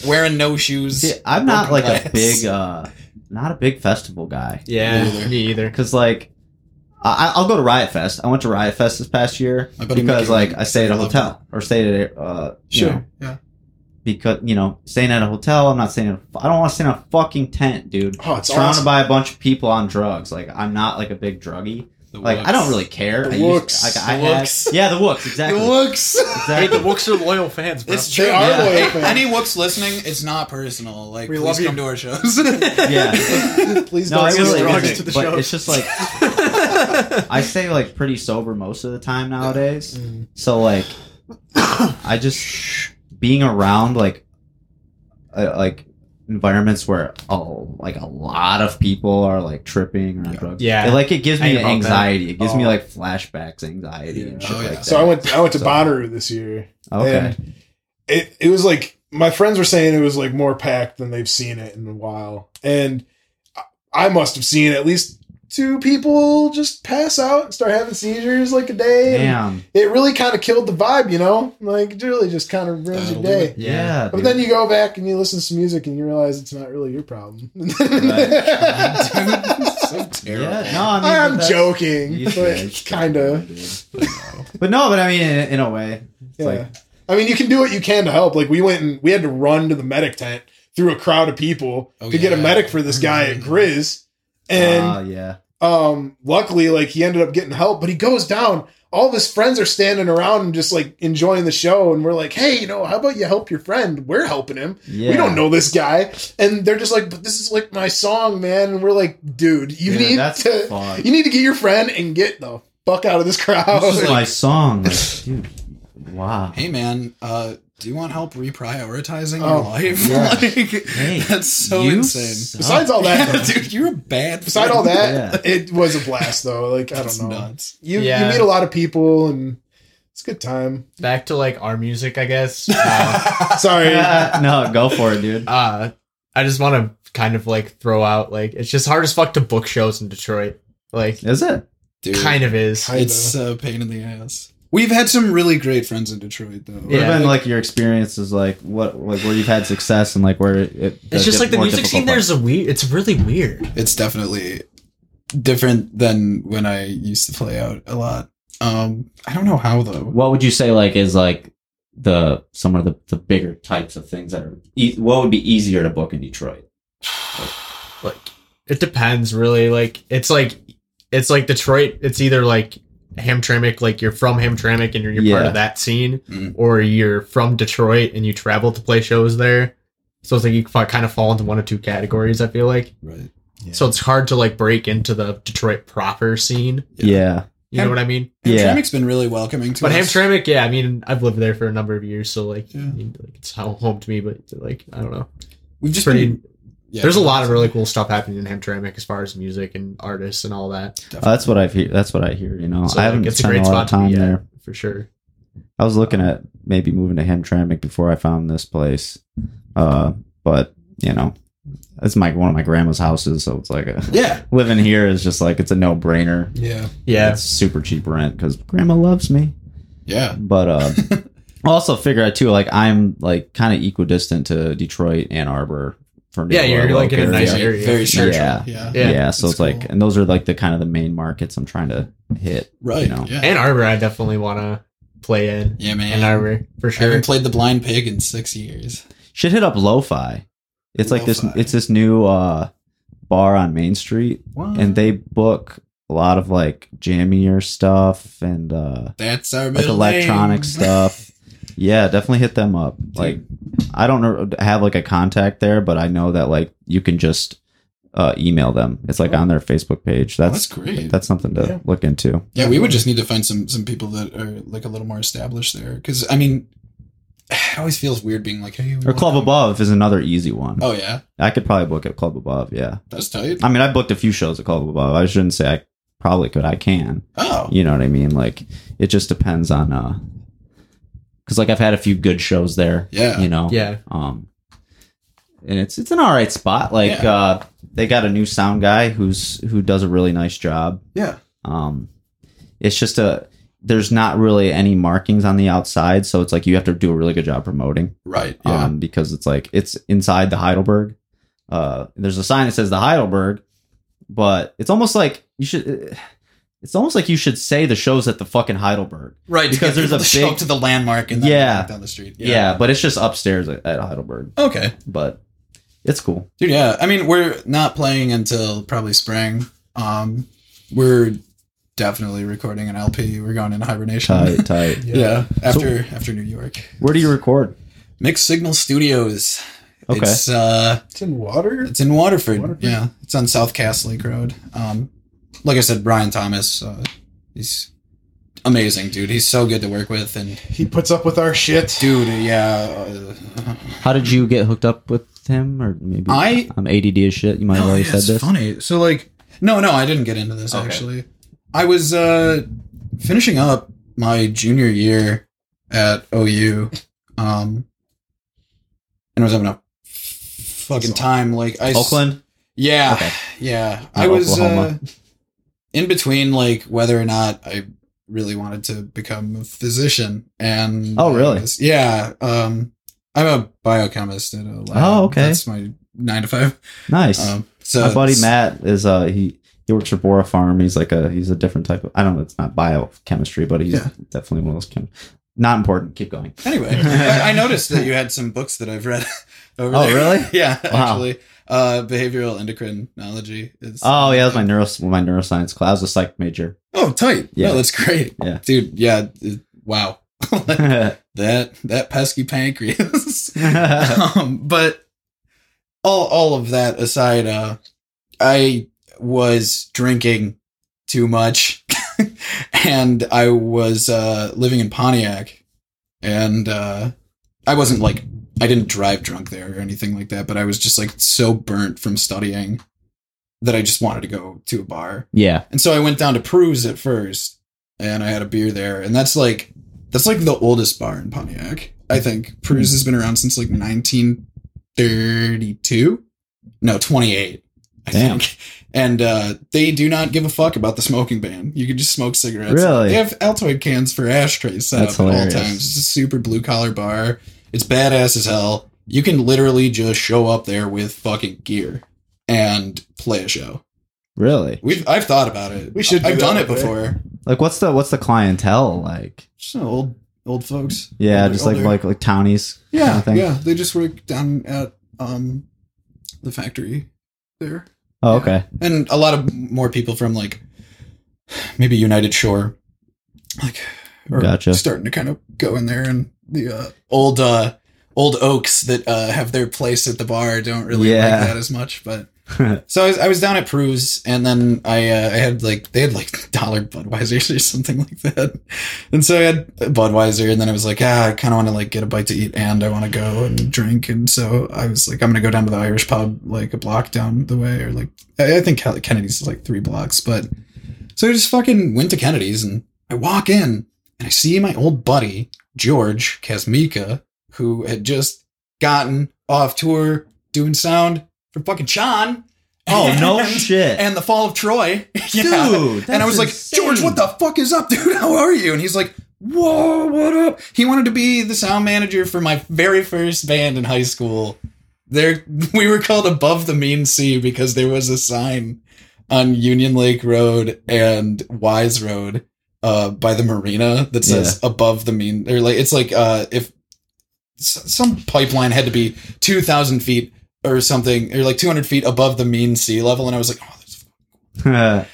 [SPEAKER 3] Wearing no shoes.
[SPEAKER 1] See, I'm not like
[SPEAKER 3] Broken
[SPEAKER 1] a
[SPEAKER 3] glass.
[SPEAKER 1] big, uh not a big festival guy.
[SPEAKER 4] Yeah,
[SPEAKER 3] Me either.
[SPEAKER 4] me either.
[SPEAKER 1] Because like, I, I'll go to Riot Fest. I went to Riot Fest this past year
[SPEAKER 3] My buddy
[SPEAKER 1] because
[SPEAKER 3] Mickey
[SPEAKER 1] like
[SPEAKER 3] went.
[SPEAKER 1] I stayed at a
[SPEAKER 3] I love
[SPEAKER 1] hotel or stayed at a uh, you
[SPEAKER 3] Sure.
[SPEAKER 1] know,
[SPEAKER 3] Yeah.
[SPEAKER 1] because you know staying at a hotel. I'm not staying. In a, I don't want to stay in a fucking tent, dude.
[SPEAKER 2] Oh, it's
[SPEAKER 1] Surrounded
[SPEAKER 2] awesome.
[SPEAKER 1] by a bunch of people on drugs. Like I'm not like a big druggie.
[SPEAKER 3] The
[SPEAKER 1] Like I don't
[SPEAKER 3] looks.
[SPEAKER 1] really care.
[SPEAKER 2] The
[SPEAKER 1] I used-
[SPEAKER 2] looks.
[SPEAKER 1] like, I
[SPEAKER 3] The
[SPEAKER 1] had-
[SPEAKER 3] looks.
[SPEAKER 1] yeah, the looks exactly.
[SPEAKER 3] The looks.
[SPEAKER 4] Hey, the
[SPEAKER 1] exactly.
[SPEAKER 4] Wooks are loyal fans, bro.
[SPEAKER 3] It's true.
[SPEAKER 2] They are
[SPEAKER 1] Yeah.
[SPEAKER 2] loyal
[SPEAKER 3] Hey,
[SPEAKER 2] fans.
[SPEAKER 3] any whoops listening, it's not personal. Like,
[SPEAKER 4] We
[SPEAKER 3] please
[SPEAKER 4] love you.
[SPEAKER 3] come to our shows.
[SPEAKER 1] Yeah.
[SPEAKER 2] Please
[SPEAKER 1] No,
[SPEAKER 2] don't
[SPEAKER 1] it
[SPEAKER 2] say
[SPEAKER 1] really
[SPEAKER 2] drugs.
[SPEAKER 1] isn't,
[SPEAKER 4] to the
[SPEAKER 1] but
[SPEAKER 4] show.
[SPEAKER 1] it's just like I stay like pretty sober most of the time nowadays.
[SPEAKER 2] Mm.
[SPEAKER 1] So like, I just being around like, uh, like environments where oh like a lot of people are like tripping or on
[SPEAKER 3] Yeah.
[SPEAKER 1] drugs.
[SPEAKER 4] Yeah.
[SPEAKER 1] it, like it gives
[SPEAKER 4] I
[SPEAKER 1] me
[SPEAKER 4] hear about that.
[SPEAKER 1] anxiety. It gives me
[SPEAKER 2] Oh.
[SPEAKER 1] like flashbacks, anxiety and
[SPEAKER 3] Yeah.
[SPEAKER 1] shit
[SPEAKER 3] Oh, yeah.
[SPEAKER 1] like that.
[SPEAKER 2] So I went, I went to
[SPEAKER 1] So-
[SPEAKER 2] Bonnaroo this year.
[SPEAKER 1] okay.
[SPEAKER 2] And it it was like my friends were saying it was like more packed than they've seen it in a while, and I- I must have seen at least two people just pass out and start having seizures like a day. And
[SPEAKER 1] Damn.
[SPEAKER 2] It really kind of killed the vibe, you know. Like it really just kind of ruins your
[SPEAKER 3] That'll do
[SPEAKER 2] day.
[SPEAKER 3] it.
[SPEAKER 1] Yeah.
[SPEAKER 2] But
[SPEAKER 1] dude.
[SPEAKER 2] then you go back and you listen to some music and you realize it's not really your problem.
[SPEAKER 3] so terrible.
[SPEAKER 1] yeah. No, I mean, but
[SPEAKER 2] I'm
[SPEAKER 1] that's-
[SPEAKER 2] joking,
[SPEAKER 1] you should.
[SPEAKER 2] but kind of.
[SPEAKER 1] But no, but I mean, in, in a way, it's
[SPEAKER 2] Yeah.
[SPEAKER 1] like
[SPEAKER 2] I mean, you can do what you can to help. Like we went and we had to run to the medic tent through a crowd of people
[SPEAKER 3] Oh,
[SPEAKER 2] to get a
[SPEAKER 3] yeah.
[SPEAKER 2] medic for this guy at Grizz,
[SPEAKER 1] ah,
[SPEAKER 2] and
[SPEAKER 1] yeah,
[SPEAKER 2] um, luckily, like he ended up getting help. But he goes down. All of his friends are standing around and just like enjoying the show, and we're like, "Hey, you know, how about you help your friend? We're helping him.
[SPEAKER 1] yeah.
[SPEAKER 2] We don't know this guy." And they're just like, "But this is like my song, man." And we're like, "Dude, you
[SPEAKER 1] Dude,
[SPEAKER 2] need
[SPEAKER 1] that's
[SPEAKER 2] to,
[SPEAKER 1] fucked.
[SPEAKER 2] you need to get your friend and get the fuck out of this crowd."
[SPEAKER 1] This is my song, like, dude. Wow.
[SPEAKER 3] Hey, man. Uh, do you want help reprioritizing
[SPEAKER 2] Oh,
[SPEAKER 3] your life?
[SPEAKER 2] yeah.
[SPEAKER 3] like,
[SPEAKER 1] Hey,
[SPEAKER 3] that's so
[SPEAKER 1] you
[SPEAKER 3] insane.
[SPEAKER 1] suck.
[SPEAKER 2] Besides all that,
[SPEAKER 3] Yeah, dude, you're a bad.
[SPEAKER 2] Beside all
[SPEAKER 3] friend.
[SPEAKER 2] that, it was a blast though. Like I
[SPEAKER 3] That's
[SPEAKER 2] don't know.
[SPEAKER 3] nuts.
[SPEAKER 2] You
[SPEAKER 4] Yeah.
[SPEAKER 2] you meet a lot of people and it's a good time.
[SPEAKER 4] Back to like our music, I guess. Uh,
[SPEAKER 2] Sorry.
[SPEAKER 1] Yeah, no, go for it, dude.
[SPEAKER 4] uh I just want to kind of like throw out like it's just hard as fuck to book shows in Detroit. Like
[SPEAKER 1] Is it?
[SPEAKER 3] Dude,
[SPEAKER 4] kind of is.
[SPEAKER 2] Kinda.
[SPEAKER 3] It's a pain in the ass. We've had some really great friends in Detroit, though.
[SPEAKER 1] What
[SPEAKER 4] Yeah.
[SPEAKER 1] have been like your experiences, like what, like where you've had success and like where it?
[SPEAKER 4] It's just like the music scene there's a weird it's really weird.
[SPEAKER 3] It's definitely different than when I used to play out a lot. Um, I don't know how though.
[SPEAKER 1] What would you say like is like the some of the, the bigger types of things that are e- what would be easier to book in Detroit?
[SPEAKER 4] like it depends really like it's like it's like detroit it's either like hamtramck like you're from hamtramck and you're, you're part
[SPEAKER 1] Yeah.
[SPEAKER 4] of that scene
[SPEAKER 3] Mm.
[SPEAKER 4] or you're from detroit and you travel to play shows there so it's like you kind of fall into one of two categories i feel like
[SPEAKER 3] Right.
[SPEAKER 4] so it's hard to like break into the detroit proper scene
[SPEAKER 1] Yeah.
[SPEAKER 4] you know
[SPEAKER 3] Ham-
[SPEAKER 4] what i mean
[SPEAKER 1] Yeah.
[SPEAKER 3] Hamtramck's been really welcoming to
[SPEAKER 4] but
[SPEAKER 3] us.
[SPEAKER 4] hamtramck yeah i mean i've lived there for a number of years so like,
[SPEAKER 3] Yeah.
[SPEAKER 4] I mean, like it's ho- home to me but like i don't know
[SPEAKER 3] we've just
[SPEAKER 4] pretty-
[SPEAKER 3] been. Yeah,
[SPEAKER 4] there's a lot of really cool stuff happening in hamtramck as far as music and artists and all that
[SPEAKER 1] Uh, that's what I hear. That's what I hear. You know,
[SPEAKER 4] So,
[SPEAKER 1] I
[SPEAKER 4] like,
[SPEAKER 1] haven't
[SPEAKER 4] it's a
[SPEAKER 1] spent a,
[SPEAKER 4] great
[SPEAKER 1] lot of
[SPEAKER 4] spot to
[SPEAKER 1] time
[SPEAKER 4] be at.
[SPEAKER 1] there.
[SPEAKER 4] for sure.
[SPEAKER 1] I was looking at maybe moving to Hamtramck before I found this place, uh, but you know, it's my one of my grandma's houses, so it's like a,
[SPEAKER 3] Yeah.
[SPEAKER 1] living here is just like it's a no brainer.
[SPEAKER 2] Yeah.
[SPEAKER 4] Yeah,
[SPEAKER 1] it's super cheap rent because grandma loves me.
[SPEAKER 3] Yeah.
[SPEAKER 1] But uh, I also figure out too, like I'm like kind of equidistant to Detroit, Ann Arbor, Fernando.
[SPEAKER 4] Yeah, you're,
[SPEAKER 1] Roanoke
[SPEAKER 4] like, in a nice
[SPEAKER 1] area.
[SPEAKER 4] area.
[SPEAKER 3] very, very central.
[SPEAKER 1] Yeah.
[SPEAKER 3] Yeah.
[SPEAKER 1] Yeah,
[SPEAKER 4] Yeah,
[SPEAKER 1] so
[SPEAKER 3] that's
[SPEAKER 1] it's like,
[SPEAKER 3] cool.
[SPEAKER 1] and those are like the kind of the main markets I'm trying to hit.
[SPEAKER 3] Right.
[SPEAKER 1] You know.
[SPEAKER 3] Yeah.
[SPEAKER 4] Ann Arbor, I definitely want to play in
[SPEAKER 3] yeah, man.
[SPEAKER 4] Ann Arbor for
[SPEAKER 3] I
[SPEAKER 4] sure.
[SPEAKER 3] haven't played the blind pig in six years.
[SPEAKER 1] Should hit up Lo-Fi. It's like this.
[SPEAKER 3] Lo-Fi.
[SPEAKER 1] It's this new uh, bar on Main Street,
[SPEAKER 3] What?
[SPEAKER 1] and they book a lot of like jammier stuff and uh,
[SPEAKER 3] that's our
[SPEAKER 1] like
[SPEAKER 3] middle
[SPEAKER 1] electronic
[SPEAKER 3] name.
[SPEAKER 1] stuff. Yeah, definitely hit them up. Like, I don't know, have like a contact there, but I know that like you can just uh, email them. It's like on their Facebook page.
[SPEAKER 3] Well,
[SPEAKER 1] That's
[SPEAKER 3] Oh, that's great.
[SPEAKER 1] that's something to
[SPEAKER 2] Yeah.
[SPEAKER 1] look into.
[SPEAKER 3] yeah, we would just need to find some some people that are like a little more established there. Because I mean, it always feels weird being like, hey, we
[SPEAKER 1] Or
[SPEAKER 3] wanna
[SPEAKER 1] Club
[SPEAKER 3] come-
[SPEAKER 1] Above is another easy one.
[SPEAKER 3] Oh yeah,
[SPEAKER 1] I could probably book at Club Above. Yeah,
[SPEAKER 3] that's tight.
[SPEAKER 1] I mean, I booked a few shows at Club Above. I shouldn't say I probably could. I can.
[SPEAKER 3] Oh,
[SPEAKER 1] you know what i mean like it just depends on uh because like i've had a few good shows there
[SPEAKER 3] Yeah.
[SPEAKER 1] you know
[SPEAKER 4] Yeah.
[SPEAKER 1] um and it's it's an all right spot like
[SPEAKER 3] Yeah.
[SPEAKER 1] uh they got a new sound guy who's who does a really nice job
[SPEAKER 3] yeah,
[SPEAKER 1] um it's just a there's not really any markings on the outside so it's like you have to do a really good job promoting
[SPEAKER 3] right. Yeah,
[SPEAKER 1] um because it's like it's inside the heidelberg uh there's a sign that says the heidelberg but it's almost like you should it's almost like you should say the show's at the fucking heidelberg
[SPEAKER 3] right. to
[SPEAKER 1] because
[SPEAKER 3] get
[SPEAKER 1] there's a
[SPEAKER 3] people to show
[SPEAKER 1] big-
[SPEAKER 3] up to the landmark and then
[SPEAKER 1] Yeah.
[SPEAKER 3] walk down the street.
[SPEAKER 1] yeah, but it's just upstairs at, at heidelberg
[SPEAKER 3] Okay,
[SPEAKER 1] but it's cool
[SPEAKER 3] dude. Yeah, I mean, we're not playing until probably spring. Um, we're definitely recording an LP. We're going into hibernation.
[SPEAKER 1] tight tight
[SPEAKER 3] Yeah. after after New York,
[SPEAKER 1] where do you record
[SPEAKER 3] Mixed Signal Studios.
[SPEAKER 1] Okay.
[SPEAKER 3] It's uh,
[SPEAKER 2] It's in water.
[SPEAKER 3] It's in Waterford.
[SPEAKER 2] Waterford?
[SPEAKER 3] Yeah, it's on South Cass Lake Road. Um, like I said, Brian Thomas, uh, he's amazing, dude. He's so good to work with, and
[SPEAKER 2] He puts up with our shit.
[SPEAKER 3] dude, yeah, uh,
[SPEAKER 1] how did you get hooked up with him or maybe
[SPEAKER 3] I-
[SPEAKER 1] i'm add as shit you might have
[SPEAKER 3] Oh,
[SPEAKER 1] already
[SPEAKER 3] yeah,
[SPEAKER 1] said
[SPEAKER 3] it's
[SPEAKER 1] this
[SPEAKER 3] funny. So like, no, no, I didn't get into this
[SPEAKER 1] Okay.
[SPEAKER 3] actually. I was uh, finishing up my junior year at OU, um, and I was having a fucking time. Like I s-
[SPEAKER 1] oakland
[SPEAKER 3] Yeah.
[SPEAKER 1] Okay.
[SPEAKER 3] Yeah.
[SPEAKER 1] Not
[SPEAKER 3] I was uh,
[SPEAKER 1] Oklahoma.
[SPEAKER 3] in between like whether or not I really wanted to become a physician and
[SPEAKER 1] Oh, really?
[SPEAKER 3] I was- yeah. Um I'm a biochemist at a lab.
[SPEAKER 1] Oh, okay.
[SPEAKER 3] That's my 9 to 5.
[SPEAKER 1] nice
[SPEAKER 3] Um so
[SPEAKER 1] my buddy
[SPEAKER 3] it's-
[SPEAKER 1] Matt is uh he he works for Bora Farm. He's like a he's a different type of I don't know. It's not biochemistry, but he's
[SPEAKER 3] Yeah.
[SPEAKER 1] definitely one of those. Chem- not important. Keep going.
[SPEAKER 3] Anyway, I, I noticed that you had some books that I've read over
[SPEAKER 1] Oh,
[SPEAKER 3] there.
[SPEAKER 1] really?
[SPEAKER 3] yeah,
[SPEAKER 1] Wow.
[SPEAKER 3] actually. Uh behavioral endocrinology is
[SPEAKER 1] Oh yeah, that was my neuros my neuroscience class. I was a psych major.
[SPEAKER 3] Oh, tight.
[SPEAKER 1] Yeah.
[SPEAKER 3] Yeah, that's great.
[SPEAKER 1] Yeah.
[SPEAKER 3] Dude, yeah, it- wow.
[SPEAKER 1] yeah,
[SPEAKER 3] that that pesky pancreas. um, but all all of that aside, uh, I was drinking too much, and I was uh, living in Pontiac, and uh, I wasn't like I didn't drive drunk there or anything like that, but I was just like so burnt from studying that I just wanted to go to a bar.
[SPEAKER 1] yeah,
[SPEAKER 3] And so I went down to Prue's at first, and I had a beer there, and that's like that's like the oldest bar in Pontiac. I think Prue's
[SPEAKER 1] Hmm.
[SPEAKER 3] has been around since like 1932, no 28, I
[SPEAKER 1] Damn.
[SPEAKER 3] think. And uh, they do not give a fuck about the smoking ban. You can just smoke cigarettes.
[SPEAKER 1] Really?
[SPEAKER 3] They have Altoid cans for ashtrays set
[SPEAKER 1] That's
[SPEAKER 3] up at all
[SPEAKER 1] hilarious.
[SPEAKER 3] times. It's a super blue collar bar. It's badass as hell. You can literally just show up there with fucking gear and play a show.
[SPEAKER 1] really.
[SPEAKER 3] We've I've thought about it.
[SPEAKER 2] We should do
[SPEAKER 3] I've
[SPEAKER 2] that
[SPEAKER 3] done
[SPEAKER 2] one
[SPEAKER 3] it
[SPEAKER 2] day.
[SPEAKER 3] before.
[SPEAKER 1] Like what's the what's the clientele like?
[SPEAKER 3] Just old old folks.
[SPEAKER 1] Yeah,
[SPEAKER 3] Older-
[SPEAKER 1] just like
[SPEAKER 3] older.
[SPEAKER 1] like like townies.
[SPEAKER 3] yeah,
[SPEAKER 1] thing.
[SPEAKER 3] yeah. They just work down at um the factory there,
[SPEAKER 1] Oh,
[SPEAKER 3] Yeah.
[SPEAKER 1] okay.
[SPEAKER 3] and a lot of more people from like maybe United Shore, like are
[SPEAKER 1] Gotcha.
[SPEAKER 3] starting to kind of go in there, and the uh, old uh old oaks that uh, have their place at the bar don't really
[SPEAKER 1] Yeah.
[SPEAKER 3] like that as much, but. So I was, I was down at Prue's, and then I uh, I had like they had like dollar Budweisers or something like that, and so I had a Budweiser, and then I was like, ah, I kind of want to like get a bite to eat, and I want to go and drink, and so I was like, I'm gonna go down to the Irish pub like a block down the way, or like I, I think Kel- Kennedy's is like three blocks, but so I just fucking went to Kennedy's, and I walk in, and I see my old buddy George Kazmika, who had just gotten off tour doing sound for fucking Sean.
[SPEAKER 1] oh no
[SPEAKER 3] And-
[SPEAKER 1] shit.
[SPEAKER 3] and the fall of Troy. Yeah.
[SPEAKER 1] Dude,
[SPEAKER 3] and I
[SPEAKER 1] that's
[SPEAKER 3] was like,
[SPEAKER 1] insane.
[SPEAKER 3] George, what the fuck is up, dude? How are you? And he's like, Whoa, what up? He wanted to be the sound manager for my very first band in high school. There, we were called Above the Mean Sea because there was a sign on Union Lake Road and Wise Road uh, by the marina that says "Above the Mean." Or like, it's like uh, if s- some pipeline had to be two thousand feet or something, or like two hundred feet above the mean sea level, and I was like, "Oh,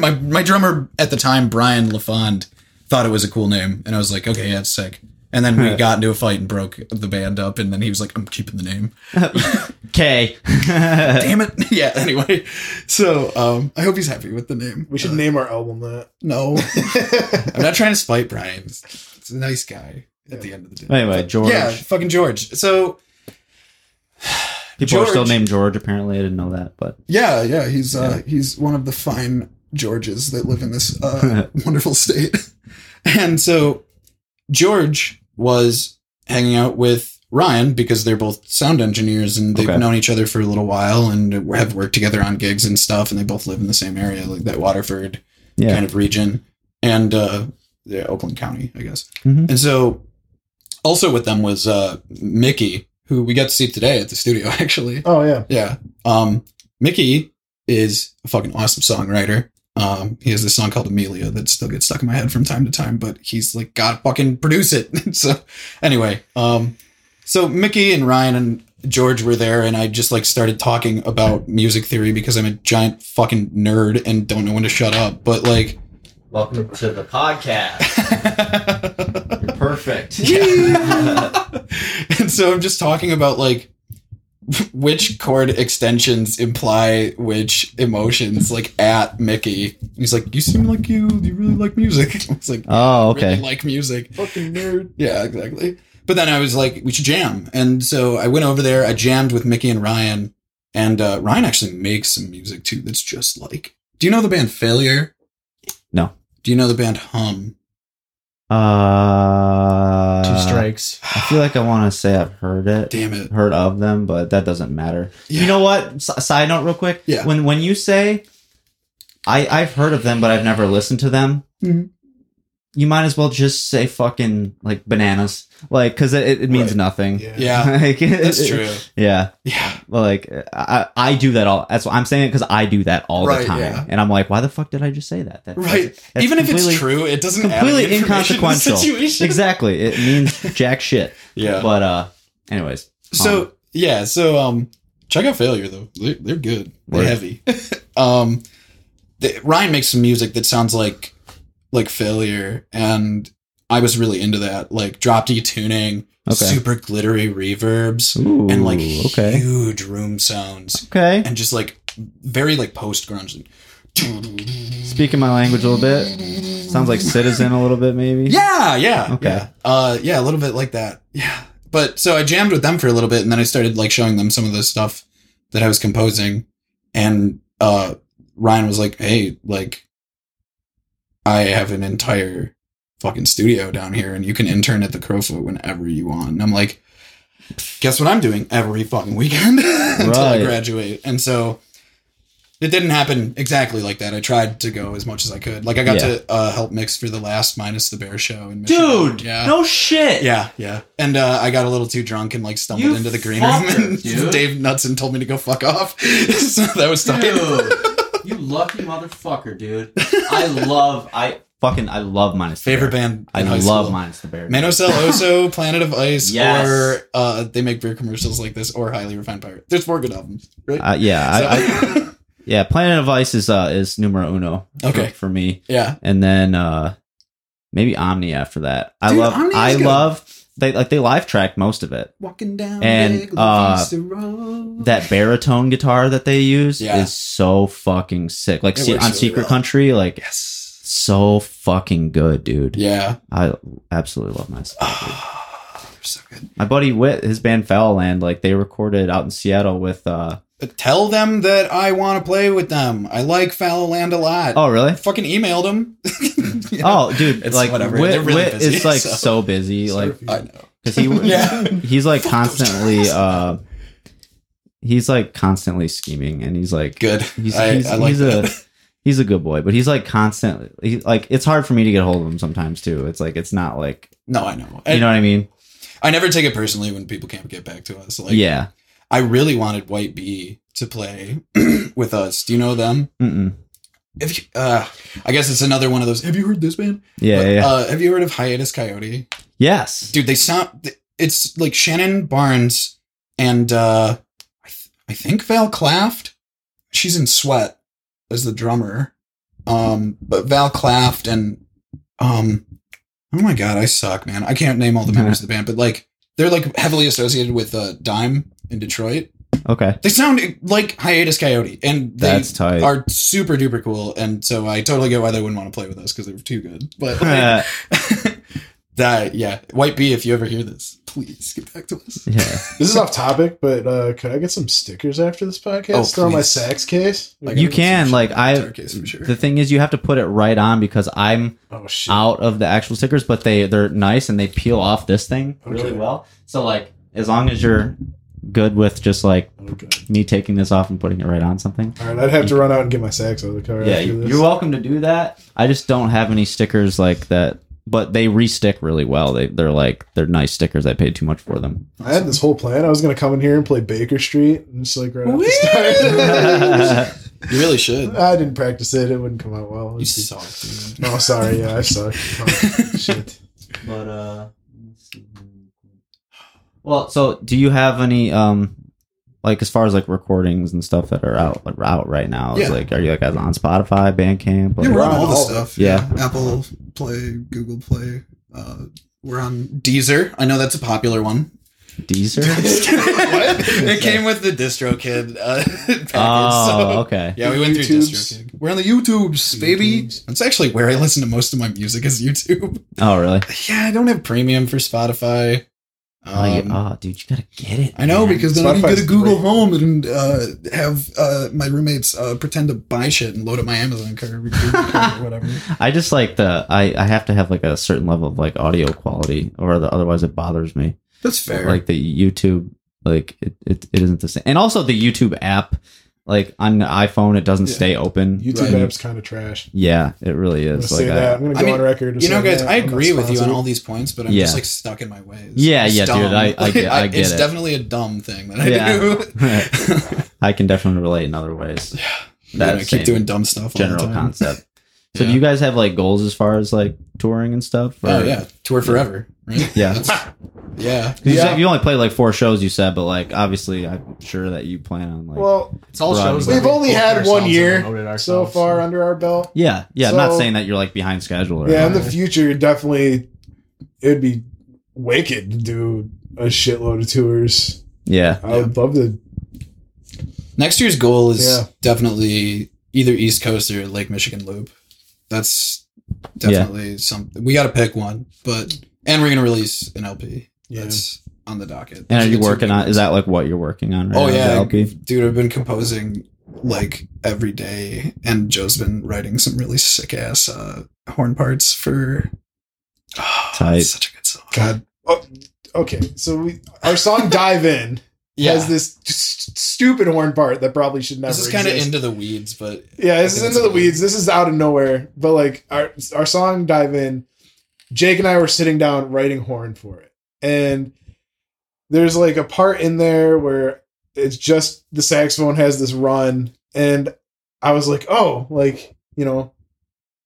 [SPEAKER 3] my my drummer at the time, Brian LaFond, thought it was a cool name, and I was like, okay, yeah, it's sick. And then we got into a fight and broke the band up, and then he was like, I'm keeping the name.
[SPEAKER 1] Okay.
[SPEAKER 3] Damn it. yeah, anyway. So um I hope he's happy with the name.
[SPEAKER 2] We should
[SPEAKER 3] Uh,
[SPEAKER 2] name our album that.
[SPEAKER 3] No. I'm not trying to spite Brian. He's he's a nice guy at the end of the day.
[SPEAKER 1] anyway, George.
[SPEAKER 3] Yeah, fucking George. So
[SPEAKER 1] People are still
[SPEAKER 3] George.
[SPEAKER 1] named George. Apparently, I didn't know that, but
[SPEAKER 3] yeah, yeah, he's uh he's one of the fine Georges that live in this uh wonderful state. And so George was hanging out with Ryan because they're both sound engineers and they've
[SPEAKER 1] Okay.
[SPEAKER 3] known each other for a little while and have worked together on gigs and stuff. And they both live in the same area, like that Waterford
[SPEAKER 1] yeah.
[SPEAKER 3] kind of region and uh, yeah, Oakland County, I guess.
[SPEAKER 1] Mhm.
[SPEAKER 3] And so, also with them was uh, Mickey, who we got to see today at the studio, actually.
[SPEAKER 2] Oh yeah,
[SPEAKER 3] Yeah. Um, Mickey is a fucking awesome songwriter. Um, he has this song called Amelia that still gets stuck in my head from time to time, but he's like, God, fucking produce it. so, anyway, um, so Mickey and Ryan and George were there, and I just like started talking about music theory because I'm a giant fucking nerd and don't know when to shut up. But like,
[SPEAKER 1] Welcome to the podcast. You're perfect.
[SPEAKER 3] and so I'm just talking about like which chord extensions imply which emotions, like at Mickey. And he's like, You seem like you you really like music. I was like,
[SPEAKER 1] Oh,
[SPEAKER 3] okay. really
[SPEAKER 1] okay.
[SPEAKER 3] like music.
[SPEAKER 2] fucking nerd.
[SPEAKER 3] Yeah, exactly. But then I was like, we should jam. And so I went over there, I jammed with Mickey and Ryan. And uh, Ryan actually makes some music too that's just like Do you know the band Failure?
[SPEAKER 1] No.
[SPEAKER 3] Do you know the band Hum?
[SPEAKER 1] Uh,
[SPEAKER 4] Two strikes.
[SPEAKER 1] I feel like I want to say I've heard it,
[SPEAKER 3] Damn it.
[SPEAKER 1] heard of them, but that doesn't matter.
[SPEAKER 3] Yeah.
[SPEAKER 1] You know what? S- side note, real quick.
[SPEAKER 3] Yeah.
[SPEAKER 1] When when you say, I I've heard of them, but I've never listened to them.
[SPEAKER 3] Mhm.
[SPEAKER 1] You might as well just say fucking like bananas, like because it, it means
[SPEAKER 3] Right.
[SPEAKER 1] nothing.
[SPEAKER 2] Yeah.
[SPEAKER 3] Yeah,
[SPEAKER 1] Like,
[SPEAKER 3] that's true.
[SPEAKER 1] Yeah.
[SPEAKER 3] Yeah.
[SPEAKER 1] Well, like I, I do that all. That's why I'm saying it because I do that all
[SPEAKER 3] Right,
[SPEAKER 1] the time,
[SPEAKER 3] yeah.
[SPEAKER 1] and I'm like, why the fuck did I just say that? That- that's-
[SPEAKER 3] Right.
[SPEAKER 1] that's
[SPEAKER 3] Even if
[SPEAKER 1] completely-
[SPEAKER 3] it's true, it doesn't
[SPEAKER 1] completely
[SPEAKER 3] add any information to the
[SPEAKER 1] inconsequential.
[SPEAKER 3] situation.
[SPEAKER 1] Exactly, it means jack shit.
[SPEAKER 3] Yeah.
[SPEAKER 1] But uh, anyways,
[SPEAKER 3] so yeah, so um, check out Failure though. They're, they're good. They're
[SPEAKER 1] Word.
[SPEAKER 3] heavy. um, the, Ryan makes some music that sounds like like Failure, and I was really into that. Like drop D tuning,
[SPEAKER 1] Okay.
[SPEAKER 3] super glittery reverbs,
[SPEAKER 1] ooh,
[SPEAKER 3] and like
[SPEAKER 1] okay,
[SPEAKER 3] huge room sounds,
[SPEAKER 1] Um, okay,
[SPEAKER 3] and just like very like post grunge.
[SPEAKER 1] speaking my language a little bit. Sounds like Citizen a little bit, maybe.
[SPEAKER 3] Yeah, yeah.
[SPEAKER 1] Okay.
[SPEAKER 3] Yeah. Uh yeah, a little bit like that. Yeah. But so I jammed with them for a little bit and then I started like showing them some of the stuff that I was composing and uh Ryan was like, "Hey, like I have an entire fucking studio down here and you can intern at the Crowfoot whenever you want." And I'm like, "Guess what I'm doing every fucking weekend until
[SPEAKER 1] Right.
[SPEAKER 3] I graduate." And so it didn't happen exactly like that. I tried to go as much as I could. Like I got
[SPEAKER 1] Yeah.
[SPEAKER 3] to uh, help mix for the last minus the bear show in Michigan.
[SPEAKER 1] dude.
[SPEAKER 3] yeah.
[SPEAKER 1] No shit.
[SPEAKER 3] Yeah, yeah. And uh, I got a little too drunk and like stumbled
[SPEAKER 1] You
[SPEAKER 3] into the green room
[SPEAKER 1] fucker,
[SPEAKER 3] and
[SPEAKER 1] dude.
[SPEAKER 3] Dave Knudsen told me to go fuck off. so that was tight.
[SPEAKER 1] you lucky motherfucker, dude. I love I Fucking, I love minus the
[SPEAKER 3] Favorite
[SPEAKER 1] bear.
[SPEAKER 3] band.
[SPEAKER 1] I
[SPEAKER 3] in high
[SPEAKER 1] love
[SPEAKER 3] school.
[SPEAKER 1] minus the bear.
[SPEAKER 3] Manos El Oso, Planet of Ice,
[SPEAKER 1] Yes.
[SPEAKER 3] or uh, they make beer commercials like this, or Highly Refined Pirate. There's four good albums, right?
[SPEAKER 1] Uh, yeah,
[SPEAKER 3] So-
[SPEAKER 1] I, I, yeah. Planet of Ice is uh is numero uno. for-
[SPEAKER 3] Okay.
[SPEAKER 1] for me.
[SPEAKER 3] yeah,
[SPEAKER 1] and then uh maybe Omni after that. I
[SPEAKER 3] Dude,
[SPEAKER 1] love
[SPEAKER 3] Omni is
[SPEAKER 1] I
[SPEAKER 3] good.
[SPEAKER 1] love they like they live track most of it.
[SPEAKER 3] walking down
[SPEAKER 1] And,
[SPEAKER 3] Big
[SPEAKER 1] uh,
[SPEAKER 3] Leafster Road.
[SPEAKER 1] That baritone guitar that they use
[SPEAKER 3] Yeah.
[SPEAKER 1] is so fucking sick. Like
[SPEAKER 3] It
[SPEAKER 1] se- on
[SPEAKER 3] works really
[SPEAKER 1] Secret
[SPEAKER 3] well.
[SPEAKER 1] Country, like
[SPEAKER 3] yes,
[SPEAKER 1] so fucking good, dude.
[SPEAKER 3] yeah,
[SPEAKER 1] I absolutely love my
[SPEAKER 3] Ah, they're so good.
[SPEAKER 1] my buddy Wit, his band Fallowland, like they recorded out in Seattle with uh
[SPEAKER 3] But tell them that I want to play with them. I like Fallowland a lot.
[SPEAKER 1] oh really?
[SPEAKER 3] I fucking emailed them.
[SPEAKER 1] Oh, dude!
[SPEAKER 3] It's
[SPEAKER 1] like
[SPEAKER 3] whatever.
[SPEAKER 1] Wit,
[SPEAKER 3] They're really
[SPEAKER 1] Wit
[SPEAKER 3] busy,
[SPEAKER 1] is like
[SPEAKER 3] so-
[SPEAKER 1] so, busy, like
[SPEAKER 3] I know.
[SPEAKER 1] because he
[SPEAKER 3] Yeah.
[SPEAKER 1] he's like
[SPEAKER 3] Fuck those
[SPEAKER 1] constantly
[SPEAKER 3] guys.
[SPEAKER 1] uh he's like constantly scheming and he's like
[SPEAKER 3] Good.
[SPEAKER 1] he's
[SPEAKER 3] I,
[SPEAKER 1] he's,
[SPEAKER 3] I like
[SPEAKER 1] he's
[SPEAKER 3] that.
[SPEAKER 1] a he's a good boy but he's like constantly he, like it's hard for me to get a hold of him sometimes too it's like it's not like
[SPEAKER 3] no, I know.
[SPEAKER 1] you know what i mean
[SPEAKER 3] I never take it personally when people can't get back to us. Like,
[SPEAKER 1] yeah
[SPEAKER 3] I really wanted White Bee to play with us. Do you know them?
[SPEAKER 1] Mm-mm.
[SPEAKER 3] If you, uh, I guess it's another one of those. Have you heard this band?
[SPEAKER 1] yeah
[SPEAKER 3] But,
[SPEAKER 1] yeah, yeah.
[SPEAKER 3] Uh, have you heard of Hiatus Coyote?
[SPEAKER 1] yes
[SPEAKER 3] Dude, they sound. It's like Shannon Barnes and uh, I, th- I think Val Claft. She's in Sweat as the drummer. Um, but Val Claft and um, oh my god, I suck, man. I can't name all the members of the band, but like they're like heavily associated with uh, Dime in Detroit.
[SPEAKER 1] okay
[SPEAKER 3] They sound like Hiatus Coyote, and they
[SPEAKER 1] that's tight
[SPEAKER 3] are super duper cool. And so I totally get why they wouldn't want to play with us because they're too good. But like,
[SPEAKER 1] yeah
[SPEAKER 3] that, yeah, White Bee, if you ever hear this, please get back to us.
[SPEAKER 2] This is off topic, but uh, could I get some stickers after this podcast?
[SPEAKER 3] Oh,
[SPEAKER 2] Throw my
[SPEAKER 3] please.
[SPEAKER 2] sax case.
[SPEAKER 3] Like,
[SPEAKER 1] you
[SPEAKER 3] I
[SPEAKER 1] can
[SPEAKER 3] appreciate
[SPEAKER 1] like
[SPEAKER 3] that
[SPEAKER 1] i
[SPEAKER 3] guitar case for sure.
[SPEAKER 1] the thing is you have to put it right on because i'm
[SPEAKER 2] oh shit!
[SPEAKER 1] out of the actual stickers, but they they're nice and they peel off this thing really
[SPEAKER 2] Okay.
[SPEAKER 1] well. So like as long as you're good with just like
[SPEAKER 2] Oh, God.
[SPEAKER 1] me taking this off and putting it right on something.
[SPEAKER 2] All right, I'd have to run out and get my sax out of the car.
[SPEAKER 1] yeah,
[SPEAKER 2] after
[SPEAKER 1] you-
[SPEAKER 2] this.
[SPEAKER 1] you're welcome to do that. I just don't have any stickers like that, but they restick really well. They they're like they're nice stickers. I paid too much for them.
[SPEAKER 2] I had this whole plan. I was gonna come in here and play Baker Street, and just like right off
[SPEAKER 3] Whee!
[SPEAKER 2] the start.
[SPEAKER 1] yeah,
[SPEAKER 3] you really should.
[SPEAKER 2] I didn't practice it; it wouldn't come out well.
[SPEAKER 3] You suck, dude.
[SPEAKER 2] Oh, sorry. Yeah, I suck. Oh, shit.
[SPEAKER 1] but uh well, so do you have any um like as far as like recordings and stuff that are out like, out right now? Is
[SPEAKER 3] Yeah.
[SPEAKER 1] like are you like guys on Spotify, Bandcamp? Like,
[SPEAKER 3] Yeah, we're on
[SPEAKER 2] We're
[SPEAKER 3] all
[SPEAKER 2] on
[SPEAKER 3] the
[SPEAKER 2] all-
[SPEAKER 3] stuff.
[SPEAKER 1] yeah.
[SPEAKER 3] Apple Play, Google Play. Uh, we're on Deezer. I know that's a popular one.
[SPEAKER 1] Deezer?
[SPEAKER 3] it came with the DistroKid uh, package. so-
[SPEAKER 1] oh, okay.
[SPEAKER 3] Yeah, we went through
[SPEAKER 2] YouTubes.
[SPEAKER 3] DistroKid. We're on the YouTubes, baby.
[SPEAKER 2] YouTubes.
[SPEAKER 3] That's actually where I listen to most of my music is YouTube.
[SPEAKER 1] Oh, really?
[SPEAKER 3] Yeah, I don't have premium for Spotify.
[SPEAKER 1] oh, yeah.
[SPEAKER 3] Um,
[SPEAKER 1] Oh, dude, you gotta get it.
[SPEAKER 3] I know
[SPEAKER 1] man.
[SPEAKER 3] because then I can go to
[SPEAKER 2] Spotify's
[SPEAKER 3] Google
[SPEAKER 2] Mm-hmm. great.
[SPEAKER 3] Home and uh, have uh, my roommates uh, pretend to buy shit and load up my Amazon card or Google card or whatever.
[SPEAKER 1] I just like the I I have to have like a certain level of like audio quality, or the, otherwise it bothers me.
[SPEAKER 3] That's fair.
[SPEAKER 1] Like the YouTube, like it, it it isn't the same. And also the YouTube app, like on the iPhone, it doesn't
[SPEAKER 3] Yeah.
[SPEAKER 1] stay open.
[SPEAKER 2] YouTube
[SPEAKER 1] Right.
[SPEAKER 2] app's kind of trash.
[SPEAKER 1] Yeah, it really
[SPEAKER 2] I'm gonna
[SPEAKER 1] is. Like,
[SPEAKER 2] say that.
[SPEAKER 1] I,
[SPEAKER 2] I'm gonna
[SPEAKER 3] I
[SPEAKER 2] go
[SPEAKER 3] mean,
[SPEAKER 2] on record. to
[SPEAKER 3] you know,
[SPEAKER 2] say
[SPEAKER 3] guys,
[SPEAKER 2] that.
[SPEAKER 3] I
[SPEAKER 2] I'm not
[SPEAKER 3] agree with you on
[SPEAKER 2] sponsored.
[SPEAKER 3] all these points, but I'm
[SPEAKER 1] Yeah.
[SPEAKER 3] just like stuck in my ways.
[SPEAKER 1] Yeah,
[SPEAKER 3] It's
[SPEAKER 1] yeah, dude,
[SPEAKER 3] dumb.
[SPEAKER 1] I- I get- I get
[SPEAKER 3] it's
[SPEAKER 1] it.
[SPEAKER 3] definitely a dumb thing that I
[SPEAKER 1] Yeah.
[SPEAKER 3] do.
[SPEAKER 1] I can definitely relate in other ways.
[SPEAKER 3] Yeah, I
[SPEAKER 1] That
[SPEAKER 3] keep doing dumb stuff. all the
[SPEAKER 1] general
[SPEAKER 3] time.
[SPEAKER 1] concept. So,
[SPEAKER 3] Yeah.
[SPEAKER 1] do you guys have like goals as far as like touring and stuff?
[SPEAKER 3] Oh
[SPEAKER 1] or-
[SPEAKER 3] yeah, tour forever. Right?
[SPEAKER 1] Yeah.
[SPEAKER 3] That's- yeah.
[SPEAKER 1] 'Cause You,
[SPEAKER 2] Yeah.
[SPEAKER 1] said, you only played like four shows, you said, but like obviously, I'm sure that you plan on like.
[SPEAKER 2] Well,
[SPEAKER 4] It's all
[SPEAKER 1] Right.
[SPEAKER 4] shows. that
[SPEAKER 2] We've
[SPEAKER 4] we
[SPEAKER 2] only
[SPEAKER 4] booked
[SPEAKER 2] had
[SPEAKER 4] ourselves
[SPEAKER 2] one
[SPEAKER 4] and
[SPEAKER 2] year
[SPEAKER 4] promoted
[SPEAKER 2] so
[SPEAKER 4] ourselves.
[SPEAKER 2] far under our belt.
[SPEAKER 1] yeah, yeah. I'm not
[SPEAKER 2] so-
[SPEAKER 1] saying that you're like behind schedule or
[SPEAKER 2] Yeah, in the
[SPEAKER 1] anything.
[SPEAKER 2] future, definitely, it'd be wicked to do a shitload of tours.
[SPEAKER 1] yeah,
[SPEAKER 2] I would love to.
[SPEAKER 3] Next year's goal is
[SPEAKER 2] Yeah.
[SPEAKER 3] definitely either East Coast or Lake Michigan Loop. That's definitely something we got to pick one. But and we're gonna release an LP.
[SPEAKER 2] Yeah.
[SPEAKER 3] That's on the docket.
[SPEAKER 1] And are you
[SPEAKER 3] Two
[SPEAKER 1] working on?
[SPEAKER 3] ones.
[SPEAKER 1] Is that like what you're working on? Right
[SPEAKER 3] Oh
[SPEAKER 1] now, the
[SPEAKER 3] yeah,
[SPEAKER 1] LP?
[SPEAKER 3] dude! I've been composing like every day, and Joe's been writing some really sick ass uh, horn parts for. Oh,
[SPEAKER 1] Tight.
[SPEAKER 3] it's such a good song.
[SPEAKER 2] God. Oh, okay, so we our song "Dive In"
[SPEAKER 3] Yeah,
[SPEAKER 2] has this st- stupid horn part that probably should never.
[SPEAKER 3] this is kind of
[SPEAKER 2] exist.
[SPEAKER 3] into the weeds, but
[SPEAKER 2] Yeah, this is
[SPEAKER 3] I think
[SPEAKER 2] into the
[SPEAKER 3] it's-
[SPEAKER 2] weeds. This is out of nowhere. But like our our song dive in, Jake and I were sitting down writing horn for it. And there's like a part in there where it's just the saxophone has this run and I was like, "Oh, like, you know,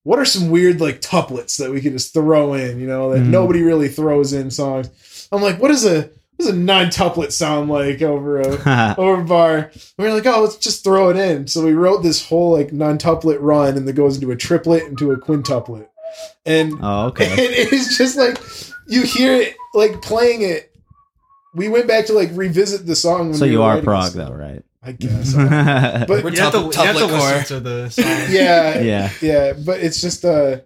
[SPEAKER 2] what are some weird like tuplets that we could just throw in, you know, that
[SPEAKER 3] Mm.
[SPEAKER 1] Mhm.
[SPEAKER 2] nobody really throws in songs. I'm like, what is a what does a nine tuplet sound like over a over bar. And we were like, oh, let's just throw it in. So we wrote this whole like non-tuplet run, and that goes into a triplet, into a quintuplet, and
[SPEAKER 1] oh,
[SPEAKER 2] and
[SPEAKER 1] okay.
[SPEAKER 2] it is just like you hear it like playing it. We went back to like revisit the song. When
[SPEAKER 1] So
[SPEAKER 2] we
[SPEAKER 1] you
[SPEAKER 2] were
[SPEAKER 1] are
[SPEAKER 2] writing
[SPEAKER 1] Prague,
[SPEAKER 2] this.
[SPEAKER 1] though, right?
[SPEAKER 2] I guess. but
[SPEAKER 3] We're
[SPEAKER 4] You have to,
[SPEAKER 3] tub-
[SPEAKER 4] you have to
[SPEAKER 3] tublet core.
[SPEAKER 4] listen to the song.
[SPEAKER 2] yeah, yeah,
[SPEAKER 1] yeah.
[SPEAKER 2] But it's just uh,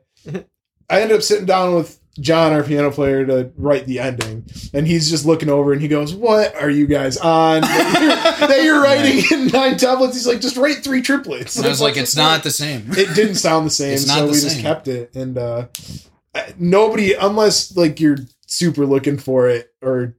[SPEAKER 2] I ended up sitting down with John, our piano player, to write the ending, and he's just looking over and he goes, "What are you guys on?" that you're writing in nine tablets. He's like, just write three triplets.
[SPEAKER 3] And I was like, it's not the same.
[SPEAKER 2] It didn't sound the same,
[SPEAKER 3] It's not
[SPEAKER 2] so
[SPEAKER 3] the
[SPEAKER 2] we just
[SPEAKER 3] same.
[SPEAKER 2] kept it. And uh, I- nobody, unless like you're super looking for it or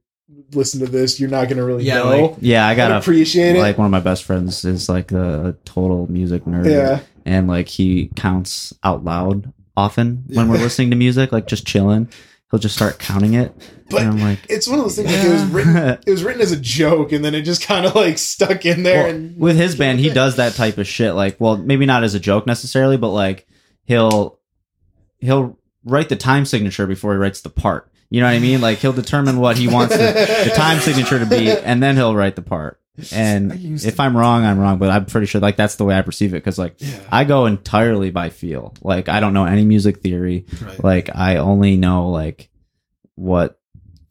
[SPEAKER 2] listen to this, you're not gonna really
[SPEAKER 4] Yeah,
[SPEAKER 2] know.
[SPEAKER 4] like,
[SPEAKER 1] Yeah, I
[SPEAKER 2] and
[SPEAKER 1] got a
[SPEAKER 2] appreciate it.
[SPEAKER 1] like one of my best friends is like a total music nerd.
[SPEAKER 2] yeah,
[SPEAKER 1] and like he counts out loud often when
[SPEAKER 3] Yeah.
[SPEAKER 1] we're listening to music, like just chilling. He'll just start counting it,
[SPEAKER 2] But-
[SPEAKER 1] and I'm like,
[SPEAKER 2] it's one of those things. Like, it was written. It was written as a joke, and then it just kind of like stuck in there.
[SPEAKER 1] Well,
[SPEAKER 2] and
[SPEAKER 1] with his band, he does that type of shit. Like, well, maybe not as a joke necessarily, but like he'll he'll write the time signature before he writes the part. You know what I mean? Like he'll determine what he wants the, the time signature to be, and then he'll write the part. And
[SPEAKER 3] I used
[SPEAKER 1] if I'm wrong, I'm wrong, but I'm pretty sure like that's the way I perceive it because like
[SPEAKER 3] Yeah.
[SPEAKER 1] I go entirely by feel. Like I don't know any music theory.
[SPEAKER 3] Right.
[SPEAKER 1] Like I only know like what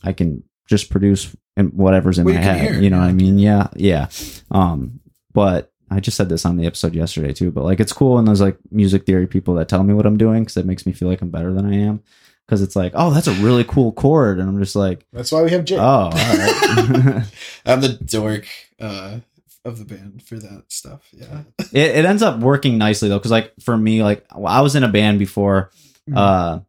[SPEAKER 1] I can just produce and whatever's in
[SPEAKER 3] What
[SPEAKER 1] my
[SPEAKER 3] you can
[SPEAKER 1] head.
[SPEAKER 3] hear,
[SPEAKER 1] You know what I
[SPEAKER 3] yeah.
[SPEAKER 1] mean? Yeah, yeah. Um, but I just said this on the episode yesterday too. But like it's cool when those like music theory people that tell me what I'm doing because it makes me feel like I'm better than I am. Because it's like, oh, that's a really cool chord, and I'm just like,
[SPEAKER 2] that's why we have Jake.
[SPEAKER 1] oh, all right.
[SPEAKER 3] I'm the dork uh, of the band for that stuff. Yeah.
[SPEAKER 1] it, it ends up working nicely though because like for me like i was in a band before uh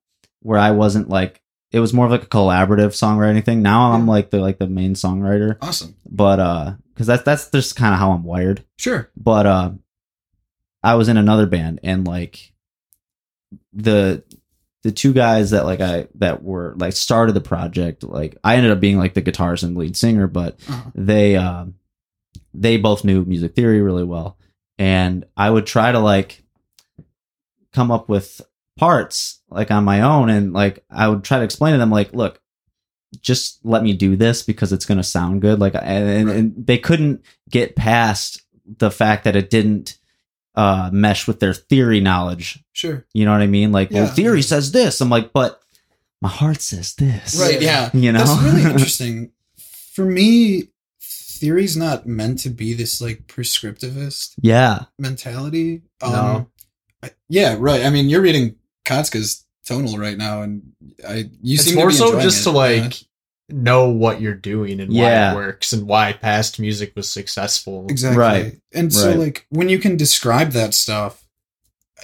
[SPEAKER 1] where i wasn't like it was more of like a collaborative songwriting thing now i'm like the like the main songwriter
[SPEAKER 3] Awesome.
[SPEAKER 1] but uh because that's that's just kind of how i'm wired
[SPEAKER 3] Sure.
[SPEAKER 1] but uh i was in another band and like the the two guys that like i that were like started the project like i ended up being like the guitarist and lead singer but
[SPEAKER 3] Uh-huh.
[SPEAKER 1] they um they both knew music theory really well and i would try to like come up with parts like on my own and like i would try to explain to them like look just let me do this because it's going to sound good like and, and, and they couldn't get past the fact that it didn't uh mesh with their theory knowledge
[SPEAKER 3] Sure.
[SPEAKER 1] you know what i mean like well
[SPEAKER 3] Yeah.
[SPEAKER 1] theory says this i'm like but my heart says this
[SPEAKER 3] Right. Yeah.
[SPEAKER 1] you know
[SPEAKER 3] That's really interesting. For me, theory's not meant to be this like prescriptivist
[SPEAKER 1] yeah
[SPEAKER 3] mentality. Um,
[SPEAKER 1] No.
[SPEAKER 3] I- yeah, right. I mean, you're reading Kotska's tonal right now, and I you
[SPEAKER 4] it's
[SPEAKER 3] seem
[SPEAKER 4] more
[SPEAKER 3] to be
[SPEAKER 4] so
[SPEAKER 3] enjoying
[SPEAKER 4] just
[SPEAKER 3] it,
[SPEAKER 4] to
[SPEAKER 3] yeah.
[SPEAKER 4] like know what you're doing and
[SPEAKER 1] Yeah.
[SPEAKER 4] why it works and why past music was successful.
[SPEAKER 3] exactly
[SPEAKER 1] Right.
[SPEAKER 3] And so,
[SPEAKER 1] Right.
[SPEAKER 3] like, when you can describe that stuff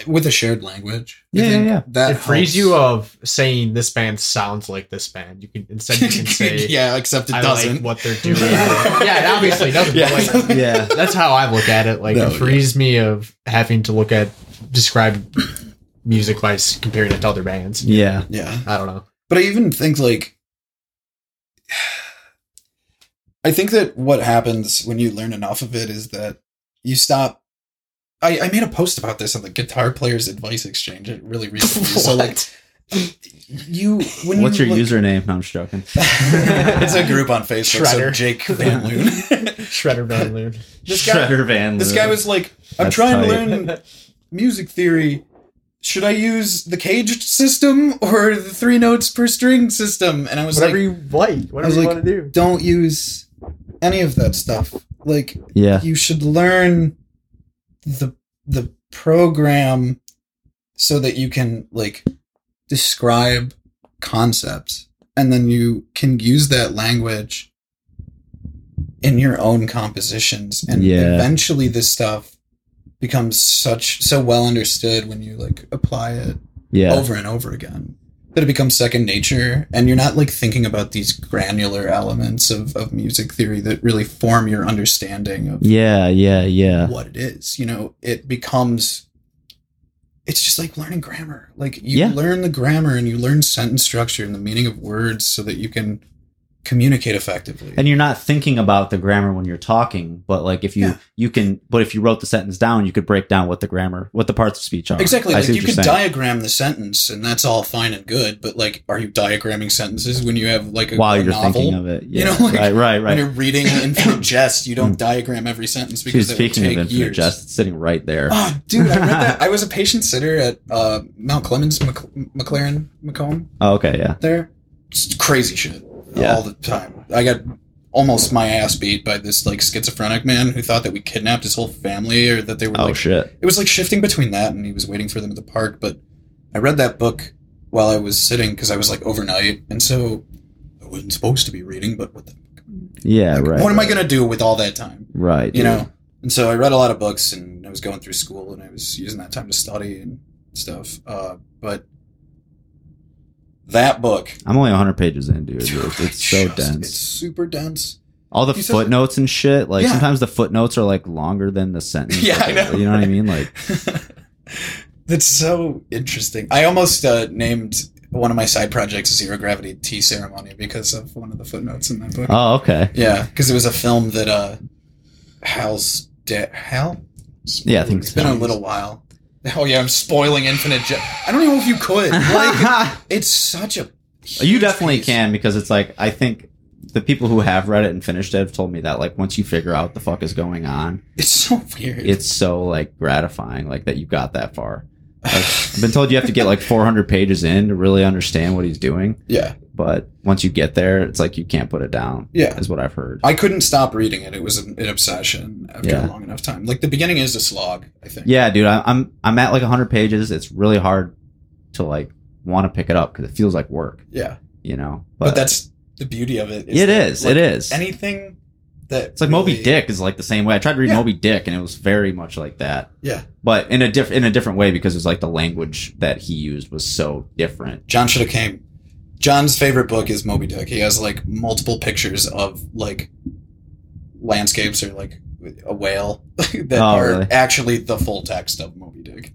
[SPEAKER 3] with a shared language, I
[SPEAKER 1] Yeah, yeah,
[SPEAKER 3] think
[SPEAKER 1] yeah.
[SPEAKER 3] that
[SPEAKER 4] it frees
[SPEAKER 3] helps.
[SPEAKER 4] you of saying this band sounds like this band. You can instead you can say
[SPEAKER 3] yeah, except it
[SPEAKER 4] I
[SPEAKER 3] doesn't.
[SPEAKER 4] like what they're doing. yeah, it obviously doesn't.
[SPEAKER 3] Yeah.
[SPEAKER 4] But like,
[SPEAKER 1] yeah
[SPEAKER 4] that's how I look at it. Like
[SPEAKER 3] No,
[SPEAKER 4] it frees me of having to look at describe music by s- comparing it to other bands.
[SPEAKER 1] yeah
[SPEAKER 3] yeah.
[SPEAKER 4] I don't know.
[SPEAKER 3] But I even think like I think that what happens when you learn enough of it is that you stop I, I made a post about this on the guitar players advice exchange uh, really recently. so like you when
[SPEAKER 1] What's
[SPEAKER 3] you
[SPEAKER 1] your
[SPEAKER 3] look-
[SPEAKER 1] username? No, I'm just joking.
[SPEAKER 3] it's a group on Facebook, so
[SPEAKER 4] Shredder.
[SPEAKER 3] Jake Van Loon.
[SPEAKER 4] Shredder Van Loon.
[SPEAKER 3] This guy-
[SPEAKER 1] Shredder Van.
[SPEAKER 3] this
[SPEAKER 1] Loon.
[SPEAKER 3] guy was like, I'm
[SPEAKER 1] That's
[SPEAKER 3] trying
[SPEAKER 1] tight.
[SPEAKER 3] to learn music theory. Should I use the caged system or the three notes per string system? And I was like,
[SPEAKER 4] Whatever you like, whatever you
[SPEAKER 3] like,
[SPEAKER 4] want to do.
[SPEAKER 3] don't use any of that stuff. Like
[SPEAKER 1] Yeah.
[SPEAKER 3] you should learn the the program so that you can like describe concepts and then you can use that language in your own compositions and
[SPEAKER 1] Yeah.
[SPEAKER 3] eventually this stuff becomes such so well understood when you like apply it
[SPEAKER 1] Yeah.
[SPEAKER 3] over and over again that it becomes second nature and you're not like thinking about these granular elements of, of music theory that really form your understanding of
[SPEAKER 1] Yeah. Yeah. Yeah.
[SPEAKER 3] what it is you know it becomes it's just like learning grammar like you
[SPEAKER 1] Yeah.
[SPEAKER 3] learn the grammar and you learn sentence structure and the meaning of words so that you can communicate effectively.
[SPEAKER 1] and you're not thinking about the grammar when you're talking but like if you
[SPEAKER 3] Yeah.
[SPEAKER 1] you can but if you wrote the sentence down you could break down what the grammar what the parts of speech are
[SPEAKER 3] Exactly.
[SPEAKER 1] I
[SPEAKER 3] Like
[SPEAKER 1] see
[SPEAKER 3] you
[SPEAKER 1] what you're
[SPEAKER 3] could
[SPEAKER 1] saying.
[SPEAKER 3] diagram the sentence, and that's all fine and good. But like, are you diagramming sentences when you have like a,
[SPEAKER 1] while
[SPEAKER 3] a
[SPEAKER 1] you're
[SPEAKER 3] novel?
[SPEAKER 1] thinking of it yeah
[SPEAKER 3] You know, like,
[SPEAKER 1] right right
[SPEAKER 3] When
[SPEAKER 1] right
[SPEAKER 3] you're reading Infinite Jest, you don't diagram every sentence
[SPEAKER 1] Dude,
[SPEAKER 3] because it would
[SPEAKER 1] speaking of
[SPEAKER 3] take
[SPEAKER 1] infinite
[SPEAKER 3] years.
[SPEAKER 1] jest it's sitting right there
[SPEAKER 3] Oh, dude, I read that. I was a patient sitter at uh, Mount Clemens Mc- McLaren McComb
[SPEAKER 1] oh, okay yeah
[SPEAKER 3] there. Just crazy shit
[SPEAKER 1] Yeah.
[SPEAKER 3] all the time. I got almost my ass beat by this like schizophrenic man who thought that we kidnapped his whole family or that they were
[SPEAKER 1] oh
[SPEAKER 3] like
[SPEAKER 1] shit
[SPEAKER 3] it was like shifting between that and he was waiting for them at the park but i read that book while i was sitting because i was like overnight and so i wasn't supposed to be reading but what the
[SPEAKER 1] yeah
[SPEAKER 3] like,
[SPEAKER 1] right
[SPEAKER 3] what am i going to do with all that time
[SPEAKER 1] right dude.
[SPEAKER 3] you know and so i read a lot of books and i was going through school and i was using that time to study and stuff uh, but that book
[SPEAKER 1] i'm only 100 pages in dude it's, it's so
[SPEAKER 3] just-
[SPEAKER 1] dense
[SPEAKER 3] it's super dense
[SPEAKER 1] all the
[SPEAKER 3] He says-
[SPEAKER 1] footnotes and shit like
[SPEAKER 3] Yeah.
[SPEAKER 1] sometimes the footnotes are like longer than the sentence
[SPEAKER 3] Yeah, I know,
[SPEAKER 1] you know what i
[SPEAKER 3] right?
[SPEAKER 1] mean like
[SPEAKER 3] That's so interesting. I almost uh, named one of my side projects Zero Gravity Tea Ceremony because of one of the footnotes in that book.
[SPEAKER 1] oh okay
[SPEAKER 3] yeah, because it was a film that uh, Hal's dad. Hal?
[SPEAKER 1] Yeah, I think
[SPEAKER 3] It's
[SPEAKER 1] so.
[SPEAKER 3] been a little while. Oh, yeah, I'm spoiling Infinite Jet. I don't even know if you could. Like, it's such a.
[SPEAKER 1] you
[SPEAKER 3] huge
[SPEAKER 1] definitely
[SPEAKER 3] piece.
[SPEAKER 1] can because it's like I think the people who have read it and finished it have told me that like once you figure out the fuck is going on,
[SPEAKER 3] It's so weird.
[SPEAKER 1] it's so like gratifying like that you got that far. Like, I've been told you have to get like 400 pages in to really understand what he's doing,
[SPEAKER 3] yeah,
[SPEAKER 1] but once you get there, it's like you can't put it down.
[SPEAKER 3] yeah.
[SPEAKER 1] Is what I've heard.
[SPEAKER 3] I couldn't stop reading it. It was an, an obsession after
[SPEAKER 1] Yeah.
[SPEAKER 3] a long enough time. Like, the beginning is a slog, I think.
[SPEAKER 1] Yeah, dude, I, I'm I'm at like 100 pages. It's really hard to like want to pick it up because it feels like work,
[SPEAKER 3] Yeah.
[SPEAKER 1] you know.
[SPEAKER 3] but, that's the beauty of it.
[SPEAKER 1] it
[SPEAKER 3] that,
[SPEAKER 1] is.
[SPEAKER 3] like,
[SPEAKER 1] it is.
[SPEAKER 3] Anything that
[SPEAKER 1] It's like Moby
[SPEAKER 3] really-
[SPEAKER 1] Dick is like the same way. I tried to read
[SPEAKER 3] Yeah.
[SPEAKER 1] Moby Dick and it was very much like that.
[SPEAKER 3] Yeah.
[SPEAKER 1] But in a diff in a different way because it was like the language that he used was so different.
[SPEAKER 3] John should have came. John's favorite book is Moby Dick. He has like multiple pictures of like landscapes or like a whale that
[SPEAKER 1] Oh,
[SPEAKER 3] are
[SPEAKER 1] really?
[SPEAKER 3] actually the full text of Moby Dick,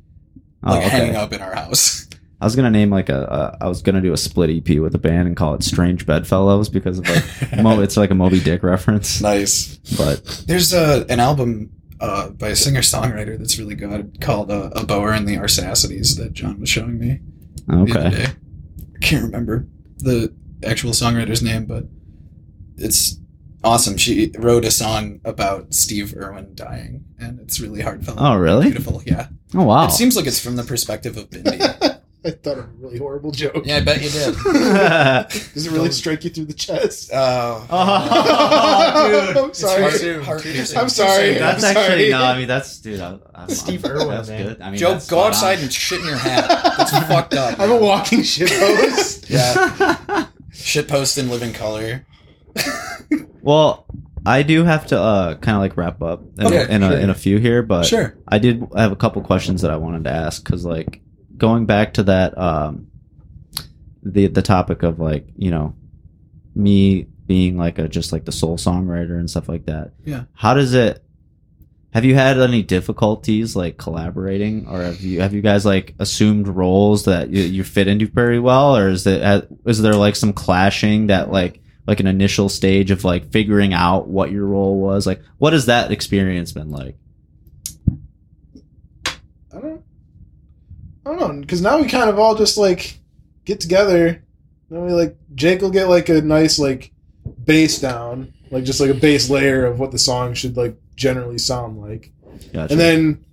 [SPEAKER 1] Oh,
[SPEAKER 3] like hanging
[SPEAKER 1] okay.
[SPEAKER 3] up in our house.
[SPEAKER 1] I was gonna name like a, a I was gonna do a split EP with a band and call it Strange Bedfellows because of like Mo, it's like a Moby Dick reference.
[SPEAKER 3] nice.
[SPEAKER 1] But
[SPEAKER 3] There's a an album uh, by a singer songwriter that's really good called uh, "A Boer and the Arsacides" that John was showing me. the other
[SPEAKER 1] okay,
[SPEAKER 3] day. I can't remember the actual songwriter's name, but it's awesome. She wrote a song about Steve Irwin dying, and it's really heartfelt.
[SPEAKER 1] Oh, really?
[SPEAKER 3] Beautiful, yeah.
[SPEAKER 1] oh wow,
[SPEAKER 3] It seems like it's from the perspective of Bindi.
[SPEAKER 2] I thought of a really horrible joke.
[SPEAKER 3] yeah, I bet you did.
[SPEAKER 2] Does it really strike you through the chest?
[SPEAKER 3] Oh,
[SPEAKER 1] Oh, dude.
[SPEAKER 2] I'm sorry.
[SPEAKER 4] It's hard-
[SPEAKER 3] Heart piercing.
[SPEAKER 2] I'm sorry.
[SPEAKER 1] that's
[SPEAKER 2] I'm
[SPEAKER 1] actually
[SPEAKER 2] sorry.
[SPEAKER 1] no. I mean that's dude. I, I'm,
[SPEAKER 4] Steve
[SPEAKER 1] I'm-
[SPEAKER 4] Irwin,
[SPEAKER 1] That's
[SPEAKER 4] man.
[SPEAKER 1] good. I mean,
[SPEAKER 3] Joe,
[SPEAKER 1] that's
[SPEAKER 3] go
[SPEAKER 1] spot
[SPEAKER 3] outside
[SPEAKER 1] on.
[SPEAKER 3] and shit in your hat. That's fucked up.
[SPEAKER 2] I'm a walking shitpost.
[SPEAKER 3] yeah, shit post in living color.
[SPEAKER 1] Well, I do have to uh, kind of like wrap up in,
[SPEAKER 3] Okay,
[SPEAKER 1] in, a,
[SPEAKER 3] sure.
[SPEAKER 1] in a few here, but
[SPEAKER 3] Sure.
[SPEAKER 1] I did have a couple questions that I wanted to ask because like going back to that um, the the topic of like you know me being like a just like the soul songwriter and stuff like that.
[SPEAKER 3] Yeah.
[SPEAKER 1] How does it? Have you had any difficulties like collaborating, or have you have you guys like assumed roles that you, you fit into very well, or is it is there like some clashing that like like an initial stage of like figuring out what your role was? Like, what has that experience been like?
[SPEAKER 2] I don't, I don't know, because now we kind of all just like get together. Then we like Jake will get like a nice like bass down, like just like a bass layer of what the song should like generally sound like.
[SPEAKER 1] Gotcha.
[SPEAKER 2] And then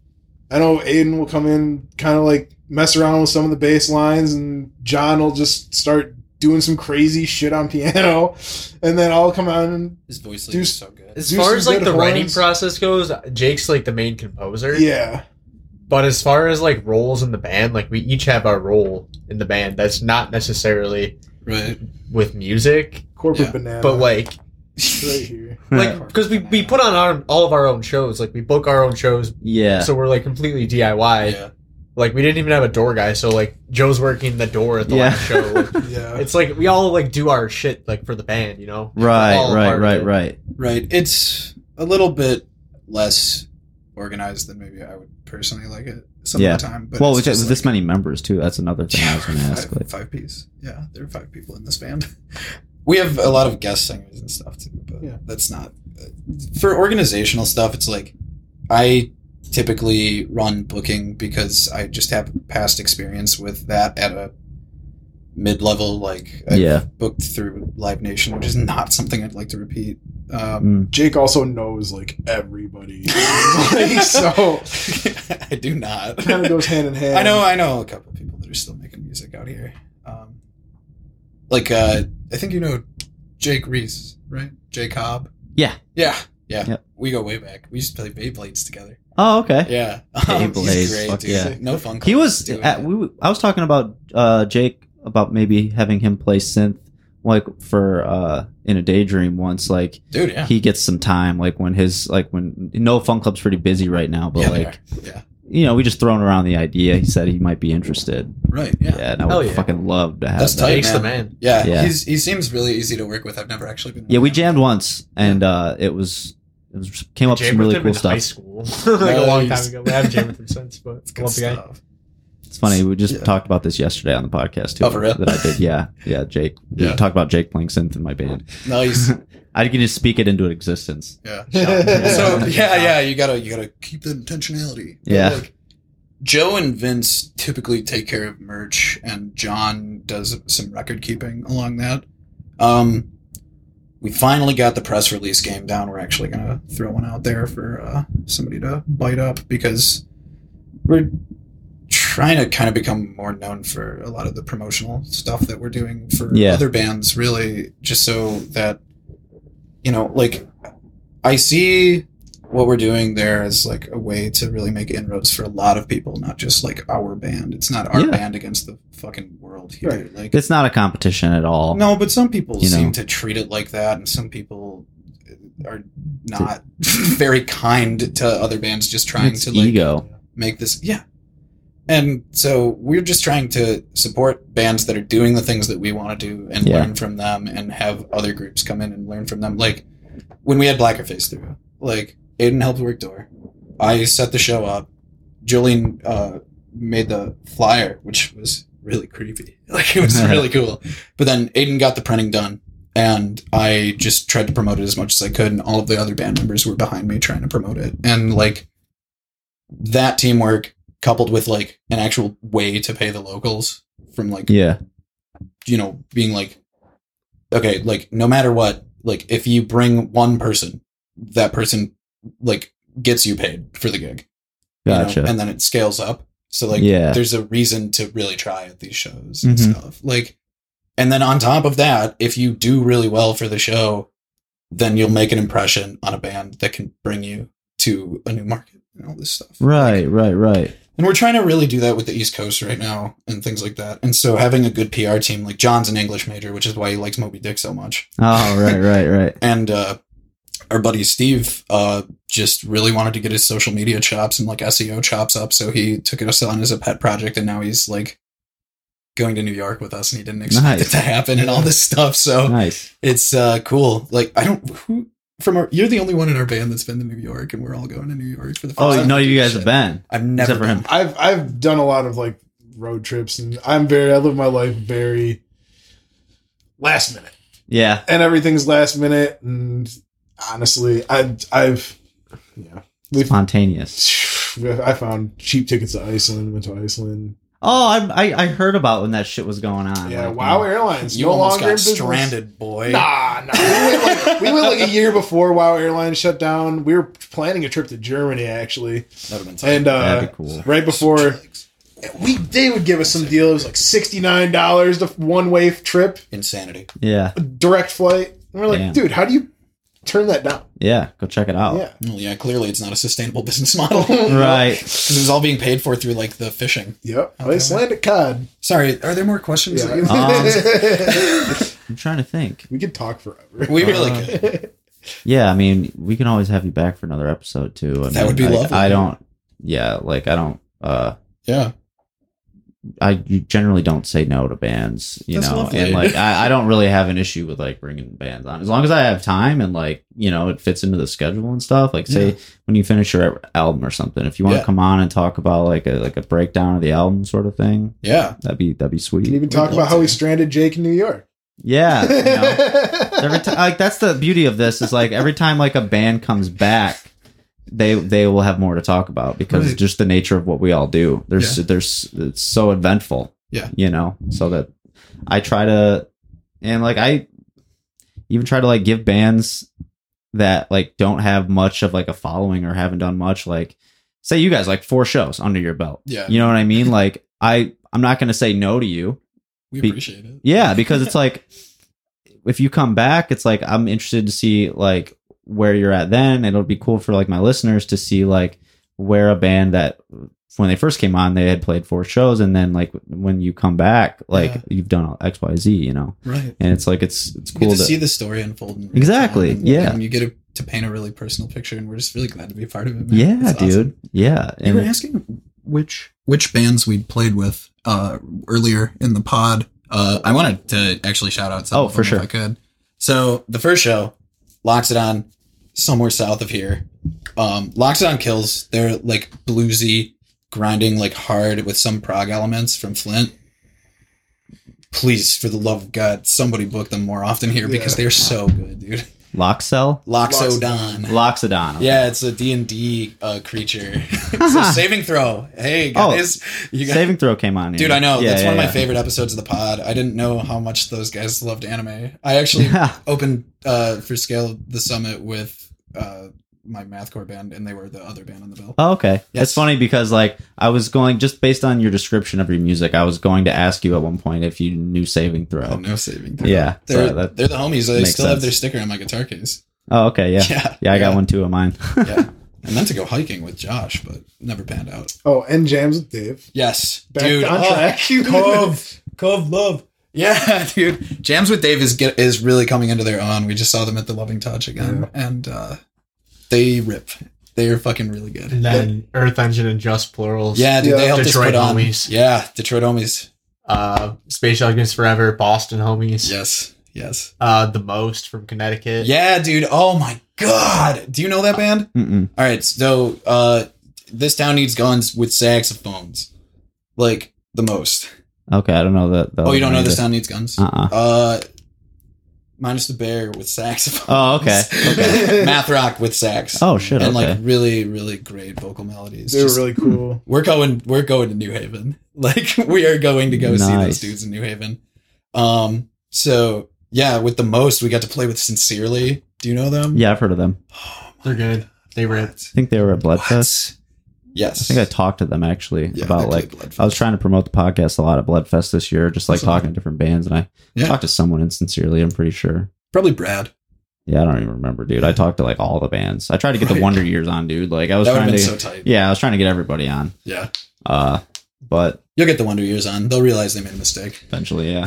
[SPEAKER 2] I know Aiden will come in, kind of like mess around with some of the bass lines, and John will just start doing some crazy shit on piano, and then I'll come out and
[SPEAKER 3] His voice
[SPEAKER 2] Dude.
[SPEAKER 3] is so good.
[SPEAKER 4] As
[SPEAKER 2] Do
[SPEAKER 4] far
[SPEAKER 2] some
[SPEAKER 4] as like
[SPEAKER 2] good
[SPEAKER 4] the writing
[SPEAKER 2] horns.
[SPEAKER 4] process goes, Jake's like the main composer.
[SPEAKER 2] yeah,
[SPEAKER 4] But as far as like roles in the band, like we each have our role in the band. That's not necessarily
[SPEAKER 3] Right.
[SPEAKER 4] with music,
[SPEAKER 2] corporate
[SPEAKER 3] Yeah,
[SPEAKER 2] banana.
[SPEAKER 4] but like
[SPEAKER 2] right here,
[SPEAKER 4] like because we, we put on our all of our own shows. Like we book our own shows,
[SPEAKER 1] yeah,
[SPEAKER 4] so we're like completely DIY.
[SPEAKER 3] yeah.
[SPEAKER 4] Like we didn't even have a door guy, so like Joe's working the door at the
[SPEAKER 1] Yeah.
[SPEAKER 4] last show. Like,
[SPEAKER 2] yeah.
[SPEAKER 4] it's like we all like do our shit like for the band, you know?
[SPEAKER 1] right,
[SPEAKER 4] all
[SPEAKER 1] right,
[SPEAKER 4] part of
[SPEAKER 1] right,
[SPEAKER 4] it.
[SPEAKER 1] right.
[SPEAKER 3] Right. It's a little bit less organized than maybe I would personally like it some
[SPEAKER 1] Yeah.
[SPEAKER 3] of the time. But
[SPEAKER 1] well,
[SPEAKER 3] it's
[SPEAKER 1] with,
[SPEAKER 3] just
[SPEAKER 1] with this
[SPEAKER 3] like-
[SPEAKER 1] many members too, that's another thing I was going to
[SPEAKER 3] Yeah,
[SPEAKER 1] ask.
[SPEAKER 3] five,
[SPEAKER 1] Like,
[SPEAKER 3] five piece. Yeah, there are five people in this band. we have a lot of guest singers and stuff too, but
[SPEAKER 2] Yeah.
[SPEAKER 3] that's not uh, for organizational stuff. It's like I typically run booking because I just have past experience with that at a mid level. Like I've
[SPEAKER 1] Yeah.
[SPEAKER 3] booked through Live Nation, which is not something I'd like to repeat. Um,
[SPEAKER 1] Mm.
[SPEAKER 2] Jake also knows like everybody, like, so
[SPEAKER 3] I do not.
[SPEAKER 2] kind of goes hand in hand.
[SPEAKER 3] I know,
[SPEAKER 1] Um,
[SPEAKER 3] I know a couple people that are still making music out here. Um, like, uh, I think you know Jake Reese, right? Jake Cobb.
[SPEAKER 1] Yeah.
[SPEAKER 3] Yeah. Yeah.
[SPEAKER 1] Yep.
[SPEAKER 3] We go way back. We used to play Beyblades together.
[SPEAKER 1] Oh, okay.
[SPEAKER 3] Yeah.
[SPEAKER 1] Beyblades,
[SPEAKER 3] He's great,
[SPEAKER 1] fuck
[SPEAKER 3] dude.
[SPEAKER 1] yeah.
[SPEAKER 3] No fun.
[SPEAKER 1] He
[SPEAKER 3] club
[SPEAKER 1] was.
[SPEAKER 3] doing
[SPEAKER 1] At,
[SPEAKER 3] that.
[SPEAKER 1] we, were- I was talking about uh, Jake about maybe having him play synth like for uh, in a daydream once. Like
[SPEAKER 3] dude. Yeah.
[SPEAKER 1] he gets some time. Like when his like when no fun club's pretty busy right now, but
[SPEAKER 3] yeah, they
[SPEAKER 1] like
[SPEAKER 3] are. yeah.
[SPEAKER 1] you know we just thrown around the idea. He said he might be interested.
[SPEAKER 3] Right. Yeah.
[SPEAKER 1] Yeah, and I
[SPEAKER 4] Hell
[SPEAKER 1] would
[SPEAKER 4] yeah.
[SPEAKER 1] fucking love to have.
[SPEAKER 3] That's
[SPEAKER 1] that.
[SPEAKER 3] tight,
[SPEAKER 4] Jake's
[SPEAKER 3] man.
[SPEAKER 4] the man.
[SPEAKER 3] Yeah.
[SPEAKER 1] Yeah.
[SPEAKER 3] He's he seems really easy to work with. I've never actually been.
[SPEAKER 1] Yeah, we jammed once, and uh, it was it was came up with some
[SPEAKER 4] with
[SPEAKER 1] really
[SPEAKER 4] him
[SPEAKER 1] cool
[SPEAKER 4] in high
[SPEAKER 1] stuff.
[SPEAKER 4] school, like a long
[SPEAKER 3] Nice.
[SPEAKER 4] time ago. I haven't jammed with him since, but
[SPEAKER 3] Good
[SPEAKER 4] love the guy.
[SPEAKER 3] stuff.
[SPEAKER 1] It's funny we just
[SPEAKER 3] Yeah.
[SPEAKER 1] talked about this yesterday on the podcast too.
[SPEAKER 3] Oh, for real?
[SPEAKER 1] That I did. Yeah, yeah. Jake,
[SPEAKER 3] Yeah.
[SPEAKER 1] we talked about Jake playing synth in my band.
[SPEAKER 3] Nice.
[SPEAKER 1] I can just speak it into existence.
[SPEAKER 3] Yeah.
[SPEAKER 2] Yeah.
[SPEAKER 3] so yeah, yeah, you gotta you gotta keep the intentionality. But,
[SPEAKER 1] Yeah.
[SPEAKER 3] like, Joe and Vince typically take care of merch, and John does some record keeping along that. Um, we finally got the press release game down. We're actually gonna throw one out there for uh, somebody to bite up because we're trying to kind of become more known for a lot of the promotional stuff that we're doing for
[SPEAKER 1] Yeah.
[SPEAKER 3] other bands, really, just so that you know, like I see what we're doing there as like a way to really make inroads for a lot of people, not just like our band. It's not our
[SPEAKER 1] Yeah.
[SPEAKER 3] band against the fucking world here.
[SPEAKER 2] Right.
[SPEAKER 3] Like
[SPEAKER 1] It's not a competition at all.
[SPEAKER 3] no, but some people
[SPEAKER 1] You
[SPEAKER 3] seem
[SPEAKER 1] know.
[SPEAKER 3] to treat it like that, and some people uh, are not very kind to other bands just trying
[SPEAKER 1] it's
[SPEAKER 3] to like
[SPEAKER 1] ego.
[SPEAKER 3] make this yeah and so we're just trying to support bands that are doing the things that we want to do and
[SPEAKER 1] Yeah.
[SPEAKER 3] learn from them and have other groups come in and learn from them like when we had blackerface through like aiden helped work door i set the show up julian uh, made the flyer which was really creepy like it was really cool but then aiden got the printing done and i just tried to promote it as much as i could and all of the other band members were behind me trying to promote it and like that teamwork coupled with like an actual way to pay the locals from like
[SPEAKER 1] Yeah,
[SPEAKER 3] you know being like okay like no matter what like if you bring one person that person like gets you paid for the gig you know?
[SPEAKER 1] gotcha.
[SPEAKER 3] and then it scales up so like
[SPEAKER 1] Yeah.
[SPEAKER 3] there's a reason to really try at these shows and
[SPEAKER 1] Mhm.
[SPEAKER 3] stuff like and then on top of that if you do really well for the show then you'll make an impression on a band that can bring you to a new market and all this stuff
[SPEAKER 1] right, right, right.
[SPEAKER 3] and we're trying to really do that with the East Coast right now and things like that. And so having a good PR team, like John's an English major, which is why he likes Moby Dick so much.
[SPEAKER 1] Oh, right, right, right.
[SPEAKER 3] And uh, our buddy Steve uh, just really wanted to get his social media chops and like SEO chops up. So he took it on as a pet project and now he's like going to New York with us and he didn't expect
[SPEAKER 1] Nice.
[SPEAKER 3] it to happen and all this stuff. So
[SPEAKER 1] Nice.
[SPEAKER 3] it's uh, cool. Like, I don't, who, from our, you're the only one in our band that's been to New York and we're all going to New York for the first
[SPEAKER 1] Oh
[SPEAKER 3] time.
[SPEAKER 1] no, you guys have
[SPEAKER 3] Shit.
[SPEAKER 1] been.
[SPEAKER 3] I've never
[SPEAKER 1] Except for
[SPEAKER 3] been.
[SPEAKER 1] him.
[SPEAKER 2] I've I've done a lot of like road trips, and I'm very I live my life very last minute,
[SPEAKER 1] Yeah,
[SPEAKER 2] and everything's last minute. And honestly, I I've yeah, we
[SPEAKER 1] spontaneous.
[SPEAKER 2] I found cheap tickets to Iceland. Went to Iceland.
[SPEAKER 1] Oh, I, I I heard about when that shit was going on.
[SPEAKER 2] Yeah,
[SPEAKER 1] Like,
[SPEAKER 2] Wow Airlines.
[SPEAKER 3] You
[SPEAKER 2] no
[SPEAKER 3] almost
[SPEAKER 2] longer
[SPEAKER 3] got
[SPEAKER 2] in business.
[SPEAKER 3] stranded, boy.
[SPEAKER 2] Nah, nah. We went, like, we went like a year before WoW Airlines shut down. We were planning a trip to Germany actually,
[SPEAKER 3] That would've been tough.
[SPEAKER 2] and uh,
[SPEAKER 1] That'd be cool.
[SPEAKER 2] right before we they would give us some deal. It was like sixty nine dollars the one way trip,
[SPEAKER 3] insanity.
[SPEAKER 1] Yeah,
[SPEAKER 2] direct flight. And we're like,
[SPEAKER 1] Damn. Oh.
[SPEAKER 2] dude, how do you turn that down?
[SPEAKER 1] yeah. Go check it out.
[SPEAKER 2] Yeah,
[SPEAKER 3] Well, yeah, clearly it's not a sustainable business model
[SPEAKER 1] Right.
[SPEAKER 3] because it was all being paid for through like the fishing.
[SPEAKER 2] yep.
[SPEAKER 3] Okay.
[SPEAKER 2] Icelandic cod.
[SPEAKER 3] Sorry, are there more questions?
[SPEAKER 2] Yeah.
[SPEAKER 3] that you-
[SPEAKER 1] I'm trying to think.
[SPEAKER 2] we could talk forever.
[SPEAKER 3] we really could.
[SPEAKER 1] Yeah, I mean, we can always have you back for another episode too. I
[SPEAKER 3] That
[SPEAKER 1] mean,
[SPEAKER 3] would be
[SPEAKER 1] like,
[SPEAKER 3] lovely.
[SPEAKER 1] I don't. Yeah, like I don't. uh
[SPEAKER 3] Yeah,
[SPEAKER 1] I generally don't say no to bands, you
[SPEAKER 3] That's
[SPEAKER 1] know,
[SPEAKER 3] lovely.
[SPEAKER 1] and like I, I don't really have an issue with like bringing bands on as long as I have time and like you know it fits into the schedule and stuff. Like say
[SPEAKER 3] Yeah.
[SPEAKER 1] when you finish your album or something, if you want to
[SPEAKER 3] Yeah.
[SPEAKER 1] come on and talk about like a like a breakdown of the album sort of thing,
[SPEAKER 3] yeah.
[SPEAKER 1] that'd be that'd be
[SPEAKER 2] We can
[SPEAKER 1] sweet.
[SPEAKER 2] even talk
[SPEAKER 3] We'd love
[SPEAKER 2] about how
[SPEAKER 3] to.
[SPEAKER 2] we stranded Jake in New York.
[SPEAKER 1] Yeah. you know. every time, like that's the beauty of this is like every time like a band comes back, they they will have more to talk about because
[SPEAKER 4] Right.
[SPEAKER 1] just the nature of what we all do. There's there's it's so eventful.
[SPEAKER 3] Yeah.
[SPEAKER 1] You know, so that I try to and like I even try to like give bands that like don't have much of like a following or haven't done much like say you guys like four shows under your belt.
[SPEAKER 3] Yeah.
[SPEAKER 1] You know what I mean? Like I I'm not going to say no to you.
[SPEAKER 3] We
[SPEAKER 1] Be-
[SPEAKER 3] appreciate it.
[SPEAKER 1] Yeah, because it's like if you come back, it's like I'm interested to see like where you're at then. and It'll be cool for like my listeners to see like where a band that when they first came on they had played four shows and then like when you come back like
[SPEAKER 3] Yeah.
[SPEAKER 1] you've done X Y Z, you know.
[SPEAKER 3] Right.
[SPEAKER 1] And it's like it's it's
[SPEAKER 3] You
[SPEAKER 1] cool
[SPEAKER 3] get
[SPEAKER 1] to,
[SPEAKER 3] to see the story unfold. in real
[SPEAKER 1] Exactly,
[SPEAKER 3] time, and-
[SPEAKER 1] yeah.
[SPEAKER 3] and you get to- to paint a really personal picture, and we're just really glad to be a part of it. man.
[SPEAKER 1] Yeah,
[SPEAKER 3] It's awesome.
[SPEAKER 1] dude. Yeah.
[SPEAKER 3] You
[SPEAKER 1] And
[SPEAKER 3] were asking which which bands we played with uh, earlier in the pod. Uh, I wanted to actually shout out. Some
[SPEAKER 1] Oh,
[SPEAKER 3] of
[SPEAKER 1] for
[SPEAKER 3] them
[SPEAKER 1] sure.
[SPEAKER 3] if I could. So the first show, Loxodon, somewhere south of here. Um, Loxodon kills. They're like bluesy, grinding like hard with some prog elements from Flint. Please, for the love of God, somebody book them more often here because
[SPEAKER 2] Yeah.
[SPEAKER 3] they're so good, dude.
[SPEAKER 1] Loxel?
[SPEAKER 3] Loxodon.
[SPEAKER 1] Loxodon.
[SPEAKER 3] Yeah, it's a D and D uh, creature. so saving throw. Hey guys, you
[SPEAKER 1] Uh-huh.
[SPEAKER 3] guys.
[SPEAKER 1] Oh, Saving throw came on.
[SPEAKER 3] Dude,
[SPEAKER 1] here.
[SPEAKER 3] I know
[SPEAKER 1] Yeah,
[SPEAKER 3] that's
[SPEAKER 1] yeah,
[SPEAKER 3] one of my
[SPEAKER 1] yeah.
[SPEAKER 3] favorite episodes of the pod. I didn't know how much those guys loved anime. I actually opened uh, for Scale of the Summit with uh, my mathcore band, and they were the other band on the bill.
[SPEAKER 1] Oh, okay.
[SPEAKER 3] Yes.
[SPEAKER 1] It's funny because like I was going just based on your description of your music, I was going to ask you at one point if you knew Saving Throw.
[SPEAKER 3] Oh, no saving throw.
[SPEAKER 1] yeah.
[SPEAKER 3] They're,
[SPEAKER 1] so that-
[SPEAKER 3] they're the homies. I
[SPEAKER 1] makes
[SPEAKER 3] still have their
[SPEAKER 1] sense.
[SPEAKER 3] sticker on my guitar case.
[SPEAKER 1] oh, okay. Yeah. yeah.
[SPEAKER 3] yeah,
[SPEAKER 1] I got one too of mine.
[SPEAKER 3] yeah, and meant to go hiking with Josh, but never panned out.
[SPEAKER 2] oh, and jams with Dave.
[SPEAKER 3] Yes,
[SPEAKER 2] Back
[SPEAKER 3] dude.
[SPEAKER 2] on
[SPEAKER 3] oh,
[SPEAKER 2] track.
[SPEAKER 3] Cove, Cove Love. Yeah, dude. Jams with Dave is get, is really coming into their own. We just saw them at the Loving Touch again, and uh, they rip. They are fucking really good.
[SPEAKER 4] And then Earth Engine and Just Plurals.
[SPEAKER 3] Yeah, dude.
[SPEAKER 2] Yeah.
[SPEAKER 3] They helped us put
[SPEAKER 4] Detroit
[SPEAKER 3] on.
[SPEAKER 4] homies.
[SPEAKER 3] Yeah, Detroit homies.
[SPEAKER 4] Uh, Space Alchemist Forever, Boston Homies.
[SPEAKER 3] Yes, yes.
[SPEAKER 4] Uh, the Most from Connecticut.
[SPEAKER 3] Yeah, dude. Oh my god. Do you know that band?
[SPEAKER 1] Mm-mm.
[SPEAKER 3] All right. So, uh, this town needs guns with saxophones, like the most.
[SPEAKER 1] Okay. I don't know that. that
[SPEAKER 3] Oh, you don't know this
[SPEAKER 1] Uh
[SPEAKER 3] town needs guns?
[SPEAKER 1] uh
[SPEAKER 3] Uh, minus the bear with saxophone.
[SPEAKER 1] Oh, okay.
[SPEAKER 2] Okay.
[SPEAKER 3] Math rock with sax.
[SPEAKER 1] Oh shit.
[SPEAKER 3] and
[SPEAKER 1] Okay.
[SPEAKER 3] like really, really great vocal melodies.
[SPEAKER 2] They were
[SPEAKER 3] Just-
[SPEAKER 2] really cool.
[SPEAKER 3] we're going. We're going to New Haven. Like we are going to go see
[SPEAKER 1] Nice.
[SPEAKER 3] those dudes in New Haven. Um. So yeah, with the most we got to play with sincerely. Do you know them?
[SPEAKER 1] yeah, I've heard of them. I
[SPEAKER 4] They're good. They rip.
[SPEAKER 1] think they were at Bloodfest.
[SPEAKER 3] Yes.
[SPEAKER 1] I think I talked to them actually
[SPEAKER 3] Yeah,
[SPEAKER 1] about
[SPEAKER 3] they
[SPEAKER 1] like
[SPEAKER 3] played Bloodfest.
[SPEAKER 1] I was trying to promote the podcast a lot at Bloodfest this year, just like
[SPEAKER 3] That's
[SPEAKER 1] talking to different bands, and I
[SPEAKER 3] Yeah.
[SPEAKER 1] talked to someone insincerely. I'm pretty sure.
[SPEAKER 3] Probably Brad.
[SPEAKER 1] Yeah, I don't even remember, dude. I talked to like all the bands. I tried to get the
[SPEAKER 3] Right.
[SPEAKER 1] Wonder Years on, dude. Like I was
[SPEAKER 3] That would have
[SPEAKER 1] trying
[SPEAKER 3] been
[SPEAKER 1] to.
[SPEAKER 3] so tight.
[SPEAKER 1] yeah, I was trying to get everybody on.
[SPEAKER 3] Yeah.
[SPEAKER 1] Uh, but
[SPEAKER 3] You'll get the Wonder Years on. They'll realize they made a mistake.
[SPEAKER 1] eventually, yeah.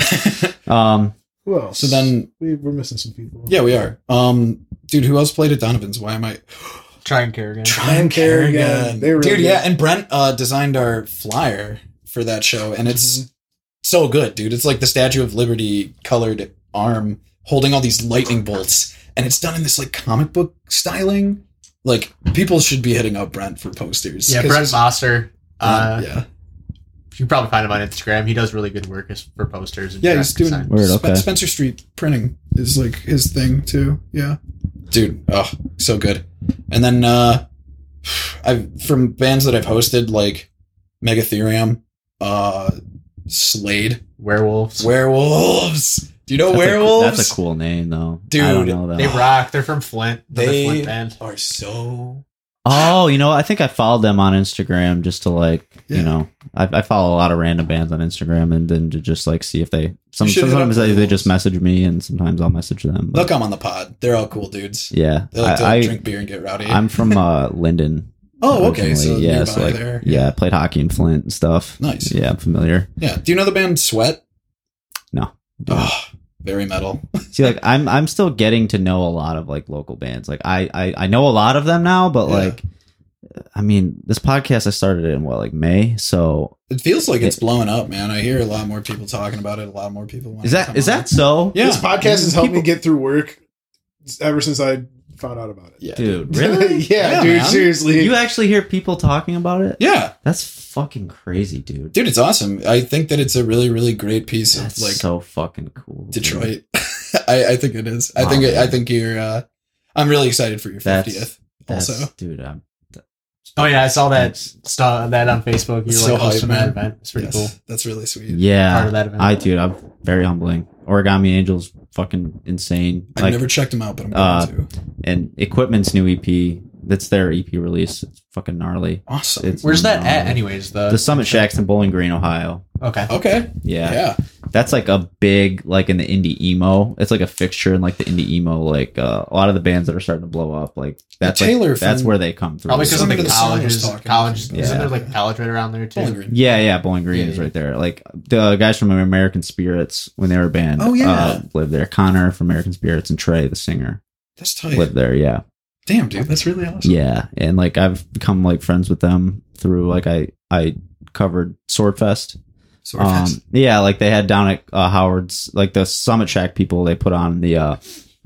[SPEAKER 1] Um,
[SPEAKER 2] Who else?
[SPEAKER 3] so then
[SPEAKER 2] we, we're missing some people.
[SPEAKER 3] Yeah, we are. Um, dude, who else played at Donovan's? Why am I
[SPEAKER 4] Try and Kerrigan.
[SPEAKER 3] Tryon
[SPEAKER 2] Kerrigan.
[SPEAKER 3] Kerrigan?
[SPEAKER 2] They were really
[SPEAKER 3] dude, yeah,
[SPEAKER 2] good.
[SPEAKER 3] and Brent uh, designed our flyer for that show, and
[SPEAKER 2] Mm-hmm.
[SPEAKER 3] it's so good, dude. It's like the Statue of Liberty colored arm holding all these lightning bolts, and it's done in this like comic book styling. Like people should be hitting up Brent for posters.
[SPEAKER 4] Yeah,
[SPEAKER 3] 'cause-
[SPEAKER 4] Brent Foster. Uh,
[SPEAKER 3] yeah,
[SPEAKER 4] you can probably find him on Instagram. He does really good work as, for posters. And
[SPEAKER 3] yeah,
[SPEAKER 4] graphic
[SPEAKER 3] he's doing
[SPEAKER 4] design.
[SPEAKER 1] Weird,
[SPEAKER 3] Spe-
[SPEAKER 1] okay.
[SPEAKER 3] Spencer Street printing is like his thing too. Yeah, dude, oh, so good. And then uh I've from bands that I've hosted like Megatherium, uh, Slade,
[SPEAKER 4] werewolves.
[SPEAKER 3] Werewolves. Do you know
[SPEAKER 1] that's a-
[SPEAKER 3] werewolves?
[SPEAKER 1] that's a cool name, though.
[SPEAKER 3] Dude,
[SPEAKER 1] I don't know that.
[SPEAKER 4] They rock. They're from Flint. They're
[SPEAKER 3] They-
[SPEAKER 4] Flint band.
[SPEAKER 3] Are so
[SPEAKER 1] oh, you know, I think I followed them on Instagram just to like,
[SPEAKER 3] Yeah.
[SPEAKER 1] you know, I, I follow a lot of random bands on Instagram, and then to just like see if they. Some,
[SPEAKER 3] should hit
[SPEAKER 1] sometimes
[SPEAKER 3] up
[SPEAKER 1] they, they
[SPEAKER 3] Werewolves.
[SPEAKER 1] just message me, and sometimes I'll message them.
[SPEAKER 3] they'll
[SPEAKER 1] But,
[SPEAKER 3] come on the pod. They're all cool dudes.
[SPEAKER 1] yeah,
[SPEAKER 3] They like to
[SPEAKER 1] I, I
[SPEAKER 3] drink beer and get rowdy.
[SPEAKER 1] I'm from uh, Linden.
[SPEAKER 3] oh, okay. So
[SPEAKER 1] originally.
[SPEAKER 3] yeah,
[SPEAKER 1] yeah, so like,
[SPEAKER 3] there.
[SPEAKER 1] yeah, I played hockey in Flint and stuff.
[SPEAKER 3] Nice.
[SPEAKER 1] Yeah, I'm familiar.
[SPEAKER 3] Yeah. Do you know the band Sweat?
[SPEAKER 1] No.
[SPEAKER 3] Oh, very metal.
[SPEAKER 1] See, like I'm I'm still getting to know a lot of like local bands. Like I I, I know a lot of them now, but
[SPEAKER 3] Yeah.
[SPEAKER 1] like I mean, this podcast I started in what like May, so
[SPEAKER 3] It feels like it's
[SPEAKER 1] It-
[SPEAKER 3] blowing up, man. I hear a lot more people talking about it. A lot more people. Want
[SPEAKER 1] is
[SPEAKER 3] to
[SPEAKER 1] that
[SPEAKER 3] come
[SPEAKER 1] is
[SPEAKER 3] on.
[SPEAKER 1] that so?
[SPEAKER 3] Yeah.
[SPEAKER 2] This podcast has helped me
[SPEAKER 1] People-
[SPEAKER 2] get through work ever since I found out about it.
[SPEAKER 3] Yeah,
[SPEAKER 1] dude. Really?
[SPEAKER 2] yeah,
[SPEAKER 3] Yeah,
[SPEAKER 2] dude.
[SPEAKER 3] man.
[SPEAKER 2] Seriously.
[SPEAKER 1] You actually hear people talking about it?
[SPEAKER 3] Yeah,
[SPEAKER 1] That's fucking crazy, dude.
[SPEAKER 3] dude, it's awesome. I think that it's a really, really great piece
[SPEAKER 1] That's
[SPEAKER 3] of like
[SPEAKER 1] so fucking cool. dude.
[SPEAKER 3] Detroit. I, I think it is. I
[SPEAKER 1] Wow,
[SPEAKER 3] think it, I
[SPEAKER 1] man.
[SPEAKER 3] think you're. uh I'm really excited for your
[SPEAKER 1] That's-
[SPEAKER 3] fiftieth.
[SPEAKER 1] That's,
[SPEAKER 3] Also,
[SPEAKER 1] dude, I'm,
[SPEAKER 4] Oh yeah, I saw that
[SPEAKER 1] Thanks.
[SPEAKER 4] saw that on Facebook. You're
[SPEAKER 3] It's so
[SPEAKER 4] like
[SPEAKER 3] hype,
[SPEAKER 4] hosting that
[SPEAKER 3] man.
[SPEAKER 4] event. It's pretty
[SPEAKER 3] Yes,
[SPEAKER 4] cool.
[SPEAKER 3] That's really sweet.
[SPEAKER 4] Part of
[SPEAKER 1] yeah,
[SPEAKER 4] that event.
[SPEAKER 1] I dude, I'm very humbling. Origami Angels, fucking insane.
[SPEAKER 3] I've
[SPEAKER 1] like,
[SPEAKER 3] never checked them out, but I'm going
[SPEAKER 1] uh,
[SPEAKER 3] to.
[SPEAKER 1] and Equipment's new EP. That's their EP release. It's fucking gnarly.
[SPEAKER 3] Awesome.
[SPEAKER 1] It's
[SPEAKER 4] Where's that at,
[SPEAKER 1] gnarly.
[SPEAKER 4] anyways? The,
[SPEAKER 1] The Summit Shacks in Bowling Green, Ohio.
[SPEAKER 4] okay.
[SPEAKER 3] okay. Yeah.
[SPEAKER 1] Yeah. that's like a big like in the indie emo. It's like a fixture in like the indie emo. Like uh, a lot of the bands that are starting to blow up, like that's like,
[SPEAKER 3] Taylor
[SPEAKER 1] that's
[SPEAKER 3] from-
[SPEAKER 1] where they come through.
[SPEAKER 4] Probably because
[SPEAKER 3] Some
[SPEAKER 4] of the
[SPEAKER 3] of the song was
[SPEAKER 4] colleges.
[SPEAKER 3] talking.
[SPEAKER 4] College.
[SPEAKER 1] Yeah.
[SPEAKER 4] Isn't there like a college right around there too?
[SPEAKER 3] Bowling Green.
[SPEAKER 1] Yeah, yeah, Bowling Green
[SPEAKER 4] Yeah,
[SPEAKER 1] is
[SPEAKER 4] yeah.
[SPEAKER 1] right there. Like the guys from American Spirits when they were a band,
[SPEAKER 3] Oh, yeah.
[SPEAKER 1] uh, lived there. Connor from American Spirits and Trey, the singer,
[SPEAKER 3] That's
[SPEAKER 4] Oh,
[SPEAKER 3] tight.
[SPEAKER 1] lived there. Yeah,
[SPEAKER 3] Damn, dude, that's really awesome.
[SPEAKER 1] yeah, and like I've become like friends with them through like I I covered Swordfest.
[SPEAKER 3] Sword
[SPEAKER 1] Um,
[SPEAKER 3] fest.
[SPEAKER 1] yeah, like they had down at uh, Howard's, like the Summit Shack people, they put on the uh,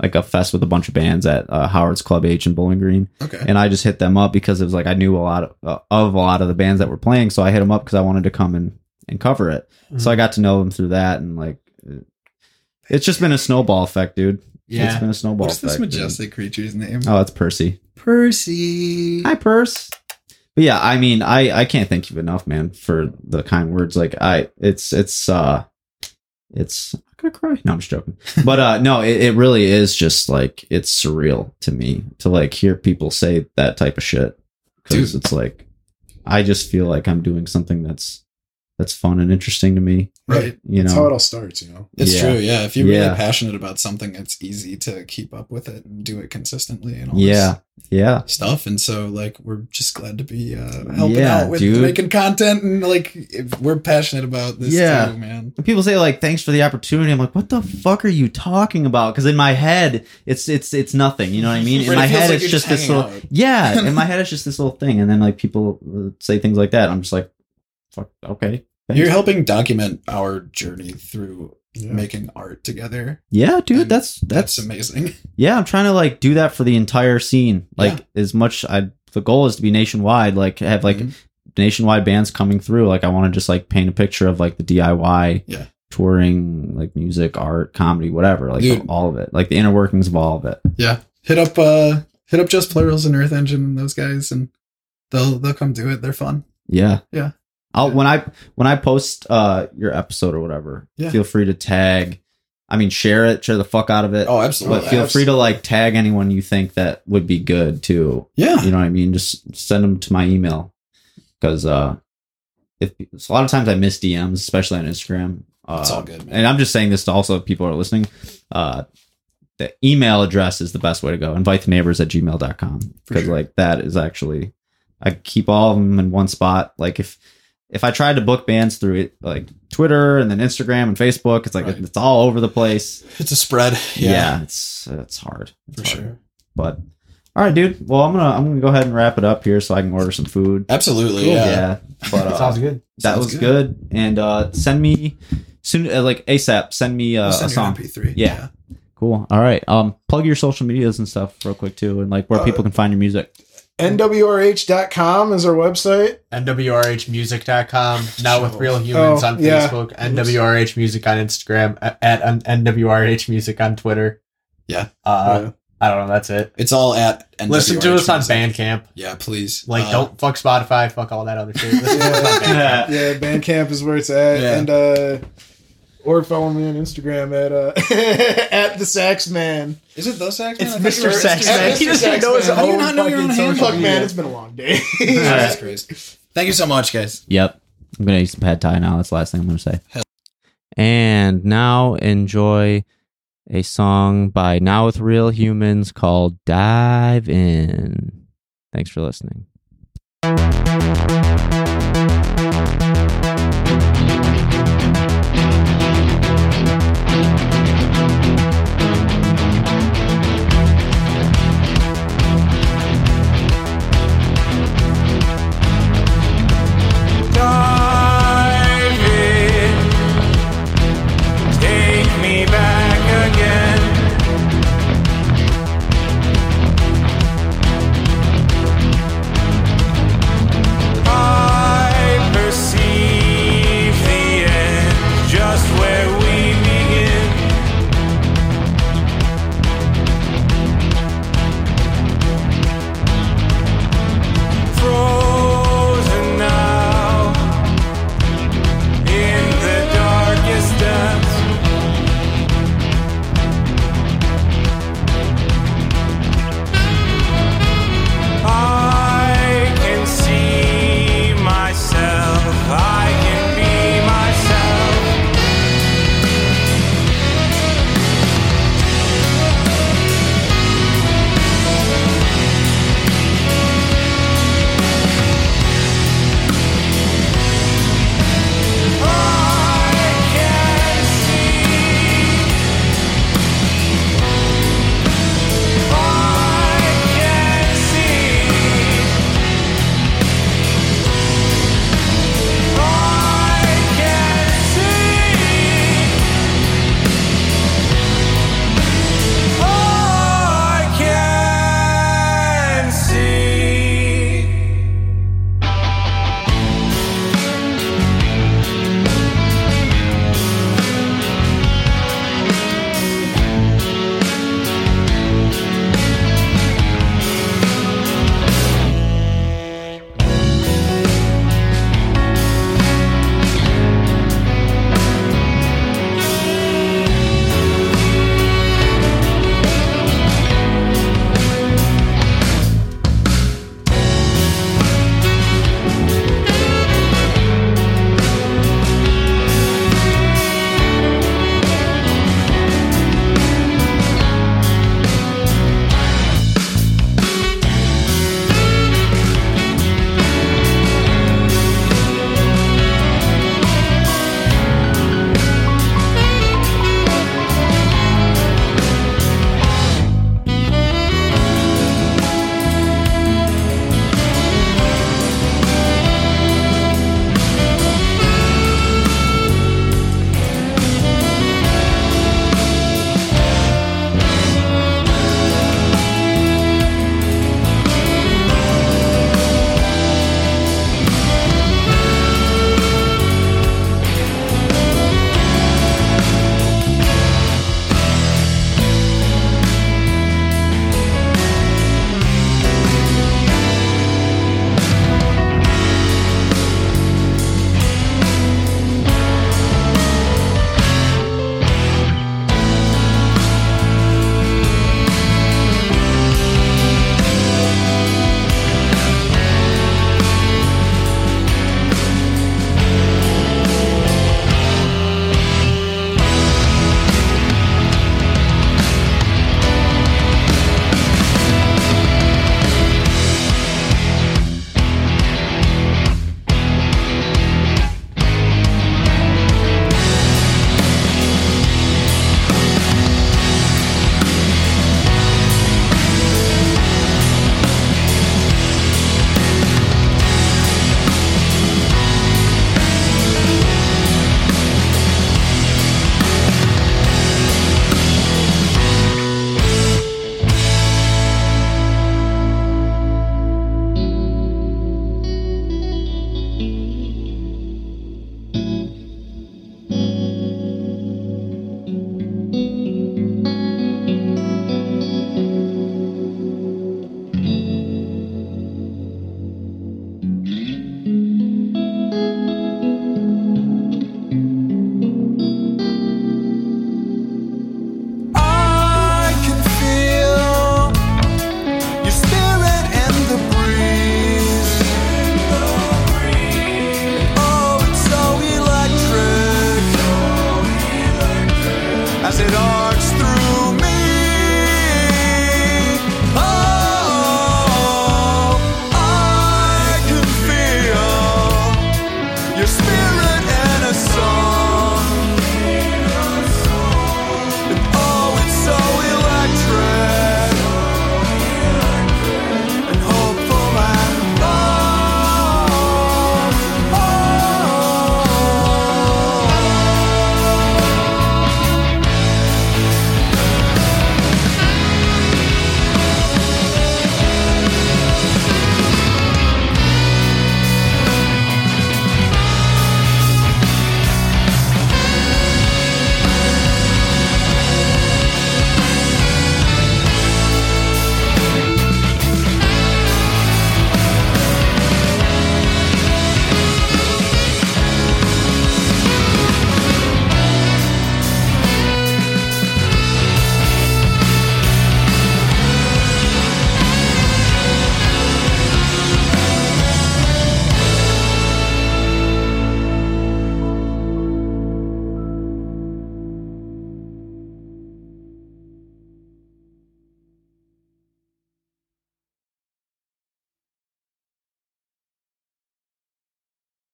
[SPEAKER 1] like a fest with a bunch of bands at uh, Howard's Club H in Bowling Green,
[SPEAKER 3] Okay.
[SPEAKER 1] and I just hit them up because it was like I knew a lot of, uh, of a lot of the bands that were playing, so I hit them up because I wanted to come and and cover it.
[SPEAKER 3] Mm-hmm.
[SPEAKER 1] So I got to know them through that, and like it- it's just been a snowball effect, dude. it's
[SPEAKER 4] Yeah.
[SPEAKER 1] been a snowball.
[SPEAKER 3] What's this
[SPEAKER 1] effect, dude.
[SPEAKER 3] majestic creature's name?
[SPEAKER 1] Oh, that's Percy.
[SPEAKER 3] Percy.
[SPEAKER 1] Hi, Purse. But yeah, I mean, I I can't thank you enough, man, for the kind words. Like I, it's it's uh, it's I'm gonna cry. No, I'm just joking. But uh, no, it, it really is just like it's surreal to me to like hear people say that type of shit because
[SPEAKER 3] Dude.
[SPEAKER 1] it's like I just feel like I'm doing something that's that's fun and interesting to me.
[SPEAKER 3] Right.
[SPEAKER 1] You
[SPEAKER 2] That's how it
[SPEAKER 1] know,
[SPEAKER 2] all starts. You know.
[SPEAKER 3] It's
[SPEAKER 1] Yeah.
[SPEAKER 3] true. Yeah. If you're
[SPEAKER 1] Yeah.
[SPEAKER 3] really passionate about something, it's easy to keep up with it and do it consistently and all
[SPEAKER 1] yeah, yeah.
[SPEAKER 3] this stuff. And so, like, we're just glad to be uh, helping
[SPEAKER 1] Yeah,
[SPEAKER 3] out with
[SPEAKER 1] dude.
[SPEAKER 3] making content and like if we're passionate about this
[SPEAKER 1] Yeah.
[SPEAKER 3] too, man.
[SPEAKER 1] When people say like thanks for the opportunity i'm like what the fuck are you talking about because in my head it's it's it's nothing you know what i mean in
[SPEAKER 3] Right, it
[SPEAKER 1] my
[SPEAKER 3] feels
[SPEAKER 1] head
[SPEAKER 3] like
[SPEAKER 1] it's
[SPEAKER 3] you're
[SPEAKER 1] just
[SPEAKER 3] just
[SPEAKER 1] this
[SPEAKER 3] hanging
[SPEAKER 1] little yeah in my head it's just this little thing and then like people uh, say things like that i'm just like fuck okay thanks.
[SPEAKER 3] You're helping document our journey through
[SPEAKER 2] Yeah.
[SPEAKER 3] making art together.
[SPEAKER 1] yeah dude
[SPEAKER 3] And
[SPEAKER 1] that's
[SPEAKER 3] That's,
[SPEAKER 1] that's
[SPEAKER 3] amazing.
[SPEAKER 1] yeah i'm trying to like do that for the entire scene like
[SPEAKER 3] Yeah.
[SPEAKER 1] as much i the goal is to be nationwide like have like
[SPEAKER 3] Mhm.
[SPEAKER 1] nationwide bands coming through like i want to just like paint a picture of like the diy
[SPEAKER 3] Yeah.
[SPEAKER 1] touring like music art comedy whatever like
[SPEAKER 3] Dude.
[SPEAKER 1] all of it like the inner workings of all of it
[SPEAKER 3] yeah, hit up uh hit up Just Plurals and Earth Engine and those guys, and they'll they'll come do it. They're fun.
[SPEAKER 1] yeah
[SPEAKER 3] Yeah.
[SPEAKER 1] i'll when i when i post uh your episode or whatever
[SPEAKER 3] Yeah.
[SPEAKER 1] feel free to tag i mean share it share the fuck out of it
[SPEAKER 3] Oh, absolutely.
[SPEAKER 1] but feel free to like tag anyone you think that would be good too
[SPEAKER 3] Yeah.
[SPEAKER 1] you know what i mean just send them to my email because uh if so a lot of times i miss dms especially on instagram uh,
[SPEAKER 3] It's all good, man.
[SPEAKER 1] and I'm just saying this to also if people are listening. Uh, the email address is the best way to go. Invite the neighbors at gmail.com
[SPEAKER 3] For
[SPEAKER 1] because
[SPEAKER 3] sure.
[SPEAKER 1] like that is actually I keep all of them in one spot. Like if if I tried to book bands through it, like Twitter and then Instagram and Facebook, it's like
[SPEAKER 3] Right.
[SPEAKER 1] it's all over the place.
[SPEAKER 3] It's a spread.
[SPEAKER 1] Yeah,
[SPEAKER 3] Yeah,
[SPEAKER 1] it's it's hard It's
[SPEAKER 3] for
[SPEAKER 1] hard.
[SPEAKER 3] sure.
[SPEAKER 1] But all right, dude. Well, I'm gonna I'm gonna go ahead and wrap it up here so I can order some food.
[SPEAKER 3] Absolutely. Yeah.
[SPEAKER 1] but uh,
[SPEAKER 4] Sounds good.
[SPEAKER 1] that
[SPEAKER 3] Sounds
[SPEAKER 1] was good. And uh, send me soon, uh, like ASAP. Send me uh,
[SPEAKER 3] We'll send
[SPEAKER 1] a
[SPEAKER 3] you
[SPEAKER 1] song.
[SPEAKER 3] an MP3.
[SPEAKER 1] Yeah. Cool. All right. Um, plug your social medias and stuff real quick too, and like where people can find your music.
[SPEAKER 2] NWRH.com is our website.
[SPEAKER 4] NWRHmusic.com. Now with real humans
[SPEAKER 2] Oh,
[SPEAKER 4] on
[SPEAKER 2] yeah.
[SPEAKER 4] Facebook. NWRH music on Instagram. a- At um, NWRH music on Twitter.
[SPEAKER 3] Yeah.
[SPEAKER 4] Uh,
[SPEAKER 2] Yeah.
[SPEAKER 4] I don't know. That's it.
[SPEAKER 3] It's all at NWRH
[SPEAKER 4] Listen to us on
[SPEAKER 3] music.
[SPEAKER 4] Bandcamp.
[SPEAKER 3] Yeah, please.
[SPEAKER 4] Like,
[SPEAKER 3] Uh,
[SPEAKER 4] don't fuck Spotify. Fuck all that other shit. Listen to us on Bandcamp.
[SPEAKER 1] Yeah.
[SPEAKER 2] Yeah, Bandcamp is where it's at,
[SPEAKER 3] Yeah.
[SPEAKER 2] and uh, or follow me on Instagram at uh, at the Sax Man.
[SPEAKER 3] Is it those Sax?
[SPEAKER 2] It's
[SPEAKER 3] I thought you
[SPEAKER 2] Mr.
[SPEAKER 3] were-
[SPEAKER 2] Sax
[SPEAKER 3] Mr.
[SPEAKER 2] Man.
[SPEAKER 3] Sax
[SPEAKER 2] He doesn't
[SPEAKER 3] Man.
[SPEAKER 2] know his
[SPEAKER 3] How do you
[SPEAKER 2] own
[SPEAKER 3] not know your own
[SPEAKER 2] fucking
[SPEAKER 3] handle?
[SPEAKER 2] Fuck man, it's been a long day.
[SPEAKER 3] Jesus Christ. Thank you so much, guys.
[SPEAKER 1] Yep. I'm gonna eat some pad thai now. That's the last thing I'm gonna say.
[SPEAKER 3] Hell.
[SPEAKER 1] And now enjoy a song by Now with Real Humans called "Dive In." Thanks for listening.
[SPEAKER 5] Thank